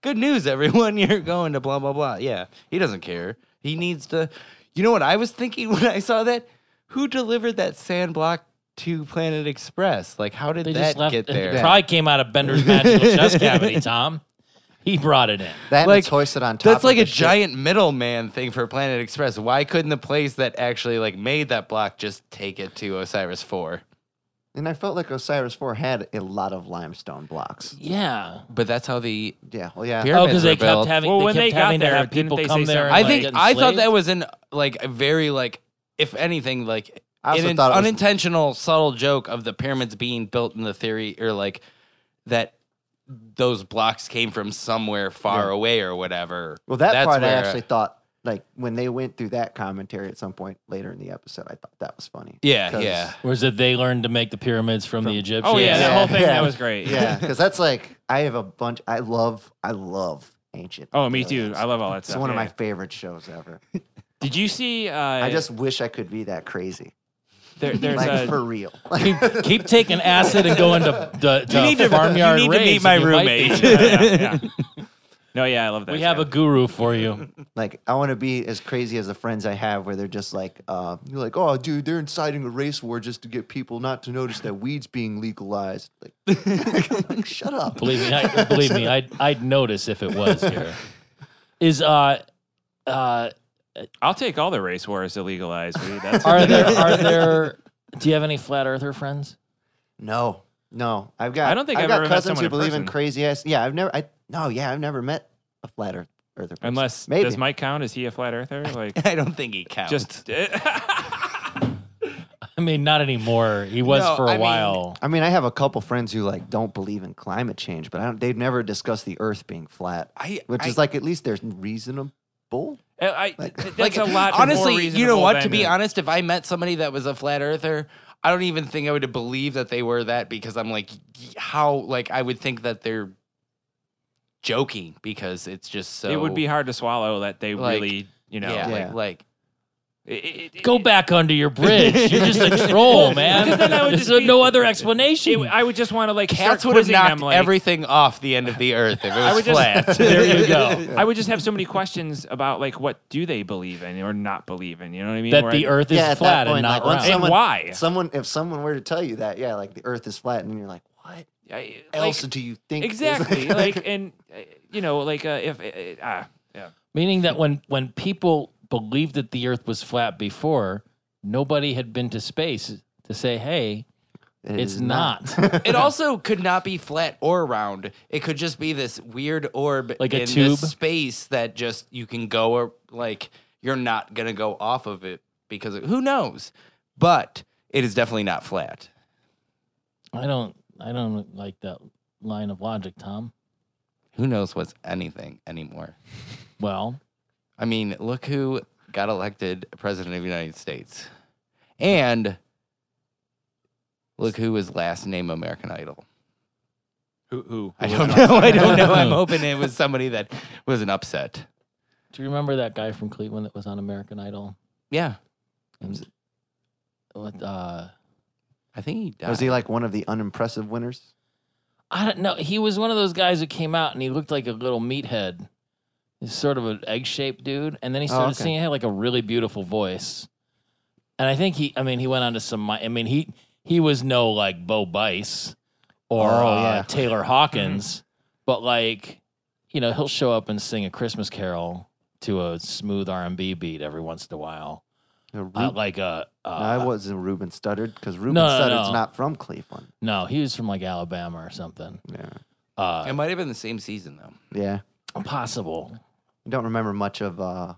Speaker 2: Good news, everyone. You're going to blah blah blah. Yeah, he doesn't care. He needs to. You know what I was thinking when I saw that? Who delivered that sand block to Planet Express? Like, how did
Speaker 3: they
Speaker 2: that
Speaker 3: just left.
Speaker 2: get
Speaker 3: It
Speaker 2: there?
Speaker 3: probably came out of Bender's magical chest cavity. Tom, he brought it in.
Speaker 4: that
Speaker 2: like,
Speaker 4: and hoisted on top.
Speaker 2: That's like
Speaker 4: of
Speaker 2: a
Speaker 4: the ship.
Speaker 2: giant middleman thing for Planet Express. Why couldn't the place that actually like made that block just take it to Osiris Four?
Speaker 4: And I felt like Osiris Four had a lot of limestone blocks.
Speaker 3: Yeah.
Speaker 2: But that's how the
Speaker 4: Yeah. Well, yeah.
Speaker 2: Here-
Speaker 3: Oh,
Speaker 2: Pyramids
Speaker 3: because they
Speaker 2: were built.
Speaker 3: kept having.
Speaker 1: Well,
Speaker 3: they
Speaker 1: when
Speaker 3: kept
Speaker 1: they got
Speaker 3: having to
Speaker 1: there,
Speaker 3: have
Speaker 1: didn't
Speaker 3: people
Speaker 1: they
Speaker 3: come
Speaker 1: say
Speaker 3: there.
Speaker 1: something?
Speaker 2: I
Speaker 3: and,
Speaker 2: think
Speaker 3: like, get
Speaker 2: I thought
Speaker 3: enslaved?
Speaker 2: that was an like a very like if anything like
Speaker 4: I also
Speaker 2: an
Speaker 4: thought it was-
Speaker 2: unintentional subtle joke of the pyramids being built in the theory or like that those blocks came from somewhere far away or whatever.
Speaker 4: Well, that
Speaker 2: That's
Speaker 4: part I
Speaker 2: where-
Speaker 4: actually thought, like when they went through that commentary at some point later in the episode, I thought that was funny.
Speaker 2: yeah
Speaker 4: 'Cause-
Speaker 2: yeah
Speaker 3: Whereas that they learned to make the pyramids from, the Egyptians.
Speaker 1: Oh yeah, that
Speaker 4: Yeah.
Speaker 1: whole thing
Speaker 4: Yeah.
Speaker 1: that was great.
Speaker 4: Yeah, because that's like I have a bunch. I love, I love ancient.
Speaker 1: Oh, me too.
Speaker 4: aliens.
Speaker 1: I love all that
Speaker 4: It's
Speaker 1: stuff.
Speaker 4: one of
Speaker 1: yeah.
Speaker 4: my favorite shows ever.
Speaker 1: Did you see? Uh,
Speaker 4: I just wish I could be that crazy,
Speaker 1: there, there's
Speaker 4: like
Speaker 1: a
Speaker 4: for real.
Speaker 3: keep, keep taking acid and going to, to, to
Speaker 2: You need to-
Speaker 3: farmyard
Speaker 2: you need to meet
Speaker 3: raves
Speaker 2: my
Speaker 3: and you might be-
Speaker 2: roommate.
Speaker 1: yeah, yeah, yeah. No, yeah, I love that.
Speaker 3: We have
Speaker 1: show.
Speaker 3: a guru for you.
Speaker 4: like I want to be as crazy as the friends I have, where they're just like, uh, you're like, oh, dude, they're inciting a race war just to get people not to notice that weed's being legalized. Like, like, shut up.
Speaker 3: Believe me, I, believe me, I'd I'd notice if it was here. Is uh uh
Speaker 1: I'll take all the race wars to legalize. We, that's
Speaker 3: are there are there do you have any flat earther friends?
Speaker 4: No, no, I've got.
Speaker 1: I don't think
Speaker 4: I've,
Speaker 1: I've
Speaker 4: got
Speaker 1: ever met
Speaker 4: cousins
Speaker 1: someone
Speaker 4: who
Speaker 1: in
Speaker 4: believe in
Speaker 1: person.
Speaker 4: crazy ass. Yeah, I've never. I no, yeah, I've never met a flat earth, earther. person.
Speaker 1: Unless
Speaker 4: maybe
Speaker 1: does Mike count? Is he a flat earther? Like
Speaker 2: I don't think he counts.
Speaker 1: just
Speaker 3: I mean, not anymore. He was
Speaker 2: No,
Speaker 3: for a
Speaker 2: I mean-
Speaker 3: while.
Speaker 4: I mean, I have a couple friends who like don't believe in climate change, but I don't. They've never discussed the Earth being flat,
Speaker 2: I
Speaker 4: which
Speaker 2: I-
Speaker 4: is like at least they're reasonable.
Speaker 1: I, I, that's a lot. more
Speaker 2: honestly you know
Speaker 1: reasonable
Speaker 2: what to
Speaker 1: than-
Speaker 2: be honest if i met somebody that was a flat earther i don't even think i would believe that they were that because i'm like y- how like i would think that they're joking because it's just so
Speaker 1: it would be hard to swallow that they
Speaker 2: Like,
Speaker 1: really, you know,
Speaker 2: yeah,
Speaker 1: like,
Speaker 4: Yeah.
Speaker 2: like like
Speaker 1: it- it- it-
Speaker 3: Go back under your bridge. You're just a troll, man.
Speaker 1: Because then I would
Speaker 3: There's
Speaker 1: just be-
Speaker 3: no other explanation.
Speaker 1: It, I would just want to like start
Speaker 2: cats would have
Speaker 1: quizzing
Speaker 2: knocked
Speaker 1: them, like,
Speaker 2: everything off the end of the earth if it
Speaker 1: I
Speaker 2: was
Speaker 1: would just-
Speaker 2: flat
Speaker 3: there you go.
Speaker 1: I would just have so many questions about like what do they believe in or not believe in. You know what I mean?
Speaker 3: That
Speaker 1: Where
Speaker 3: the
Speaker 1: I-
Speaker 3: earth is
Speaker 4: yeah, at
Speaker 3: flat
Speaker 4: that point,
Speaker 3: and
Speaker 4: like,
Speaker 3: not
Speaker 4: when
Speaker 3: round.
Speaker 1: And
Speaker 4: someone-
Speaker 1: why?
Speaker 4: Someone, if someone were to tell you that, yeah, like the Earth is flat, and you're like, what
Speaker 1: I- like,
Speaker 4: else do you think? is-
Speaker 1: exactly. like and uh, you know, like uh, if uh, uh, yeah.
Speaker 3: Meaning that when when people believed that the Earth was flat before, nobody had been to space to say, "Hey,
Speaker 4: It
Speaker 3: it's
Speaker 4: is
Speaker 3: not."
Speaker 2: it also could not be flat or round it could just be this weird orb
Speaker 3: Like a
Speaker 2: in this
Speaker 3: tube?
Speaker 2: space that just you can go or like you're not gonna go off of it because of, who knows but it is definitely not flat.
Speaker 3: I don't. I don't like that line of logic, Tom.
Speaker 2: Who knows what's anything anymore?
Speaker 3: Well,
Speaker 2: I mean, look who got elected president of the United States, and look who was last name American Idol.
Speaker 1: Who? Who?
Speaker 2: I
Speaker 1: who
Speaker 2: don't
Speaker 1: was on-
Speaker 2: know. I don't know. I'm hoping it was somebody that was an upset.
Speaker 3: do you remember that guy from Cleveland that was on American Idol?
Speaker 2: Yeah,
Speaker 3: And, what? Uh,
Speaker 2: I think he died.
Speaker 4: Was he like one of the unimpressive winners?
Speaker 3: I don't know. He was one of those guys who came out and he looked like a little meathead. He's sort of an egg shaped dude. And then he
Speaker 4: Oh,
Speaker 3: started
Speaker 4: okay.
Speaker 3: singing, he had like a really beautiful voice. And I think he, I mean, he went on to some, mi- I mean, he, he was no like Bo Bice
Speaker 4: Oh,
Speaker 3: or uh,
Speaker 4: yeah. Mm-hmm.
Speaker 3: Taylor Hawkins, but like, you know, he'll show up and sing a Christmas carol to a smooth R&B beat every once in a while.
Speaker 4: No,
Speaker 3: Uh,
Speaker 4: Reuben-
Speaker 3: like a, uh,
Speaker 4: no, I wasn't Ruben Studdard because Ruben
Speaker 3: no,
Speaker 4: Studdard's
Speaker 3: no.
Speaker 4: not from Cleveland.
Speaker 3: no, he was from like Alabama or something.
Speaker 4: Yeah.
Speaker 3: Uh,
Speaker 2: It might have been the same season though.
Speaker 4: Yeah.
Speaker 3: possible.
Speaker 4: I don't remember much of. uh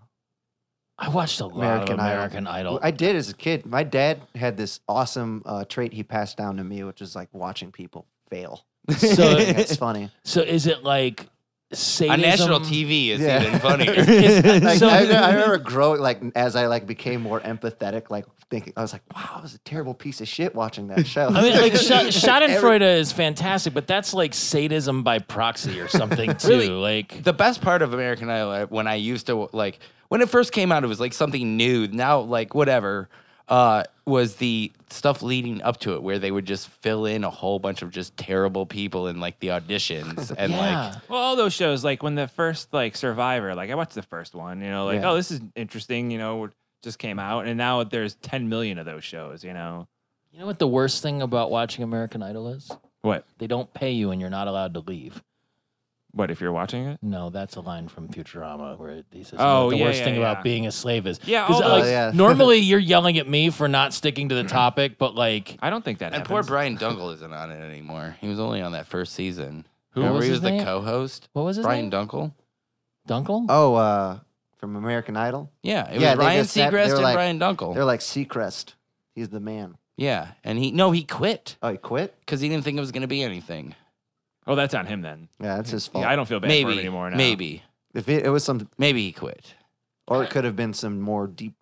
Speaker 3: I watched a lot
Speaker 4: American
Speaker 3: of
Speaker 4: Idol.
Speaker 3: American Idol.
Speaker 4: I did as a kid. My dad had this awesome uh, trait he passed down to me, which is like watching people fail.
Speaker 3: So,
Speaker 4: It's funny.
Speaker 3: so is it like sadism?
Speaker 2: On national TV, it's
Speaker 4: Yeah.
Speaker 2: even funnier.
Speaker 3: Is- is-
Speaker 4: Like,
Speaker 3: so-
Speaker 4: I, I remember growing like as I like became more empathetic, like thinking I was like, wow, I was a terrible piece of shit watching that show.
Speaker 3: I mean, like Scha-
Speaker 4: Every-
Speaker 3: Schadenfreude is fantastic, but that's like sadism by proxy or something too.
Speaker 2: Really?
Speaker 3: Like,
Speaker 2: the best part of American Idol uh, when I used to like when it first came out, it was like something new. Now, like whatever, uh, was the stuff leading up to it where they would just fill in a whole bunch of just terrible people in like the auditions and
Speaker 3: yeah,
Speaker 2: like
Speaker 1: Well, all those shows, like when the first like Survivor, like I watched the first one, you know, like
Speaker 4: Yeah.
Speaker 1: oh, this is interesting, you know, just came out, and now there's 10 million of those shows, you know.
Speaker 3: you know what the worst thing about watching American Idol is?
Speaker 1: What?
Speaker 3: They don't pay you, and you're not allowed to leave.
Speaker 1: What if you're watching it?
Speaker 3: No, that's a line from Futurama where he says,
Speaker 1: Oh,
Speaker 3: "What the
Speaker 1: yeah,
Speaker 3: worst
Speaker 1: yeah,
Speaker 3: thing
Speaker 1: yeah.
Speaker 3: about being a slave is."
Speaker 1: Yeah,
Speaker 3: 'Cause, uh,
Speaker 1: all
Speaker 3: like,
Speaker 1: those-
Speaker 4: Oh, yeah.
Speaker 3: normally you're yelling at me for not sticking to the topic, but like,
Speaker 1: I don't think that.
Speaker 2: And poor
Speaker 1: happens.
Speaker 2: Brian Dunkel isn't on it anymore. He was only on that first season.
Speaker 1: Who
Speaker 2: Remember
Speaker 3: was
Speaker 2: he
Speaker 3: his
Speaker 2: was the
Speaker 3: name?
Speaker 2: co-host?
Speaker 3: what was his
Speaker 2: Brian
Speaker 3: name?
Speaker 2: Dunkel?
Speaker 3: Dunkel?
Speaker 4: oh, uh, from American Idol,
Speaker 2: Yeah, it
Speaker 4: Yeah,
Speaker 2: was
Speaker 4: they
Speaker 2: Ryan
Speaker 4: just sat- they
Speaker 2: Seacrest
Speaker 4: were
Speaker 2: and
Speaker 4: like-
Speaker 2: Brian
Speaker 4: they're
Speaker 2: Dunkel.
Speaker 4: like Seacrest. He's the man.
Speaker 2: Yeah, and he no, he quit
Speaker 4: Oh, he quit.
Speaker 2: because he didn't think it was going to be anything.
Speaker 1: Oh, that's on him then.
Speaker 4: Yeah, that's his fault.
Speaker 1: Yeah, I don't feel bad for him
Speaker 2: Maybe
Speaker 1: anymore now.
Speaker 2: Maybe
Speaker 4: If it, it was some,
Speaker 2: maybe he quit.
Speaker 4: or it could have been some more deep.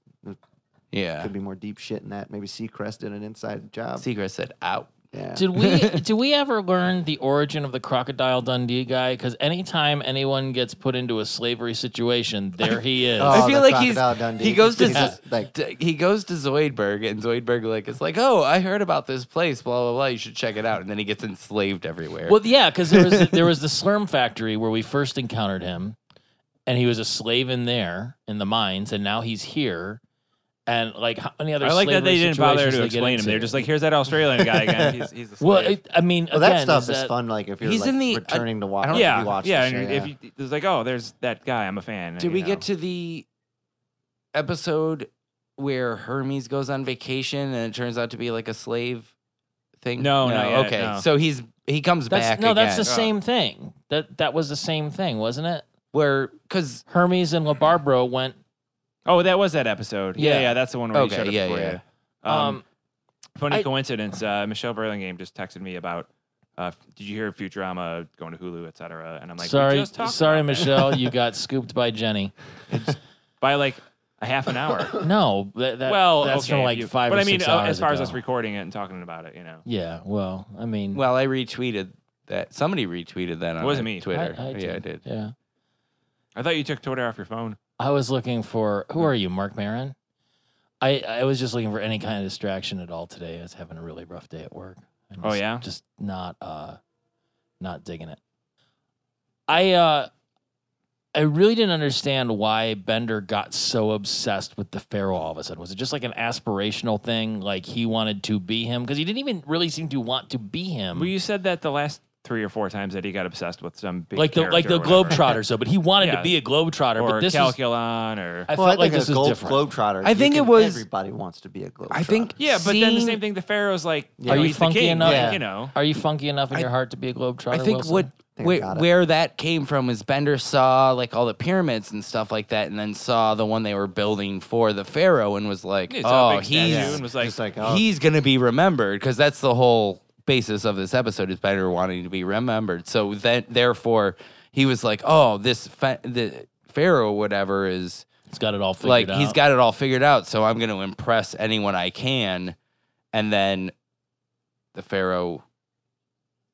Speaker 2: Yeah,
Speaker 4: Could be more deep shit in that. Maybe Seacrest did an inside job.
Speaker 2: Seacrest said out.
Speaker 4: yeah.
Speaker 3: Did we did we ever learn the origin of the crocodile Dundee guy? Because anytime anyone gets put into a slavery situation, there he is.
Speaker 4: Oh,
Speaker 2: I feel
Speaker 4: the
Speaker 2: like he's-
Speaker 4: Crocodile Dundee.
Speaker 2: he goes to
Speaker 4: He's just, like
Speaker 2: D- He goes to Zoidberg, and Zoidberg like is like, "Oh, I heard about this place. Blah blah blah. You should check it out." And then he gets enslaved everywhere.
Speaker 3: Well, yeah, because there was there was the slurm factory where we first encountered him, and he was a slave in there in the mines, and now he's here. And like how many other
Speaker 1: I like that
Speaker 3: slavery
Speaker 1: they didn't bother
Speaker 3: situations
Speaker 1: to
Speaker 3: they get
Speaker 1: explain him. They're
Speaker 3: into.
Speaker 1: just like, here's that Australian guy again. He's, he's a slave.
Speaker 3: well, it, I mean,
Speaker 4: Well,
Speaker 3: again,
Speaker 4: that stuff is,
Speaker 3: that-
Speaker 4: fun. Like if you're
Speaker 2: He's
Speaker 4: like,
Speaker 2: in the- I-
Speaker 4: returning to
Speaker 2: I
Speaker 4: watch,
Speaker 2: don't
Speaker 1: yeah,
Speaker 4: you watch
Speaker 1: yeah.
Speaker 4: the show,
Speaker 1: and if you, it's like, oh, there's that guy. I'm a fan.
Speaker 2: Did
Speaker 1: you
Speaker 2: we
Speaker 1: know.
Speaker 2: get to the episode where Hermes goes on vacation and it turns out to be like a slave thing?
Speaker 1: No, not yet,
Speaker 2: okay.
Speaker 1: no.
Speaker 2: So he's he comes
Speaker 3: That's,
Speaker 2: back.
Speaker 3: no, that's the
Speaker 2: again.
Speaker 3: same thing. That that was the same thing, wasn't it?
Speaker 2: where because
Speaker 3: Hermes and Labarbro went.
Speaker 1: Oh, that was that episode. Yeah, yeah,
Speaker 3: Yeah.
Speaker 1: that's the one where
Speaker 2: Okay,
Speaker 1: he showed up
Speaker 2: yeah,
Speaker 1: before
Speaker 2: yeah.
Speaker 1: you.
Speaker 3: um,
Speaker 1: Funny
Speaker 3: I-
Speaker 1: coincidence. Uh, Michelle Burlingame just texted me about. Uh, did you hear Futurama going to Hulu, et cetera? And I'm like, we
Speaker 3: sorry,
Speaker 1: just talked
Speaker 3: sorry,
Speaker 1: about that.
Speaker 3: Michelle, you got scooped by Jenny.
Speaker 1: by like a half an hour.
Speaker 3: No, that, that
Speaker 1: well,
Speaker 3: that's
Speaker 1: okay,
Speaker 3: from
Speaker 1: if
Speaker 3: like
Speaker 1: you-
Speaker 3: five.
Speaker 1: But
Speaker 3: or
Speaker 1: I mean,
Speaker 3: six
Speaker 1: uh,
Speaker 3: hours
Speaker 1: as far as
Speaker 3: ago.
Speaker 1: us recording it and talking about it, you know,
Speaker 3: yeah, well, I mean,
Speaker 2: well, I retweeted that. Somebody retweeted that on
Speaker 1: wasn't me.
Speaker 3: I,
Speaker 2: Twitter.
Speaker 3: I did.
Speaker 2: yeah, I did.
Speaker 3: Yeah,
Speaker 1: I thought you took Twitter off your phone.
Speaker 3: I was looking for who are you, Mark Maron? I I was just looking for any kind of distraction at all today. I was having a really rough day at work. I'm
Speaker 1: Oh,
Speaker 3: just-
Speaker 1: yeah?
Speaker 3: just not uh, not digging it. I uh, I really didn't understand why Bender got so obsessed with the Pharaoh all of a sudden. Was it just like an aspirational thing? Like he wanted to be him because he didn't even really seem to want to be him.
Speaker 1: Well, you said that the last three or four times that he got obsessed with some big
Speaker 3: like the like
Speaker 1: character
Speaker 3: the
Speaker 1: or whatever.
Speaker 3: Globetrotters, though. But he wanted
Speaker 1: Yeah.
Speaker 3: to be a Globetrotter.
Speaker 1: or
Speaker 3: but this is,
Speaker 1: Calculon or
Speaker 4: well,
Speaker 3: I
Speaker 4: I
Speaker 3: felt
Speaker 4: think
Speaker 3: like
Speaker 4: this
Speaker 3: this was
Speaker 4: Gold
Speaker 3: different.
Speaker 4: Globetrotter.
Speaker 2: I
Speaker 4: you
Speaker 2: think
Speaker 4: can-
Speaker 2: it was-
Speaker 4: Everybody wants to be a Globetrotter.
Speaker 2: I think
Speaker 1: yeah. But then the
Speaker 2: seeing-
Speaker 1: same thing. The Pharaoh's like,
Speaker 3: Are
Speaker 1: know,
Speaker 3: you
Speaker 1: he's the
Speaker 3: funky
Speaker 1: king,
Speaker 3: enough?
Speaker 1: like,
Speaker 3: Yeah.
Speaker 1: You know,
Speaker 3: Are you funky enough in
Speaker 2: I-
Speaker 3: your heart to be a globetrotter?
Speaker 2: I think
Speaker 3: Wilson?
Speaker 2: what
Speaker 4: think I
Speaker 2: where,
Speaker 4: got it.
Speaker 2: where that came from is Bender saw like all the pyramids and stuff like that, and then saw the one they were building for the pharaoh, and was like,
Speaker 1: He saw a
Speaker 2: "Oh,
Speaker 1: big statue
Speaker 2: he's
Speaker 1: and was like,
Speaker 4: Just like oh,
Speaker 2: he's gonna be remembered," because that's the whole basis of this episode is Bender wanting to be remembered. So then, therefore, he was like, "Oh, this fa- the pharaoh, whatever, is
Speaker 3: He's got it all figured
Speaker 2: like
Speaker 3: out.
Speaker 2: he's got it all figured out. So I'm gonna impress anyone I can," and then the pharaoh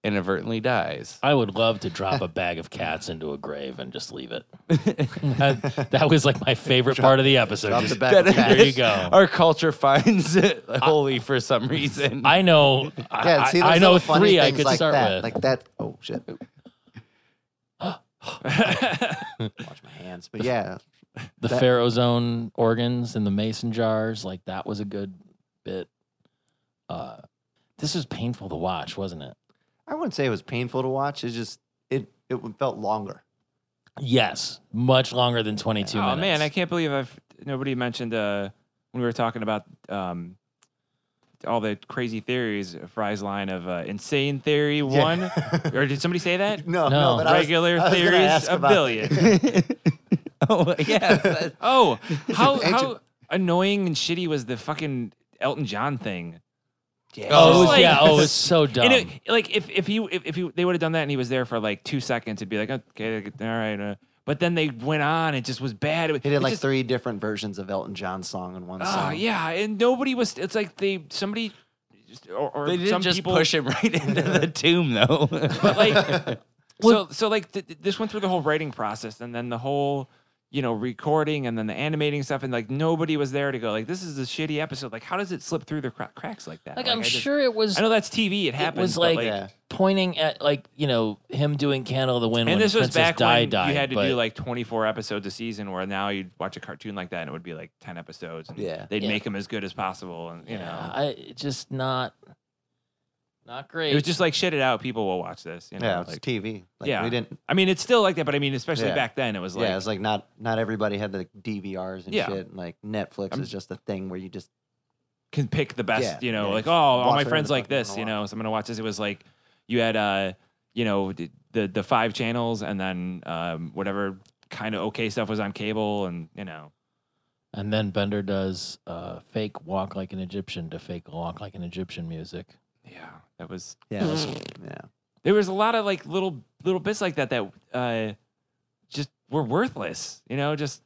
Speaker 2: inadvertently dies.
Speaker 3: I would love to drop a bag of cats into a grave and just leave it. that, that was like my favorite part of the episode.
Speaker 4: drop the
Speaker 3: Just-
Speaker 4: bag of
Speaker 2: That
Speaker 4: cash.
Speaker 3: There you
Speaker 2: is-
Speaker 3: go.
Speaker 2: Our culture finds it holy for some reason.
Speaker 3: I know.
Speaker 4: Yeah,
Speaker 3: I,
Speaker 4: see,
Speaker 3: I
Speaker 4: there's
Speaker 3: know
Speaker 4: little funny
Speaker 3: three I
Speaker 4: things
Speaker 3: could
Speaker 4: like
Speaker 3: start
Speaker 4: that,
Speaker 3: with.
Speaker 4: Like that. Oh shit! Watch my hands. But yeah,
Speaker 3: the
Speaker 4: that-
Speaker 3: pharaoh's own organs in the mason jars. Like that was a good bit. Uh, this was painful to watch, wasn't it?
Speaker 4: I wouldn't say it was painful to watch. It just it it felt longer.
Speaker 3: Yes, much longer than 22
Speaker 1: oh
Speaker 3: minutes.
Speaker 1: man, I can't believe I've nobody mentioned uh, when we were talking about um, all the crazy theories. Fry's line of uh, insane theory one, or did somebody say that?
Speaker 4: No, no.
Speaker 3: No.
Speaker 4: but I was-
Speaker 1: Regular
Speaker 4: I was gonna
Speaker 1: theories,
Speaker 4: ask
Speaker 1: a
Speaker 4: about-
Speaker 1: billion.
Speaker 2: oh yes, that-
Speaker 1: Oh, how
Speaker 4: Ancient-
Speaker 1: how annoying and shitty was the fucking Elton John thing?
Speaker 3: Oh, it was-
Speaker 1: It's like-
Speaker 3: yeah. Oh, it's so
Speaker 1: And
Speaker 3: dumb.
Speaker 1: it- like if if he if, if he they would have done that and he was there for like two seconds, it'd be like okay, all right. Uh, but then they went on. It just was bad. It,
Speaker 4: He did like
Speaker 1: just,
Speaker 4: three different versions of Elton John's song in one
Speaker 1: Oh
Speaker 4: song.
Speaker 1: yeah, and nobody was. It's like they somebody just- or, or
Speaker 2: they didn't
Speaker 1: some
Speaker 2: just
Speaker 1: people
Speaker 2: push him right into the tomb though.
Speaker 1: But like, so so like th- th- this went through the whole writing process and then the whole you know recording and then the animating stuff and like nobody was there to go like this is a shitty episode. Like how does it slip through the cra- cracks like that?
Speaker 3: like, I'm
Speaker 1: I just-
Speaker 3: sure it was.
Speaker 1: I know that's TV. It happens.
Speaker 3: it was
Speaker 1: but,
Speaker 3: like,
Speaker 4: Yeah.
Speaker 3: pointing at like you know him doing Candle of the Wind.
Speaker 1: And
Speaker 3: when
Speaker 1: this was
Speaker 3: Princess
Speaker 1: back
Speaker 3: Di
Speaker 1: when
Speaker 3: died,
Speaker 1: you had to
Speaker 3: but-
Speaker 1: do like 24 episodes a season, where now you'd watch a cartoon like that and it would be like 10 episodes. And
Speaker 4: Yeah.
Speaker 1: They'd
Speaker 3: Yeah.
Speaker 1: make them as good as possible. And, you
Speaker 3: yeah,
Speaker 1: know,
Speaker 3: I it's just not not great.
Speaker 1: it was just like, shit it out. People will watch this. You know?
Speaker 4: Yeah, it's
Speaker 1: like,
Speaker 4: TV. Like,
Speaker 1: Yeah.
Speaker 4: we didn't.
Speaker 1: I mean, it's still like that, but I mean, especially
Speaker 4: Yeah.
Speaker 1: back then, it was like,
Speaker 4: yeah, it's like not not everybody had the DVRs and
Speaker 1: Yeah.
Speaker 4: shit. And like Netflix
Speaker 1: I'm-
Speaker 4: is just a thing where you just
Speaker 1: can pick the best,
Speaker 4: Yeah,
Speaker 1: you know,
Speaker 4: yeah,
Speaker 1: like,
Speaker 4: just
Speaker 1: oh, all
Speaker 4: watch
Speaker 1: my
Speaker 4: whatever
Speaker 1: friends
Speaker 4: the
Speaker 1: like
Speaker 4: fuck you
Speaker 1: this,
Speaker 4: wanna
Speaker 1: you know, so I'm going to watch this. It was like, you had, uh, you know, d- the, the five channels and then um, whatever kind of okay stuff was on cable and, you know,
Speaker 3: and then Bender does uh, fake walk like an Egyptian to fake walk like an Egyptian music.
Speaker 1: yeah, that was
Speaker 4: yeah it was- yeah.
Speaker 1: there was a lot of like little little bits like that that uh just were worthless you know just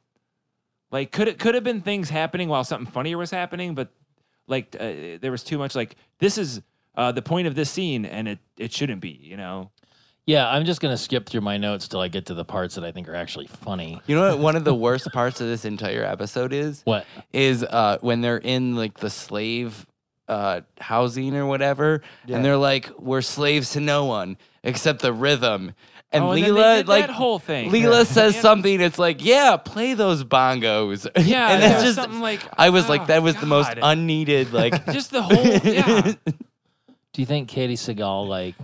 Speaker 1: like could it could have been things happening while something funnier was happening but like uh, there was too much like this is uh the point of this scene and it it shouldn't be you know
Speaker 3: Yeah, I'm just gonna skip through my notes till I get to the parts that I think are actually funny.
Speaker 2: you know what? One of the worst parts of this entire episode is
Speaker 3: What?
Speaker 2: is uh, when they're in like the slave uh, housing or whatever,
Speaker 4: Yeah.
Speaker 2: and they're like, "We're slaves to no one except the rhythm." And
Speaker 1: Oh, then they
Speaker 2: Leela,
Speaker 1: did
Speaker 2: like
Speaker 1: that whole thing
Speaker 2: Leela says
Speaker 1: Yeah.
Speaker 2: something. It's like, "Yeah, play those bongos."
Speaker 1: yeah
Speaker 2: and
Speaker 1: there
Speaker 2: it's
Speaker 1: was
Speaker 2: just
Speaker 1: something like
Speaker 2: I was
Speaker 1: oh,
Speaker 2: like, that was the most
Speaker 1: God.
Speaker 2: unneeded. Like,
Speaker 1: just the whole yeah
Speaker 3: Do you think Katie Seagal like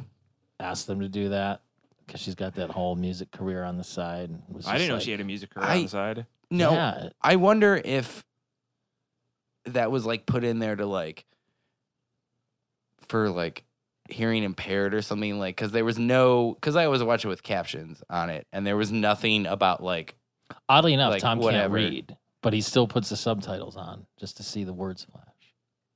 Speaker 3: asked them to do that? Because she's got that whole music career on the side. and was
Speaker 1: I
Speaker 3: just
Speaker 1: didn't know
Speaker 3: like,
Speaker 1: she had a music career
Speaker 2: I-
Speaker 1: on the side
Speaker 2: no,
Speaker 3: Yeah,
Speaker 2: I wonder if that was like put in there to like for like hearing impaired or something like because there was no because I always watch it with captions on it and there was nothing about like
Speaker 3: Oddly enough,
Speaker 2: like,
Speaker 3: Tom
Speaker 2: whatever.
Speaker 3: can't read, but he still puts the subtitles on just to see the words flash.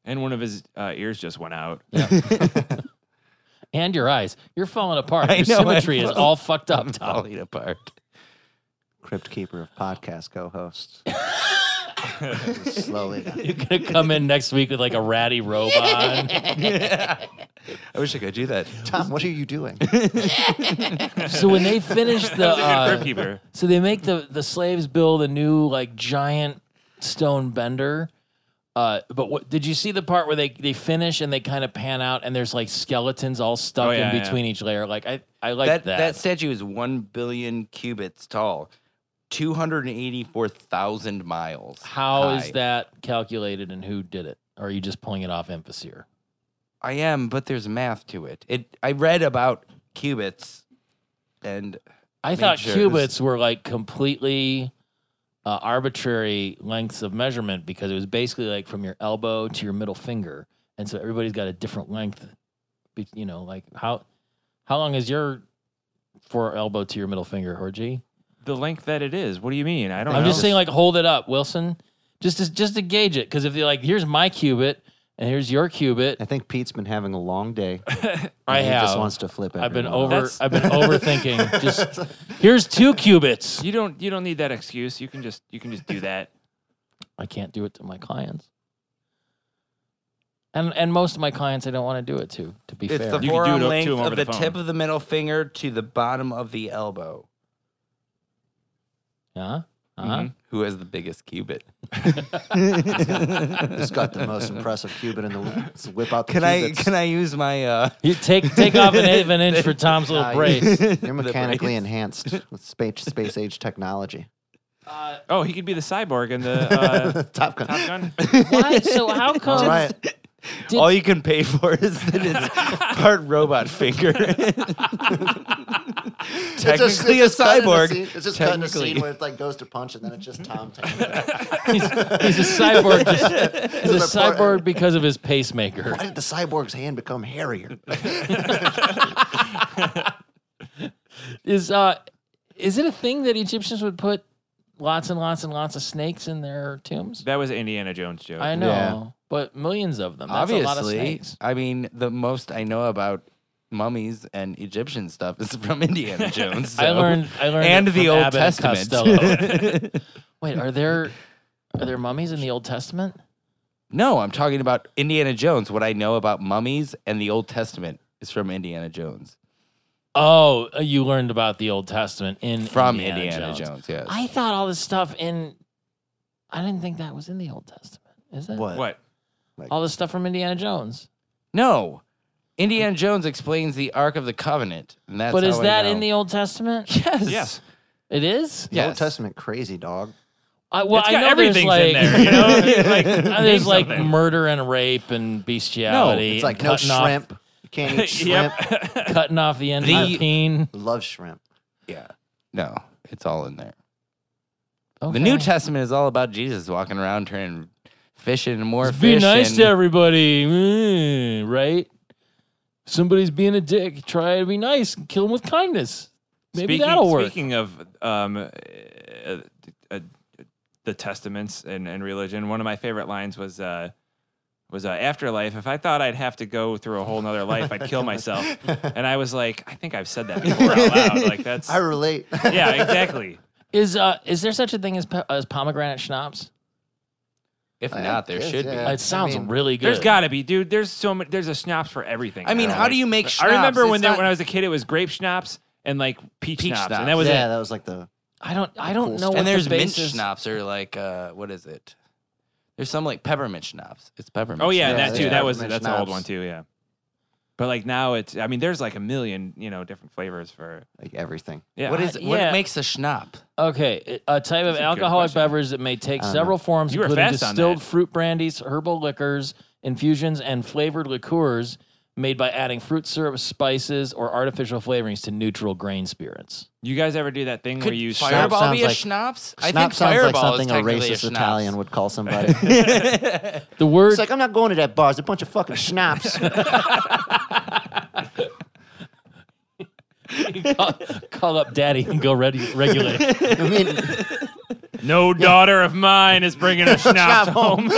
Speaker 1: and one of his uh, ears just went out
Speaker 3: And your eyes. You're falling apart.
Speaker 2: I
Speaker 3: Your
Speaker 2: know, I'm
Speaker 3: symmetry is
Speaker 2: falling-
Speaker 3: all fucked up,
Speaker 2: I'm
Speaker 3: Tom.
Speaker 2: falling apart.
Speaker 4: Crypt keeper of podcast co-hosts. Slowly. down.
Speaker 3: You're going to come in next week with like a ratty robe on.
Speaker 2: I wish I could do that.
Speaker 4: Tom, what are you doing?
Speaker 3: so when they finish the. uh,
Speaker 1: Crypt keeper
Speaker 3: So they make the the slaves build a new like giant stone bender. Uh, but what did you see the part where they they finish and they kind of pan out and there's like skeletons all stuck
Speaker 1: Oh, yeah,
Speaker 3: in
Speaker 1: yeah.
Speaker 3: between each layer? Like I I like
Speaker 2: That,
Speaker 3: that.
Speaker 2: that statue is one billion cubits tall, two hundred and eighty four thousand miles.
Speaker 3: How is
Speaker 2: high.
Speaker 3: that calculated and who did it? Or are you just pulling it off Emphasir?
Speaker 2: I am, but there's math to it. It I read about qubits and
Speaker 3: I thought
Speaker 2: Majors.
Speaker 3: cubits were like completely uh, arbitrary lengths of measurement because it was basically like from your elbow to your middle finger, and so everybody's got a different length. be- You know, like how how long is your for elbow to your middle finger, Jorge.
Speaker 1: The length that it is. What do you mean? I don't.
Speaker 3: I'm
Speaker 1: know.
Speaker 3: just saying, like, hold it up, Wilson, just to, just to gauge it. Because if you're like, here's my cubit and here's your cubit,
Speaker 4: I think Pete's been having a long day.
Speaker 3: I
Speaker 4: and
Speaker 3: have.
Speaker 4: He just wants to flip it.
Speaker 3: I've been
Speaker 4: everyone.
Speaker 3: over.
Speaker 1: That's-
Speaker 3: I've been overthinking. Just here's two cubits.
Speaker 1: you don't. You don't need that excuse. You can just. You can just do that.
Speaker 3: I can't do it to my clients. And and most of my clients I don't want to do it to, to be
Speaker 2: It's
Speaker 3: fair.
Speaker 2: the
Speaker 1: You can do it up
Speaker 2: forearm
Speaker 1: to
Speaker 2: length
Speaker 1: him over
Speaker 2: of the,
Speaker 1: the
Speaker 2: tip
Speaker 1: phone.
Speaker 2: of the middle finger to the bottom of the elbow.
Speaker 3: huh? Uh-huh.
Speaker 1: Mhm.
Speaker 2: Who has the biggest cubit?
Speaker 4: He's got the most impressive cubit in the let's whip out the
Speaker 2: Can I
Speaker 4: cubits.
Speaker 2: can I use my uh
Speaker 3: You take take off an eighth of an inch for Tom's little
Speaker 4: Ah,
Speaker 3: brace.
Speaker 4: you're- You're mechanically enhanced with space space age technology.
Speaker 1: Oh, he could be the cyborg in the uh,
Speaker 4: Top Gun.
Speaker 1: Top Gun.
Speaker 3: Why? So how come?
Speaker 4: All right.
Speaker 3: Did-
Speaker 2: all you can pay for is that it's part robot finger. Technically a cyborg.
Speaker 4: It's just cutting a
Speaker 2: Technically.
Speaker 4: scene where it like goes to punch and then it's just Tom. taking it.
Speaker 3: He's, he's a cyborg. Just, he's a
Speaker 4: This is my part.
Speaker 3: cyborg because of his pacemaker.
Speaker 4: Why did the cyborg's hand become hairier?
Speaker 3: Is uh, is it a thing that Egyptians would put lots and lots and lots of snakes in their tombs?
Speaker 1: That was an Indiana Jones joke.
Speaker 3: I know,
Speaker 4: Yeah.
Speaker 3: but millions of them. That's a lot of
Speaker 2: Obviously,
Speaker 3: snakes.
Speaker 2: I mean the most I know about mummies and Egyptian stuff is from Indiana Jones.
Speaker 3: I
Speaker 2: so-
Speaker 3: learned. I learned.
Speaker 2: and
Speaker 3: it from
Speaker 2: the Old
Speaker 3: Abbott and Costello.
Speaker 2: Testament.
Speaker 3: Wait, are there are there mummies in the Old Testament?
Speaker 2: no, I'm talking about Indiana Jones. What I know about mummies and the Old Testament is from Indiana Jones.
Speaker 3: Oh, you learned about the Old Testament in
Speaker 2: From Indiana, Jones. yes.
Speaker 3: I thought all this stuff in. I didn't think that was in the Old Testament. Is it?
Speaker 4: What?
Speaker 1: What?
Speaker 3: All this stuff from Indiana Jones.
Speaker 2: no. Indiana Jones explains the Ark of the Covenant. And that's
Speaker 3: but
Speaker 2: how
Speaker 3: is
Speaker 2: I
Speaker 3: that
Speaker 2: know.
Speaker 3: in the Old Testament?
Speaker 2: Yes.
Speaker 1: Yes.
Speaker 3: It is.
Speaker 4: The Old
Speaker 2: Yes.
Speaker 4: Testament crazy dog.
Speaker 3: I, well,
Speaker 1: It's
Speaker 3: I
Speaker 1: got
Speaker 3: know there's
Speaker 1: everything's
Speaker 3: like
Speaker 1: in there. You know, I mean, like name
Speaker 3: there's like
Speaker 1: something.
Speaker 3: murder and rape and bestiality.
Speaker 4: It's
Speaker 3: and
Speaker 4: like no
Speaker 3: cutting off-
Speaker 4: shrimp. You can't eat shrimp.
Speaker 1: Yep.
Speaker 3: cutting off the end of
Speaker 2: The-
Speaker 3: the teen.
Speaker 4: Love shrimp.
Speaker 2: Yeah. No, it's all in there.
Speaker 3: Okay.
Speaker 2: The New Testament is all about Jesus walking around turning fish into more
Speaker 3: Just
Speaker 2: fish.
Speaker 3: Be nice
Speaker 2: and-
Speaker 3: to everybody, mm, right? Somebody's being a dick. Try to be nice and kill him with kindness. Maybe
Speaker 1: speaking,
Speaker 3: that'll work.
Speaker 1: Speaking of um, uh, uh, the testaments and, and religion, one of my favorite lines was uh, was uh, afterlife. If I thought I'd have to go through a whole nother life, I'd kill myself. and I was like, I think I've said that before out loud. Like that's
Speaker 4: I relate.
Speaker 1: yeah, exactly.
Speaker 3: Is uh is there such a thing as po- as pomegranate schnapps?
Speaker 2: If
Speaker 4: I
Speaker 2: not, there
Speaker 4: guess,
Speaker 2: should
Speaker 4: yeah.
Speaker 2: be.
Speaker 3: It sounds
Speaker 4: mean,
Speaker 3: really good.
Speaker 1: There's got to be, dude. There's so much. There's a schnapps for everything.
Speaker 2: I mean,
Speaker 1: now.
Speaker 2: how do you make
Speaker 1: I remember when
Speaker 2: schnapps? It's
Speaker 1: they,
Speaker 2: not-
Speaker 1: when I was a kid, it was grape schnapps and like peach,
Speaker 2: Peach
Speaker 1: schnapps,
Speaker 2: schnapps.
Speaker 1: and that was
Speaker 4: yeah,
Speaker 1: it.
Speaker 4: that was like the.
Speaker 3: I don't I don't
Speaker 4: Cool
Speaker 3: know.
Speaker 4: stuff.
Speaker 3: What
Speaker 2: and
Speaker 3: the
Speaker 2: there's mint
Speaker 3: basis-
Speaker 2: schnapps or like uh, what is it? There's some like peppermint schnapps. It's peppermint.
Speaker 1: Oh yeah,
Speaker 4: Yeah,
Speaker 1: and
Speaker 2: schnapps.
Speaker 1: that
Speaker 4: they
Speaker 1: too.
Speaker 4: have
Speaker 1: That was
Speaker 4: them in
Speaker 1: that's an old
Speaker 4: schnapps.
Speaker 1: one too. Yeah. But like now it's. I mean, there's like a million you know different flavors for
Speaker 4: Like everything.
Speaker 1: yeah.
Speaker 2: What is
Speaker 3: Uh,
Speaker 2: what
Speaker 3: yeah.
Speaker 2: makes a schnapp?
Speaker 3: Okay, it- a type of
Speaker 1: That's a good
Speaker 3: alcoholic
Speaker 1: question.
Speaker 3: beverage that may take
Speaker 4: I don't
Speaker 3: several forms,
Speaker 1: You were
Speaker 3: including
Speaker 1: fast on
Speaker 3: distilled
Speaker 1: that.
Speaker 3: fruit brandies, herbal liquors, infusions, and flavored liqueurs made by adding fruit syrup, spices, or artificial flavorings to neutral grain spirits.
Speaker 1: You guys ever do that thing where you
Speaker 4: Schnapp
Speaker 1: start-
Speaker 2: Fireball be a
Speaker 4: sounds
Speaker 2: schnapps? I
Speaker 4: Schnapp
Speaker 2: think
Speaker 4: sounds like
Speaker 2: Fireball
Speaker 4: something
Speaker 2: is
Speaker 4: a
Speaker 2: technically
Speaker 4: racist
Speaker 2: a schnapps.
Speaker 4: Italian would call somebody.
Speaker 3: The word
Speaker 4: it's like I'm not going to that bar. It's a bunch of fucking schnapps.
Speaker 3: call, call up daddy and go ready, regulate.
Speaker 4: I mean,
Speaker 1: No daughter of mine is bringing a schnapps home.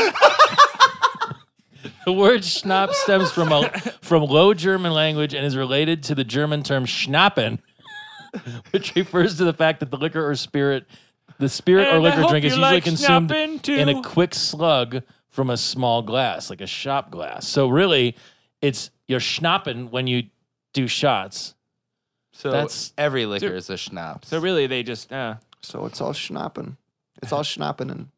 Speaker 3: The word schnapp stems from a, from Low German language and is related to the German term schnappen, which refers to the fact that the liquor or spirit, the spirit
Speaker 1: And
Speaker 3: or
Speaker 1: I
Speaker 3: liquor
Speaker 1: hope
Speaker 3: drink is
Speaker 1: you
Speaker 3: usually
Speaker 1: like
Speaker 3: consumed
Speaker 1: schnappen, too.
Speaker 3: in a quick slug from a small glass, like a shot glass. So really, it's you're schnappen when you do shots.
Speaker 2: So
Speaker 3: That's-
Speaker 2: that's every liquor is a schnapps.
Speaker 1: So really, they just uh,
Speaker 4: so it's all schnapping. It's all schnapping and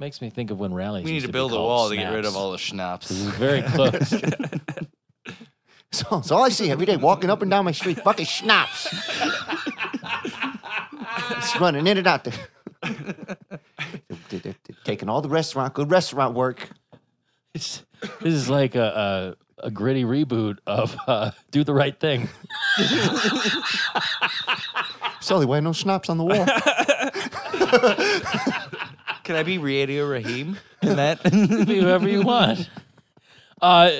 Speaker 3: Makes me think of when rallies.
Speaker 2: we need
Speaker 3: used
Speaker 2: to
Speaker 3: be
Speaker 2: build a
Speaker 3: called
Speaker 2: wall to get rid
Speaker 3: snaps.
Speaker 2: of all the schnapps.
Speaker 3: It was Very close.
Speaker 4: So, it's all I see every day walking up and down my street, fucking schnapps. It's running in and out there. They're- they're- they're Taking all the restaurant, good restaurant work.
Speaker 3: It's- this is like a, a, a gritty reboot of uh, Do the Right Thing.
Speaker 4: Sully, why no schnapps on the wall?
Speaker 2: Can I be Radio Raheem in that?
Speaker 3: be whoever you want. Uh,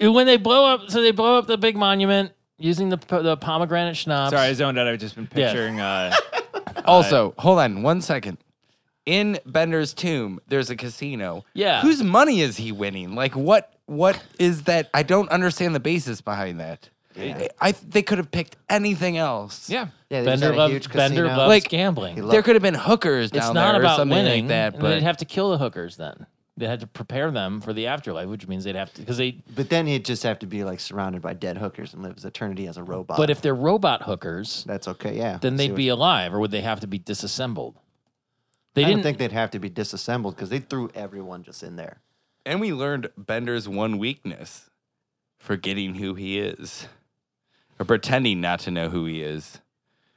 Speaker 3: when they blow up, so they blow up the big monument, using the p- the pomegranate schnapps.
Speaker 1: Sorry, I zoned out. I've just been
Speaker 3: Yeah.
Speaker 1: picturing. Uh,
Speaker 2: Also, hold on one second. In Bender's tomb, there's a casino.
Speaker 3: Yeah.
Speaker 2: Whose money is he winning? Like what what is that? I don't understand the basis behind that. I, I they could have picked anything else.
Speaker 1: yeah.
Speaker 4: Yeah, they just
Speaker 3: Bender
Speaker 4: had a
Speaker 3: loves
Speaker 4: huge
Speaker 3: Bender
Speaker 4: casino.
Speaker 3: loves
Speaker 2: Like-
Speaker 4: He
Speaker 3: gambling.
Speaker 4: lo-
Speaker 2: There could have been hookers down
Speaker 3: It's not
Speaker 2: there or
Speaker 3: about
Speaker 2: something
Speaker 3: winning.
Speaker 2: like that.
Speaker 3: and they'd
Speaker 2: But
Speaker 3: have to kill the hookers then. They had to prepare them for the afterlife, which means they'd have to because they.
Speaker 4: But then he'd just have to be like surrounded by dead hookers and live his eternity as a robot.
Speaker 3: But if they're robot hookers,
Speaker 4: that's okay, yeah.
Speaker 3: then
Speaker 4: See
Speaker 3: they'd
Speaker 4: what-
Speaker 3: be alive, or would they have to be disassembled? They
Speaker 4: I
Speaker 3: didn't
Speaker 4: don't think they'd have to be disassembled because they threw everyone just in there.
Speaker 2: and we learned Bender's one weakness: forgetting who he is, or pretending not to know who he is.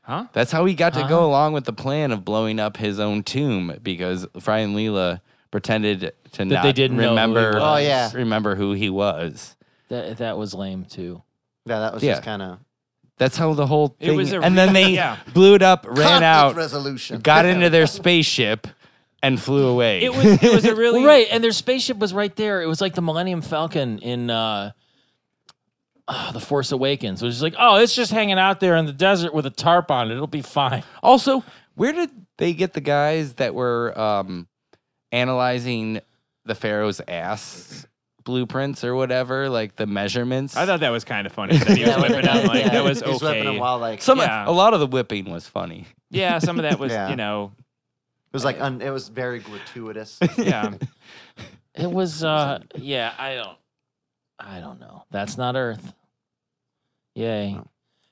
Speaker 1: Huh?
Speaker 2: That's how he got to
Speaker 3: Huh?
Speaker 2: go along with the plan of blowing up his own tomb because Fry and Leela pretended to not
Speaker 3: they didn't know who he
Speaker 2: remember.
Speaker 4: was. Oh, yeah.
Speaker 2: remember who he was.
Speaker 3: that that was lame too.
Speaker 4: Yeah, that was just
Speaker 2: Yeah.
Speaker 4: kind of
Speaker 2: That's how the whole
Speaker 1: It
Speaker 2: thing.
Speaker 1: was a
Speaker 2: and then
Speaker 1: re-
Speaker 2: they
Speaker 1: yeah.
Speaker 2: blew it up, ran out,
Speaker 4: resolution.
Speaker 2: got into their spaceship, and flew away.
Speaker 1: It was. It was a really
Speaker 3: Well, right, and their spaceship was right there. It was like the Millennium Falcon in uh, ah, The Force Awakens, which is like, oh, it's just hanging out there in the desert with a tarp on it. It'll be fine.
Speaker 2: Also, where did they get the guys that were um, analyzing the pharaoh's ass blueprints or whatever, like the measurements?
Speaker 1: I thought that was kind of funny. That he was whipping out like that was
Speaker 4: He's whipping
Speaker 1: okay.
Speaker 4: them while like
Speaker 2: some
Speaker 1: yeah.
Speaker 2: a lot of the whipping was funny.
Speaker 1: Yeah, some of that was
Speaker 4: Yeah.
Speaker 1: you know.
Speaker 4: it was like un, it was very gratuitous.
Speaker 1: Yeah.
Speaker 3: It was, uh, yeah, I don't, I don't know. That's not Earth. Yay.
Speaker 4: No.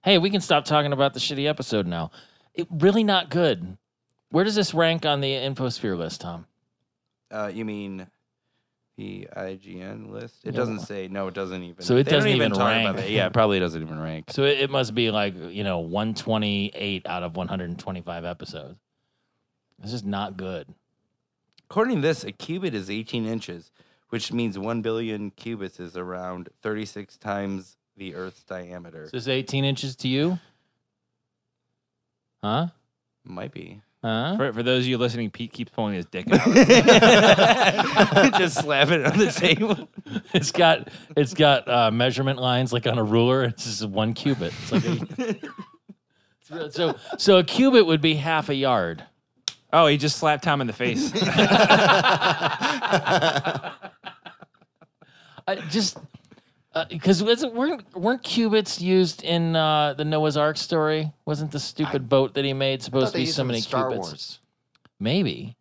Speaker 3: Hey, we can stop talking about the shitty episode now. It really not good. Where does this rank on the infosphere list, Tom?
Speaker 2: Uh, you mean the IGN list? It
Speaker 3: Yeah.
Speaker 2: doesn't say. No, it doesn't even.
Speaker 3: So it
Speaker 2: they don't
Speaker 3: doesn't even
Speaker 2: talk about
Speaker 3: rank.
Speaker 2: that. Yeah, it probably doesn't even rank.
Speaker 3: So it, it must be like, you know, 128 out of 125 episodes. This is not good.
Speaker 2: According to this, a cubit is 18 inches, which means 1 billion cubits is around 36 times the Earth's diameter.
Speaker 3: Is this 18 inches to you? Huh?
Speaker 2: Might be.
Speaker 3: Huh?
Speaker 1: For, for those of you listening, Pete keeps pulling his dick out.
Speaker 2: Just slap it on the table.
Speaker 3: It's got it's got uh, measurement lines like on a ruler. It's just one cubit. It's like a, so so a cubit would be half a yard.
Speaker 1: oh, he just slapped Tom in the face.
Speaker 3: I just uh, because weren't weren't cubits used in uh, the Noah's Ark story? Wasn't the stupid boat that he made supposed to be so many
Speaker 4: Star
Speaker 3: cubits?
Speaker 4: Wars.
Speaker 3: Maybe,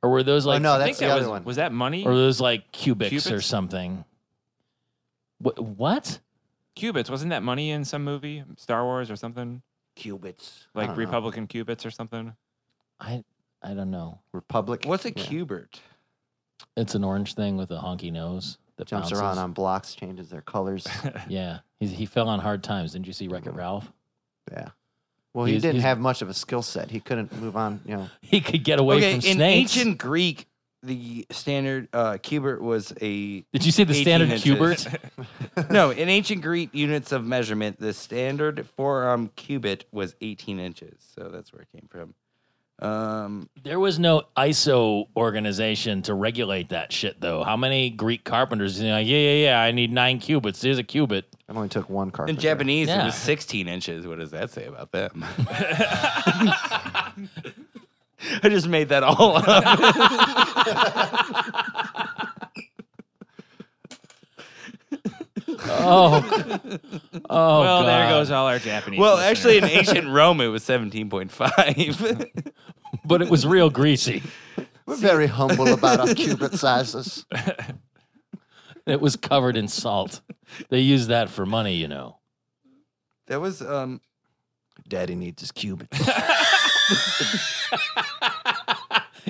Speaker 3: or were those
Speaker 4: oh
Speaker 3: like
Speaker 4: no,
Speaker 1: I think
Speaker 4: that's the
Speaker 1: that
Speaker 4: other
Speaker 1: was
Speaker 4: one.
Speaker 1: was that money?
Speaker 3: or those like cubics, or
Speaker 1: Cubits?
Speaker 3: something? What? What?
Speaker 1: Cubits wasn't that money in some movie, Star Wars or something
Speaker 4: Cubits, I
Speaker 1: like
Speaker 4: don't know.
Speaker 1: Republican cubits or something?
Speaker 3: I I don't know.
Speaker 4: Republic.
Speaker 2: What's a
Speaker 4: Yeah.
Speaker 2: cubert?
Speaker 3: It's an orange thing with a honky nose that
Speaker 4: Jumps
Speaker 3: bounces.
Speaker 4: around on blocks, changes their colors.
Speaker 3: Yeah, he's, he fell on hard times. Didn't you see Wreck It Ralph?
Speaker 4: Yeah. Well, he
Speaker 3: He's-
Speaker 4: didn't
Speaker 3: he's-
Speaker 4: have much of a skill set. He couldn't move on. You know,
Speaker 3: He could get away
Speaker 2: okay,
Speaker 3: from
Speaker 2: in
Speaker 3: snakes.
Speaker 2: ancient Greek, the standard uh, cubert was a
Speaker 3: Did you see the
Speaker 2: 18
Speaker 3: standard
Speaker 2: inches.
Speaker 3: cubert?
Speaker 2: no. In ancient Greek units of measurement, the standard forearm cubit was 18 inches. So that's where it came from. Um,
Speaker 3: There was no ISO organization to regulate that shit, though. How many Greek carpenters? You know, yeah, yeah, yeah. I need nine cubits. Here's a cubit.
Speaker 4: it only took one carpenter.
Speaker 2: in Japanese,
Speaker 3: Yeah.
Speaker 2: it was 16 inches. What does that say about them? I just made that all up.
Speaker 3: Oh, oh.
Speaker 1: well, there
Speaker 3: God.
Speaker 1: goes all our Japanese.
Speaker 2: well,
Speaker 1: listeners.
Speaker 2: actually, in ancient Rome, it was 17.5.
Speaker 3: But it was real greasy.
Speaker 4: We're very humble about our cubit sizes.
Speaker 3: It was covered in salt. They use that for money, you know.
Speaker 2: that was um,
Speaker 4: Daddy needs his cubits.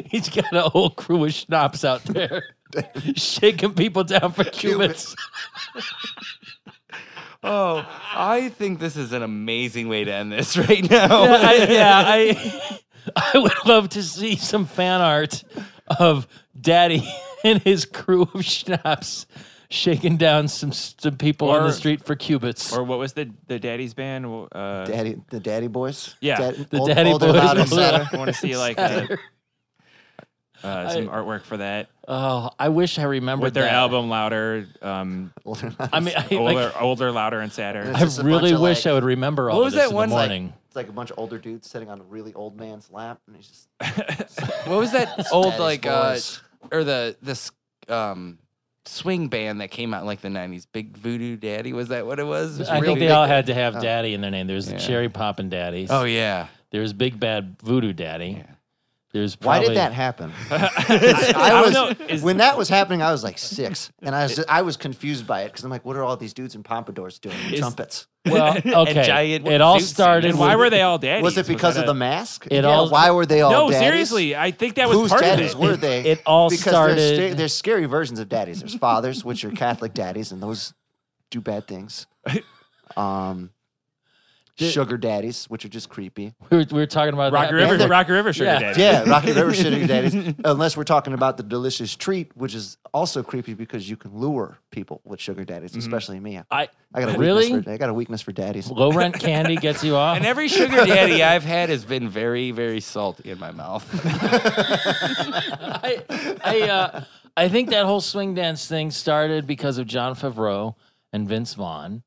Speaker 3: He's got a whole crew of schnapps out there shaking people down for cubits.
Speaker 2: Oh, I think this is an amazing way to end this right now.
Speaker 3: yeah, I, yeah, I, I would love to see some fan art of Daddy and his crew of schnapps shaking down some some people on
Speaker 1: Or-
Speaker 3: the street for cubits.
Speaker 1: or what was the the daddy's band? Uh,
Speaker 4: Daddy, the daddy boys.
Speaker 1: Yeah,
Speaker 4: Dad-
Speaker 3: the Daddy
Speaker 4: older,
Speaker 3: Boys.
Speaker 4: louder,
Speaker 1: I
Speaker 4: sadder.
Speaker 1: want to see like a, uh, some artwork for that
Speaker 3: Oh, I wish I remembered
Speaker 1: with their
Speaker 3: that.
Speaker 1: album louder, um,
Speaker 4: Older
Speaker 3: I mean, I,
Speaker 1: older,
Speaker 3: like,
Speaker 1: older, louder, and sadder.
Speaker 4: It's
Speaker 3: I
Speaker 4: just a bunch
Speaker 3: really
Speaker 4: of,
Speaker 3: wish
Speaker 4: like-
Speaker 3: I would remember all
Speaker 2: What
Speaker 3: of
Speaker 2: was
Speaker 3: this
Speaker 2: that
Speaker 3: in
Speaker 2: one,
Speaker 3: the
Speaker 2: like-
Speaker 3: morning.
Speaker 4: it's like a bunch of older dudes sitting on a really old man's lap, and he's just
Speaker 2: What was that old
Speaker 4: Spanish
Speaker 2: like uh,
Speaker 4: boys.
Speaker 2: or the this um swing band that came out in like the nineties? Big Voodoo Daddy was that what it was? It was
Speaker 3: I
Speaker 2: real
Speaker 3: think they
Speaker 2: big-
Speaker 3: all had to have
Speaker 4: Oh.
Speaker 3: daddy in their name. There's
Speaker 2: Yeah.
Speaker 3: the Cherry Poppin' Daddies.
Speaker 2: Oh yeah.
Speaker 3: There's Big Bad Voodoo Daddy.
Speaker 2: Yeah.
Speaker 3: There's
Speaker 4: Why
Speaker 3: probably,
Speaker 4: did that happen?
Speaker 1: I,
Speaker 4: I
Speaker 1: don't
Speaker 4: was
Speaker 1: know. Is-
Speaker 4: when that was happening. I was like six, and I was I was confused by it because I'm like, what are all these dudes in pompadours doing? with
Speaker 1: Is-
Speaker 4: trumpets.
Speaker 3: Well, okay.
Speaker 2: giant
Speaker 3: it all
Speaker 2: suits.
Speaker 3: started.
Speaker 1: and why
Speaker 3: with-
Speaker 1: were they all daddies?
Speaker 4: was it because of
Speaker 1: that a-
Speaker 4: the mask?
Speaker 3: It all-
Speaker 4: Why were they all?
Speaker 1: No,
Speaker 4: daddies?
Speaker 1: seriously. I think that was
Speaker 4: Whose
Speaker 1: part
Speaker 4: daddies
Speaker 1: of it.
Speaker 4: were they?
Speaker 3: It all
Speaker 4: because There's,
Speaker 3: started-
Speaker 4: sca- there's scary versions of daddies. There's fathers, which are Catholic daddies, and those do bad things. Um,
Speaker 3: Did-
Speaker 4: sugar daddies, which are just creepy.
Speaker 3: we were, we were talking about
Speaker 1: Rocky
Speaker 3: that
Speaker 1: River,
Speaker 3: before.
Speaker 1: Rocky River sugar
Speaker 3: Yeah.
Speaker 1: daddy.
Speaker 4: Yeah, Rocky River sugar daddies. Unless we're talking about the delicious treat, which is also creepy because you can lure people with sugar daddies, especially me.
Speaker 3: I
Speaker 4: I got a
Speaker 3: really
Speaker 4: weakness for, I got a weakness for daddies.
Speaker 3: low rent candy gets you off.
Speaker 2: And every sugar daddy I've had has been very, very salty in my mouth.
Speaker 3: I, I, uh, I think that whole swing dance thing started because of John Favreau and Vince Vaughn.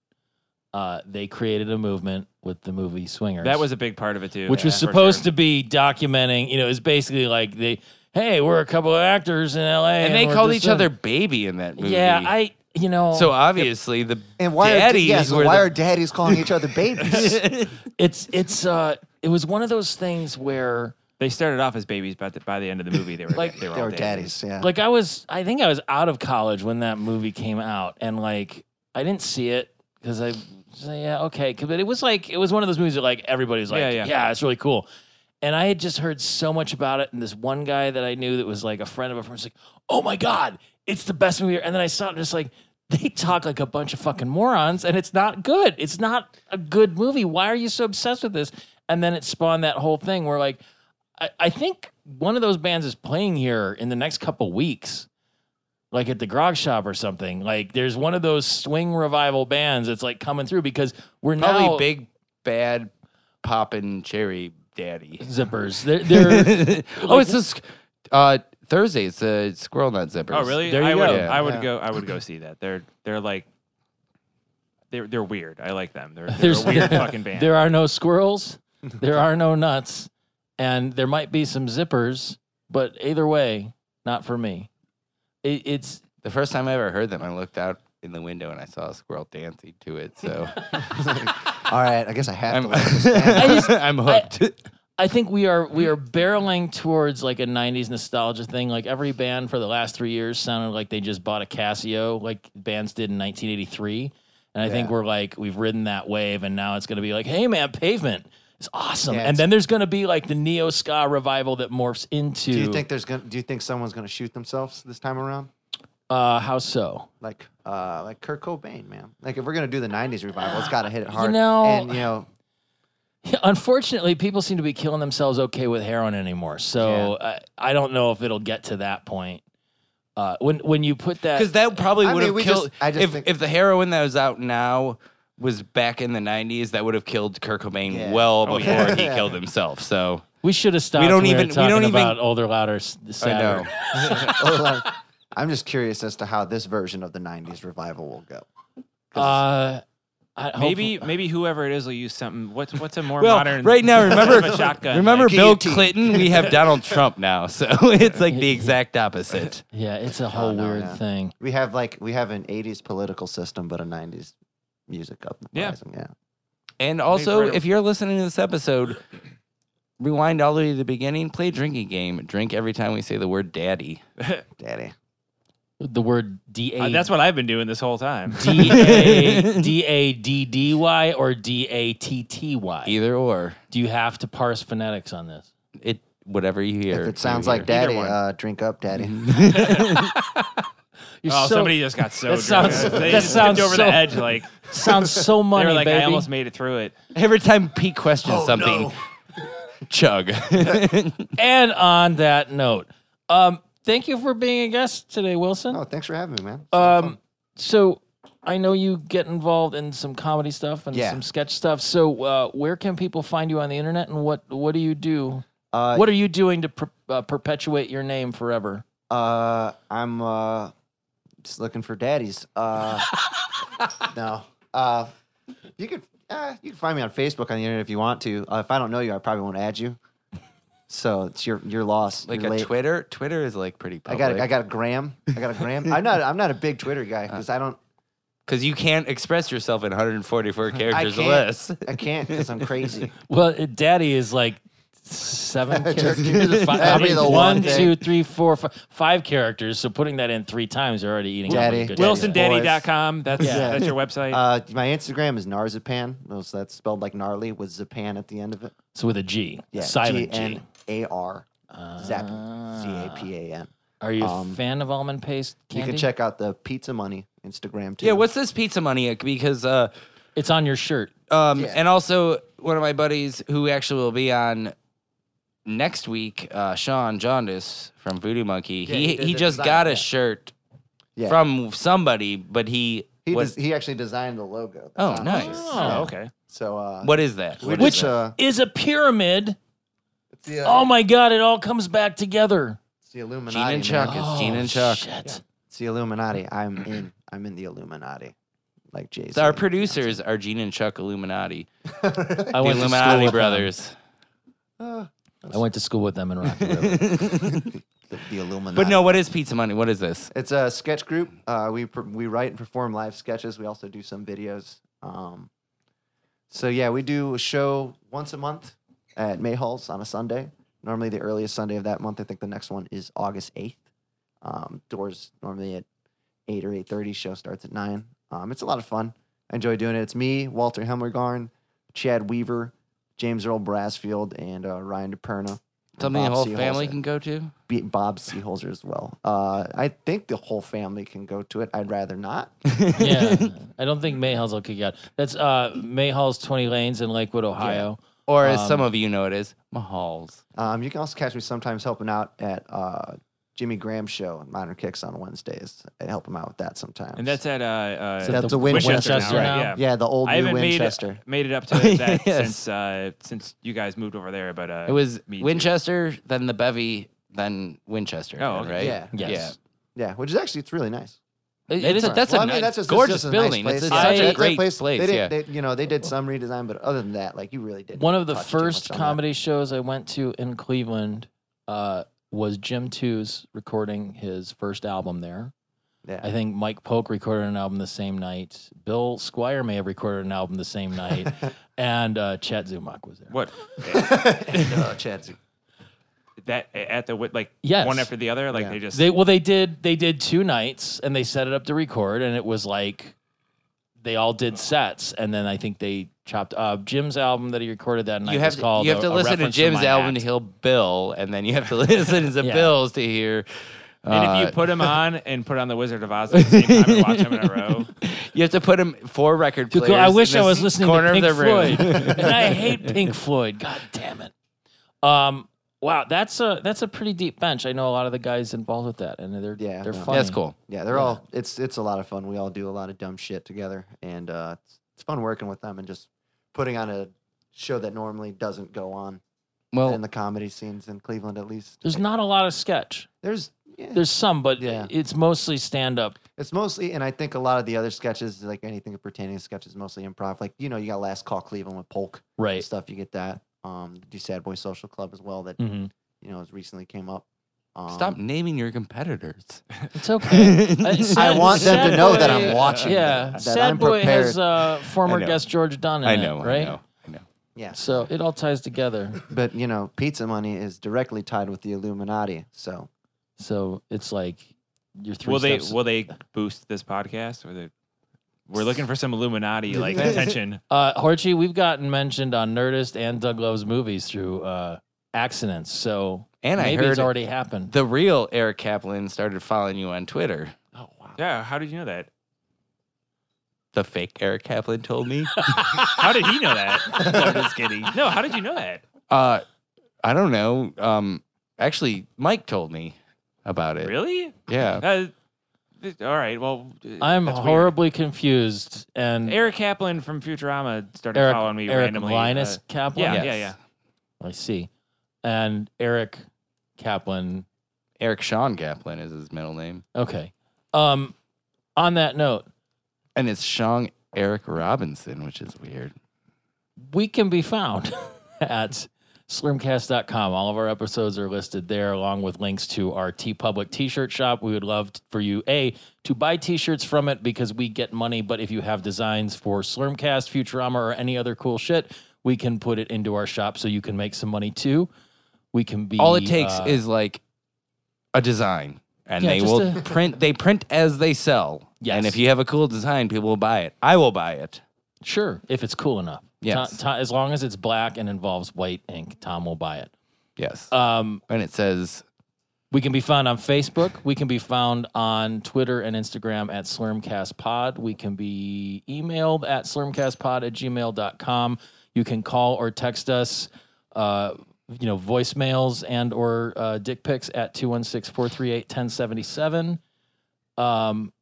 Speaker 3: Uh, they created a movement with the movie Swingers.
Speaker 1: That was a big part of it too.
Speaker 3: which was
Speaker 1: yeah, for
Speaker 3: supposed
Speaker 1: sure.
Speaker 3: to be documenting. You know, it's basically like they, hey, we're a couple of actors in L.A.
Speaker 2: and they
Speaker 3: we're
Speaker 2: called
Speaker 3: just
Speaker 2: each
Speaker 3: in-"
Speaker 2: other baby in that movie.
Speaker 3: Yeah, I, you know,
Speaker 2: so obviously the
Speaker 4: And why are
Speaker 2: daddies
Speaker 4: yes,
Speaker 2: were
Speaker 4: why
Speaker 2: the-
Speaker 4: are daddies calling each other babies?
Speaker 3: it's it's uh, it was one of those things where.
Speaker 1: They started off as babies, but by the end of the movie, they were
Speaker 3: Like-
Speaker 1: they were,
Speaker 4: they
Speaker 1: all
Speaker 4: were daddies, yeah.
Speaker 3: like I was I think I was out of college when that movie came out and like I didn't see it because I so yeah okay 'Cause- but it was like it was one of those movies that like everybody was like
Speaker 1: Yeah,
Speaker 3: yeah,
Speaker 1: yeah.
Speaker 3: it's really cool and I had just heard so much about it and this one guy that I knew that was like a friend of a friend was like oh my god it's the best movie ever." and then I saw it and just like they talk like a bunch of fucking morons and it's not good it's not a good movie why are you so obsessed with this and then it spawned that whole thing where like I, I think one of those bands is playing here in the next couple weeks, like at the Grog Shop or something. Like there's one of those swing revival bands that's like coming through because we're
Speaker 2: probably
Speaker 3: now
Speaker 2: big bad poppin' cherry daddy.
Speaker 3: zippers. They're, they're
Speaker 2: oh, it's this uh, Thursday. It's the squirrel nut zippers.
Speaker 1: Oh really?
Speaker 3: There
Speaker 1: I
Speaker 3: you
Speaker 1: would
Speaker 2: go.
Speaker 1: I would
Speaker 4: Yeah.
Speaker 1: go I would go see that. They're they're like they're they're weird. I like them. They're, they're
Speaker 3: There's-
Speaker 1: a weird fucking band.
Speaker 3: there are no squirrels, there are no nuts, and there might be some zippers, but either way, not for me. It, it's
Speaker 2: The first time I ever heard them, I looked out in the window and I saw a squirrel dancing to it. So
Speaker 4: all right, I guess I have
Speaker 2: I'm,
Speaker 4: to like this band.
Speaker 3: I just-
Speaker 2: I'm hooked.
Speaker 3: I think we are we
Speaker 4: Mm-hmm.
Speaker 3: are barreling towards like a '90s nostalgia thing. Like every band for the last three years sounded like they just bought a Casio, like bands did in 1983. And I think
Speaker 4: Yeah.
Speaker 3: we're like we've ridden that wave, and now it's going to be like, hey man, Pavement is awesome.
Speaker 4: Yeah,
Speaker 3: and
Speaker 4: it's-
Speaker 3: then there's going to be like the neo ska revival that morphs into.
Speaker 4: Do you think there's gonna do you think someone's gonna shoot themselves this time around?
Speaker 3: Uh, how so?
Speaker 4: Like uh like Kurt Cobain, man. Like if we're gonna do the nineties revival, it's gotta hit it hard.
Speaker 3: know-
Speaker 4: and you know
Speaker 3: Unfortunately, people seem to be killing themselves okay with heroin anymore. So I, I don't know if it'll get to that point. Uh, when when you put that
Speaker 2: Because that probably
Speaker 4: I
Speaker 2: would have
Speaker 4: mean, we
Speaker 2: killed.
Speaker 4: just- I just
Speaker 2: if,
Speaker 4: think-
Speaker 2: if the heroin that was out now was back in the 90s, that would have killed Kurt Cobain
Speaker 4: Yeah.
Speaker 2: well
Speaker 1: Oh,
Speaker 2: before
Speaker 1: yeah.
Speaker 2: he killed himself. So
Speaker 3: We should have stopped.
Speaker 2: We don't
Speaker 3: when
Speaker 2: even-
Speaker 3: We,
Speaker 2: we
Speaker 3: were talking
Speaker 2: don't even-
Speaker 3: about older, louder, s- sadder.
Speaker 2: I know.
Speaker 4: I'm just curious as to how this version of the nineties revival will go.
Speaker 3: Uh, I,
Speaker 1: maybe
Speaker 3: hopeful-
Speaker 1: maybe whoever it is will use something. What's what's a more
Speaker 2: Well,
Speaker 1: modern
Speaker 2: right now,
Speaker 1: instead of
Speaker 2: remember-
Speaker 1: a shotgun,
Speaker 2: remember
Speaker 1: like-
Speaker 2: Bill
Speaker 4: Guillotine.
Speaker 2: Clinton? We have Donald Trump now. So it's like the exact opposite.
Speaker 3: yeah, it's a whole
Speaker 4: no,
Speaker 3: weird
Speaker 4: no.
Speaker 3: thing.
Speaker 4: We have like we have an eighties political system but a nineties music
Speaker 1: Yeah.
Speaker 4: uprising. Yeah.
Speaker 2: And also,
Speaker 1: Incredible.
Speaker 2: if you're listening to this episode, rewind all the way to the beginning, play drinking game, drink every time we say the word daddy.
Speaker 4: Daddy.
Speaker 3: The word D
Speaker 1: Uh,
Speaker 3: A
Speaker 1: that's what I've been doing this whole time.
Speaker 3: D A D A D D Y or D A T T Y.
Speaker 2: Either or.
Speaker 3: Do you have to parse phonetics on this?
Speaker 2: It whatever you hear.
Speaker 4: If it
Speaker 2: you
Speaker 4: sounds
Speaker 2: hear.
Speaker 4: like daddy,
Speaker 1: one.
Speaker 4: uh, drink up, daddy.
Speaker 3: You're
Speaker 1: Oh,
Speaker 3: so,
Speaker 1: somebody just got so
Speaker 3: That
Speaker 1: drunk.
Speaker 3: sounds-
Speaker 1: they
Speaker 3: that
Speaker 1: just
Speaker 3: sounds
Speaker 1: tipped over
Speaker 3: so-
Speaker 1: the edge. Like
Speaker 3: sounds so
Speaker 1: they
Speaker 3: money,
Speaker 1: were like,
Speaker 3: baby.
Speaker 1: I almost made it through it.
Speaker 2: every time Pete questions something, chug.
Speaker 3: and on that note, um, thank you for being a guest today, Wilson.
Speaker 4: Oh, thanks for having me, man.
Speaker 3: Um, so I know you get involved in some comedy stuff and
Speaker 4: Yeah.
Speaker 3: some sketch stuff. So uh, where can people find you on the internet, and what what do you do?
Speaker 4: Uh,
Speaker 3: what are you doing to pr- uh, perpetuate your name forever?
Speaker 4: Uh, I'm uh, just looking for daddies. Uh, no. Uh, you could uh, you can find me on Facebook on the internet if you want to. Uh, if I don't know you, I probably won't add you. So it's your your loss.
Speaker 2: Like
Speaker 4: You're
Speaker 2: a
Speaker 4: late.
Speaker 2: Twitter, Twitter is like pretty
Speaker 4: I
Speaker 2: public. Uh,
Speaker 4: got a, I got a gram. I got a gram. I'm not I'm not a big Twitter guy because I don't
Speaker 2: because you can't express yourself in 144
Speaker 4: I
Speaker 2: characters
Speaker 4: can't
Speaker 2: or less.
Speaker 4: I can't because I'm crazy.
Speaker 3: Well, it, daddy is like seven characters. Fi- I
Speaker 4: That'd be
Speaker 3: mean,
Speaker 4: the
Speaker 3: one,
Speaker 4: one thing.
Speaker 3: two, three, four, fi- five characters. So putting that in three times, you're already eating. up a
Speaker 4: Daddy.
Speaker 3: good chunk of it.
Speaker 1: WilsonDaddy.com. That's
Speaker 4: Yeah.
Speaker 1: that's your website.
Speaker 4: Uh, my Instagram is Narzapan. So that's spelled like gnarly with Zapan at the end of it.
Speaker 3: So with a G,
Speaker 4: Yeah,
Speaker 3: silent G.
Speaker 4: G-N-A-R. Zapan.
Speaker 3: Ah.
Speaker 4: Z A P A N.
Speaker 3: Are you a
Speaker 4: Um,
Speaker 3: fan of almond paste
Speaker 4: You
Speaker 3: candy?
Speaker 4: can check out the Pizza Money Instagram too.
Speaker 2: Yeah, what's this pizza money? Because uh,
Speaker 3: It's on your shirt.
Speaker 2: um,
Speaker 4: Yeah.
Speaker 2: and also one of my buddies who actually will be on next week, uh, Sean Jaundice from Voodoo Monkey.
Speaker 4: Yeah,
Speaker 2: he
Speaker 4: he did
Speaker 2: he
Speaker 4: the
Speaker 2: just
Speaker 4: design,
Speaker 2: got a
Speaker 4: yeah.
Speaker 2: shirt
Speaker 4: Yeah.
Speaker 2: from somebody, but he,
Speaker 4: He
Speaker 2: what,
Speaker 4: des- he actually designed the logo.
Speaker 2: Oh,
Speaker 4: That's on
Speaker 2: nice.
Speaker 4: it.
Speaker 1: oh,
Speaker 3: Oh.
Speaker 1: okay.
Speaker 4: So uh,
Speaker 2: what is that? What is
Speaker 4: which
Speaker 2: that?
Speaker 4: uh,
Speaker 3: Is a pyramid.
Speaker 4: it's the, uh,
Speaker 3: Oh my god! It all comes back together.
Speaker 4: it's the
Speaker 2: Gene
Speaker 4: Illuminati.
Speaker 2: and Chuck
Speaker 4: man.
Speaker 2: is
Speaker 3: oh,
Speaker 2: Gene and Chuck.
Speaker 3: Shit.
Speaker 4: It's the Illuminati. I'm in. I'm in the Illuminati. Like Jay.
Speaker 2: So our producers are Gene and Chuck Illuminati,
Speaker 3: I
Speaker 2: the
Speaker 3: went to school
Speaker 2: Illuminati
Speaker 3: with them.
Speaker 2: brothers.
Speaker 3: I went to school with them in Rocky River.
Speaker 4: the, the Illuminati.
Speaker 2: But no, what is pizza money? What is this?
Speaker 4: It's a sketch group. Uh, we pr- we write and perform live sketches. We also do some videos. Um, so yeah, we do a show once a month at Mayhall's on a Sunday. Normally the earliest Sunday of that month. I think the next one is August eighth. Um, doors normally at eight or eight thirty. Show starts at nine. Um, it's a lot of fun. I enjoy doing it. It's me, Walter Hemmergarn, Chad Weaver, James Earl Brassfield, and uh, Ryan DePerna.
Speaker 2: Something the
Speaker 4: Bob
Speaker 2: whole
Speaker 4: Seeholzer
Speaker 2: family can go to.
Speaker 4: be- Bob Seeholzer as well. Uh, I think the whole family can go to it. I'd rather not.
Speaker 3: yeah, I don't think Mayhall's will kick out. That's uh, Mayhall's Twenty Lanes in Lakewood, Ohio.
Speaker 2: Or as some
Speaker 3: Um,
Speaker 2: of you know it is, Mahal's.
Speaker 4: Um, you can also catch me sometimes helping out at uh, Jimmy Graham's show at Modern Kicks on Wednesdays. I help him out with that sometimes.
Speaker 1: And that's at uh, uh,
Speaker 4: That's
Speaker 3: the
Speaker 4: a win-
Speaker 1: Winchester,
Speaker 3: Winchester
Speaker 1: now,
Speaker 3: now?
Speaker 1: right? Yeah.
Speaker 4: yeah, the old
Speaker 1: I
Speaker 4: new
Speaker 1: haven't
Speaker 4: Winchester.
Speaker 1: made made it up to that
Speaker 2: Yes.
Speaker 1: since uh, since you guys moved over there. But uh,
Speaker 2: It was
Speaker 1: me too.
Speaker 2: Winchester, then the Bevy, then Winchester.
Speaker 1: Oh, okay.
Speaker 2: right?
Speaker 4: Yeah.
Speaker 3: Yes.
Speaker 4: yeah, which is actually it's really nice.
Speaker 2: Yeah. It-
Speaker 3: It
Speaker 2: it's a,
Speaker 3: is-
Speaker 2: that's
Speaker 4: Well,
Speaker 2: a
Speaker 4: I mean,
Speaker 2: ni-
Speaker 4: that's just- it's
Speaker 2: gorgeous
Speaker 4: just a nice
Speaker 2: building.
Speaker 4: place.
Speaker 2: It's,
Speaker 4: It's
Speaker 2: such
Speaker 3: such
Speaker 2: a
Speaker 3: a
Speaker 2: great place.
Speaker 4: place. They did,
Speaker 2: yeah.
Speaker 4: they, you know, they did some redesign, but other than that, like you really did.
Speaker 3: One of the first comedy shows I went to in Cleveland uh, was Jim Two's recording his first album there.
Speaker 4: Yeah.
Speaker 3: I think Mike Polk recorded an album the same night. Bill Squire may have recorded an album the same night, and uh, Chet Zumach was there.
Speaker 1: what
Speaker 4: uh, Chad,
Speaker 1: that at the Wit- like
Speaker 3: Yes.
Speaker 1: one after the other. Like they just
Speaker 3: They well, they did they did two nights and they set it up to record, and it was like they all did sets, and then I think they chopped uh, Jim's album that he recorded that night.
Speaker 2: You
Speaker 3: was
Speaker 2: have, to,
Speaker 3: called
Speaker 2: you have
Speaker 3: A-
Speaker 2: to
Speaker 3: A
Speaker 2: listen to
Speaker 3: Reference to
Speaker 2: Jim's
Speaker 3: My
Speaker 2: album
Speaker 3: Act.
Speaker 2: to hear Bill, and then you have to listen to
Speaker 3: Yeah.
Speaker 2: Bill's to hear.
Speaker 1: and if
Speaker 2: uh,
Speaker 1: you put him on and put on the Wizard of Oz at the same time and watch him in a row,
Speaker 2: you have to put him four record
Speaker 3: Dude,
Speaker 2: players.
Speaker 3: I
Speaker 2: in
Speaker 3: wish I
Speaker 2: this
Speaker 3: was listening
Speaker 2: corner
Speaker 3: to Pink
Speaker 2: of the room.
Speaker 3: Floyd, and I hate Pink Floyd. God damn it! Um, wow, that's a that's a pretty deep bench. I know a lot of the guys involved with that, and they're
Speaker 4: Yeah,
Speaker 3: they're
Speaker 4: no.
Speaker 3: funny.
Speaker 2: That's cool.
Speaker 4: Yeah, they're all it's it's a lot of fun. We all do a lot of dumb shit together, and uh, it's, it's fun working with them and just putting on a show that normally doesn't go on
Speaker 2: Well,
Speaker 4: in the comedy scenes in Cleveland. At least
Speaker 3: There's not a lot of sketch.
Speaker 4: there's yeah,
Speaker 3: There's some, but
Speaker 4: Yeah.
Speaker 3: it's mostly stand up.
Speaker 4: it's mostly, and I think a lot of the other sketches, like anything pertaining to sketches, mostly improv. Like you know, you got Last Call Cleveland with Polk and
Speaker 3: Right.
Speaker 4: stuff. You get that. Um, do Sad Boy Social Club as well that
Speaker 3: hmm
Speaker 4: you know has recently came up. Um,
Speaker 2: stop naming your competitors.
Speaker 3: It's okay.
Speaker 4: I want them to know that I'm
Speaker 3: Boy-
Speaker 4: watching.
Speaker 3: Yeah,
Speaker 4: that
Speaker 3: Sad
Speaker 4: I'm
Speaker 3: Boy
Speaker 4: prepared.
Speaker 3: has uh, former
Speaker 2: I know.
Speaker 3: guest George Dunn in
Speaker 2: I know.
Speaker 3: it, right?
Speaker 2: I know. I know.
Speaker 4: Yeah,
Speaker 3: So it all ties together.
Speaker 4: but you know, pizza money is directly tied with the Illuminati. So
Speaker 3: So it's like your three
Speaker 1: will they
Speaker 3: steps.
Speaker 1: will they boost this podcast? Or they, we're looking for some Illuminati like attention.
Speaker 3: uh, Horchie, we've gotten mentioned on Nerdist and Doug Loves Movies through uh, accidents. So
Speaker 2: And I
Speaker 3: maybe it's
Speaker 2: heard
Speaker 3: already happened.
Speaker 2: the real Eric Kaplan started following you on Twitter.
Speaker 4: oh wow.
Speaker 1: Yeah, how did you know that?
Speaker 2: The fake Eric Kaplan told me.
Speaker 1: How did he know that? I'm just kidding. No, how did you know that?
Speaker 2: Uh, I don't know. Um, actually, Mike told me about it.
Speaker 1: Really?
Speaker 2: Yeah.
Speaker 1: Uh, th- all right. Well, uh,
Speaker 3: I'm
Speaker 1: that's weird.
Speaker 3: horribly confused. And
Speaker 1: Eric Kaplan from Futurama started
Speaker 3: Eric,
Speaker 1: following me
Speaker 3: Eric
Speaker 2: uh,
Speaker 1: randomly.
Speaker 3: Linus
Speaker 1: uh,
Speaker 3: Kaplan.
Speaker 1: yeah,
Speaker 2: Yes.
Speaker 1: yeah, yeah.
Speaker 3: I see. And Eric Kaplan.
Speaker 2: Eric Sean Kaplan is his middle name,
Speaker 3: Okay. Um, on that note,
Speaker 2: and it's Sean Eric Robinson, which is weird.
Speaker 3: we can be found at slimcast.com. All of our episodes are listed there, along with links to our T Public t shirt shop. We would love t- for you, A, to buy t shirts from it because we get money. But if you have designs for Slurmcast, Futurama, or any other cool shit, we can put it into our shop so you can make some money too. We can be
Speaker 2: All it takes
Speaker 3: uh,
Speaker 2: is like a design, and
Speaker 3: Yeah,
Speaker 2: they
Speaker 3: just
Speaker 2: will
Speaker 3: a-
Speaker 2: print. They print as they sell. And
Speaker 3: Yes.
Speaker 2: if you have a cool design, people will buy it. I will buy it.
Speaker 3: sure if it's cool enough.
Speaker 2: Yes.
Speaker 3: Tom- Tom- as long as it's black and involves white ink, Tom will buy it.
Speaker 2: Yes.
Speaker 3: Um,
Speaker 2: Uh, and it says
Speaker 3: We can be found on Facebook. We can be found on Twitter and Instagram at SlurmcastPod. We can be emailed at slurmcastpod at gmail.com. You can call or text us, uh, you know, voicemails and or uh, dick pics at 216-438-1077. Um,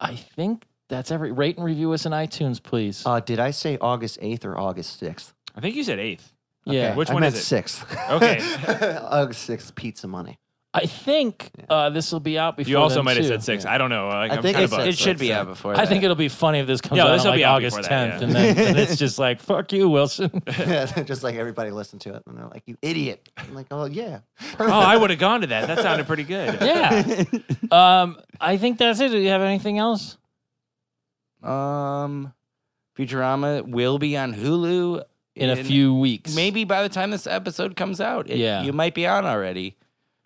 Speaker 3: I think that's every. Rate and review us on iTunes, please.
Speaker 4: Uh, did I say August eighth or August sixth?
Speaker 1: I think you said eighth.
Speaker 3: yeah.
Speaker 1: Which
Speaker 4: I
Speaker 1: one
Speaker 4: meant
Speaker 1: is it?
Speaker 4: Sixth.
Speaker 1: Okay.
Speaker 4: August sixth, pizza money.
Speaker 3: I think uh, this will be out before
Speaker 1: You also
Speaker 3: then,
Speaker 1: might have
Speaker 3: too.
Speaker 1: said six. I don't know. Like,
Speaker 4: I
Speaker 1: I'm
Speaker 4: think
Speaker 1: kind
Speaker 4: I
Speaker 1: of
Speaker 4: said
Speaker 1: buzzed.
Speaker 2: it should be
Speaker 4: so-
Speaker 2: out before.
Speaker 3: I
Speaker 2: that.
Speaker 3: think it'll be funny if this comes
Speaker 1: No,
Speaker 3: out
Speaker 1: this'll
Speaker 3: on, like,
Speaker 1: be out
Speaker 3: August
Speaker 1: before
Speaker 3: 10th,
Speaker 1: that, yeah.
Speaker 3: and then and it's just like fuck you, Wilson.
Speaker 4: Just like everybody listened to it, and they're like, "You idiot!" I'm like, "Oh yeah."
Speaker 1: Oh, I would have gone to that. That sounded pretty good.
Speaker 3: yeah. Um, I think that's it. Do you have anything else?
Speaker 2: Um, Futurama will be on Hulu
Speaker 3: In a few weeks,
Speaker 2: Maybe by the time this episode comes out, it-
Speaker 3: Yeah.
Speaker 2: you might be on already,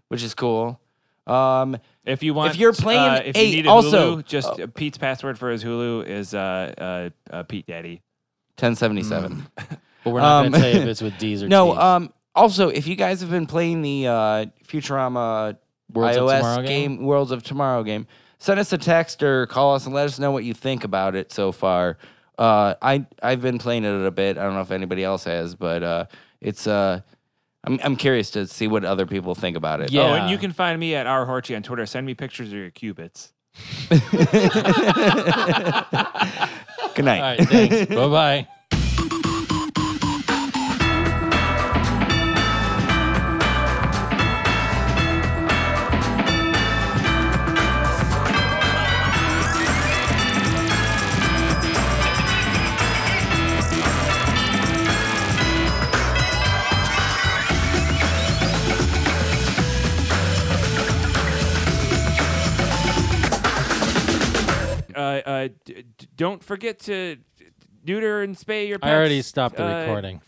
Speaker 2: which is cool. Um,
Speaker 1: If you want,
Speaker 2: If you're playing
Speaker 1: uh, if
Speaker 2: eight,
Speaker 1: you need a
Speaker 2: also-
Speaker 1: Hulu, just
Speaker 3: Oh.
Speaker 1: uh, Pete's password for his Hulu is uh, uh, uh, Pete Daddy.
Speaker 2: ten seventy
Speaker 3: Mm.
Speaker 2: seven.
Speaker 3: but we're not
Speaker 2: Um,
Speaker 3: going to tell you if it's with D's or
Speaker 2: No.
Speaker 3: T's.
Speaker 2: Um. Also, if you guys have been playing the uh, Futurama
Speaker 3: Worlds of Tomorrow
Speaker 2: iOS
Speaker 3: game?
Speaker 2: game, Worlds of Tomorrow game, send us a text or call us and let us know what you think about it so far. Uh, I I've been playing it a bit. I don't know if anybody else has, but uh, it's uh, I'm I'm curious to see what other people think about it.
Speaker 3: Yeah.
Speaker 1: Oh, and you can find me at R Horchie on Twitter. Send me pictures of your cubits.
Speaker 2: Good night.
Speaker 3: All right. Thanks. bye bye.
Speaker 1: Uh, uh, d- d- don't forget to neuter and spay your pets.
Speaker 3: I already stopped the
Speaker 1: uh,
Speaker 3: recording.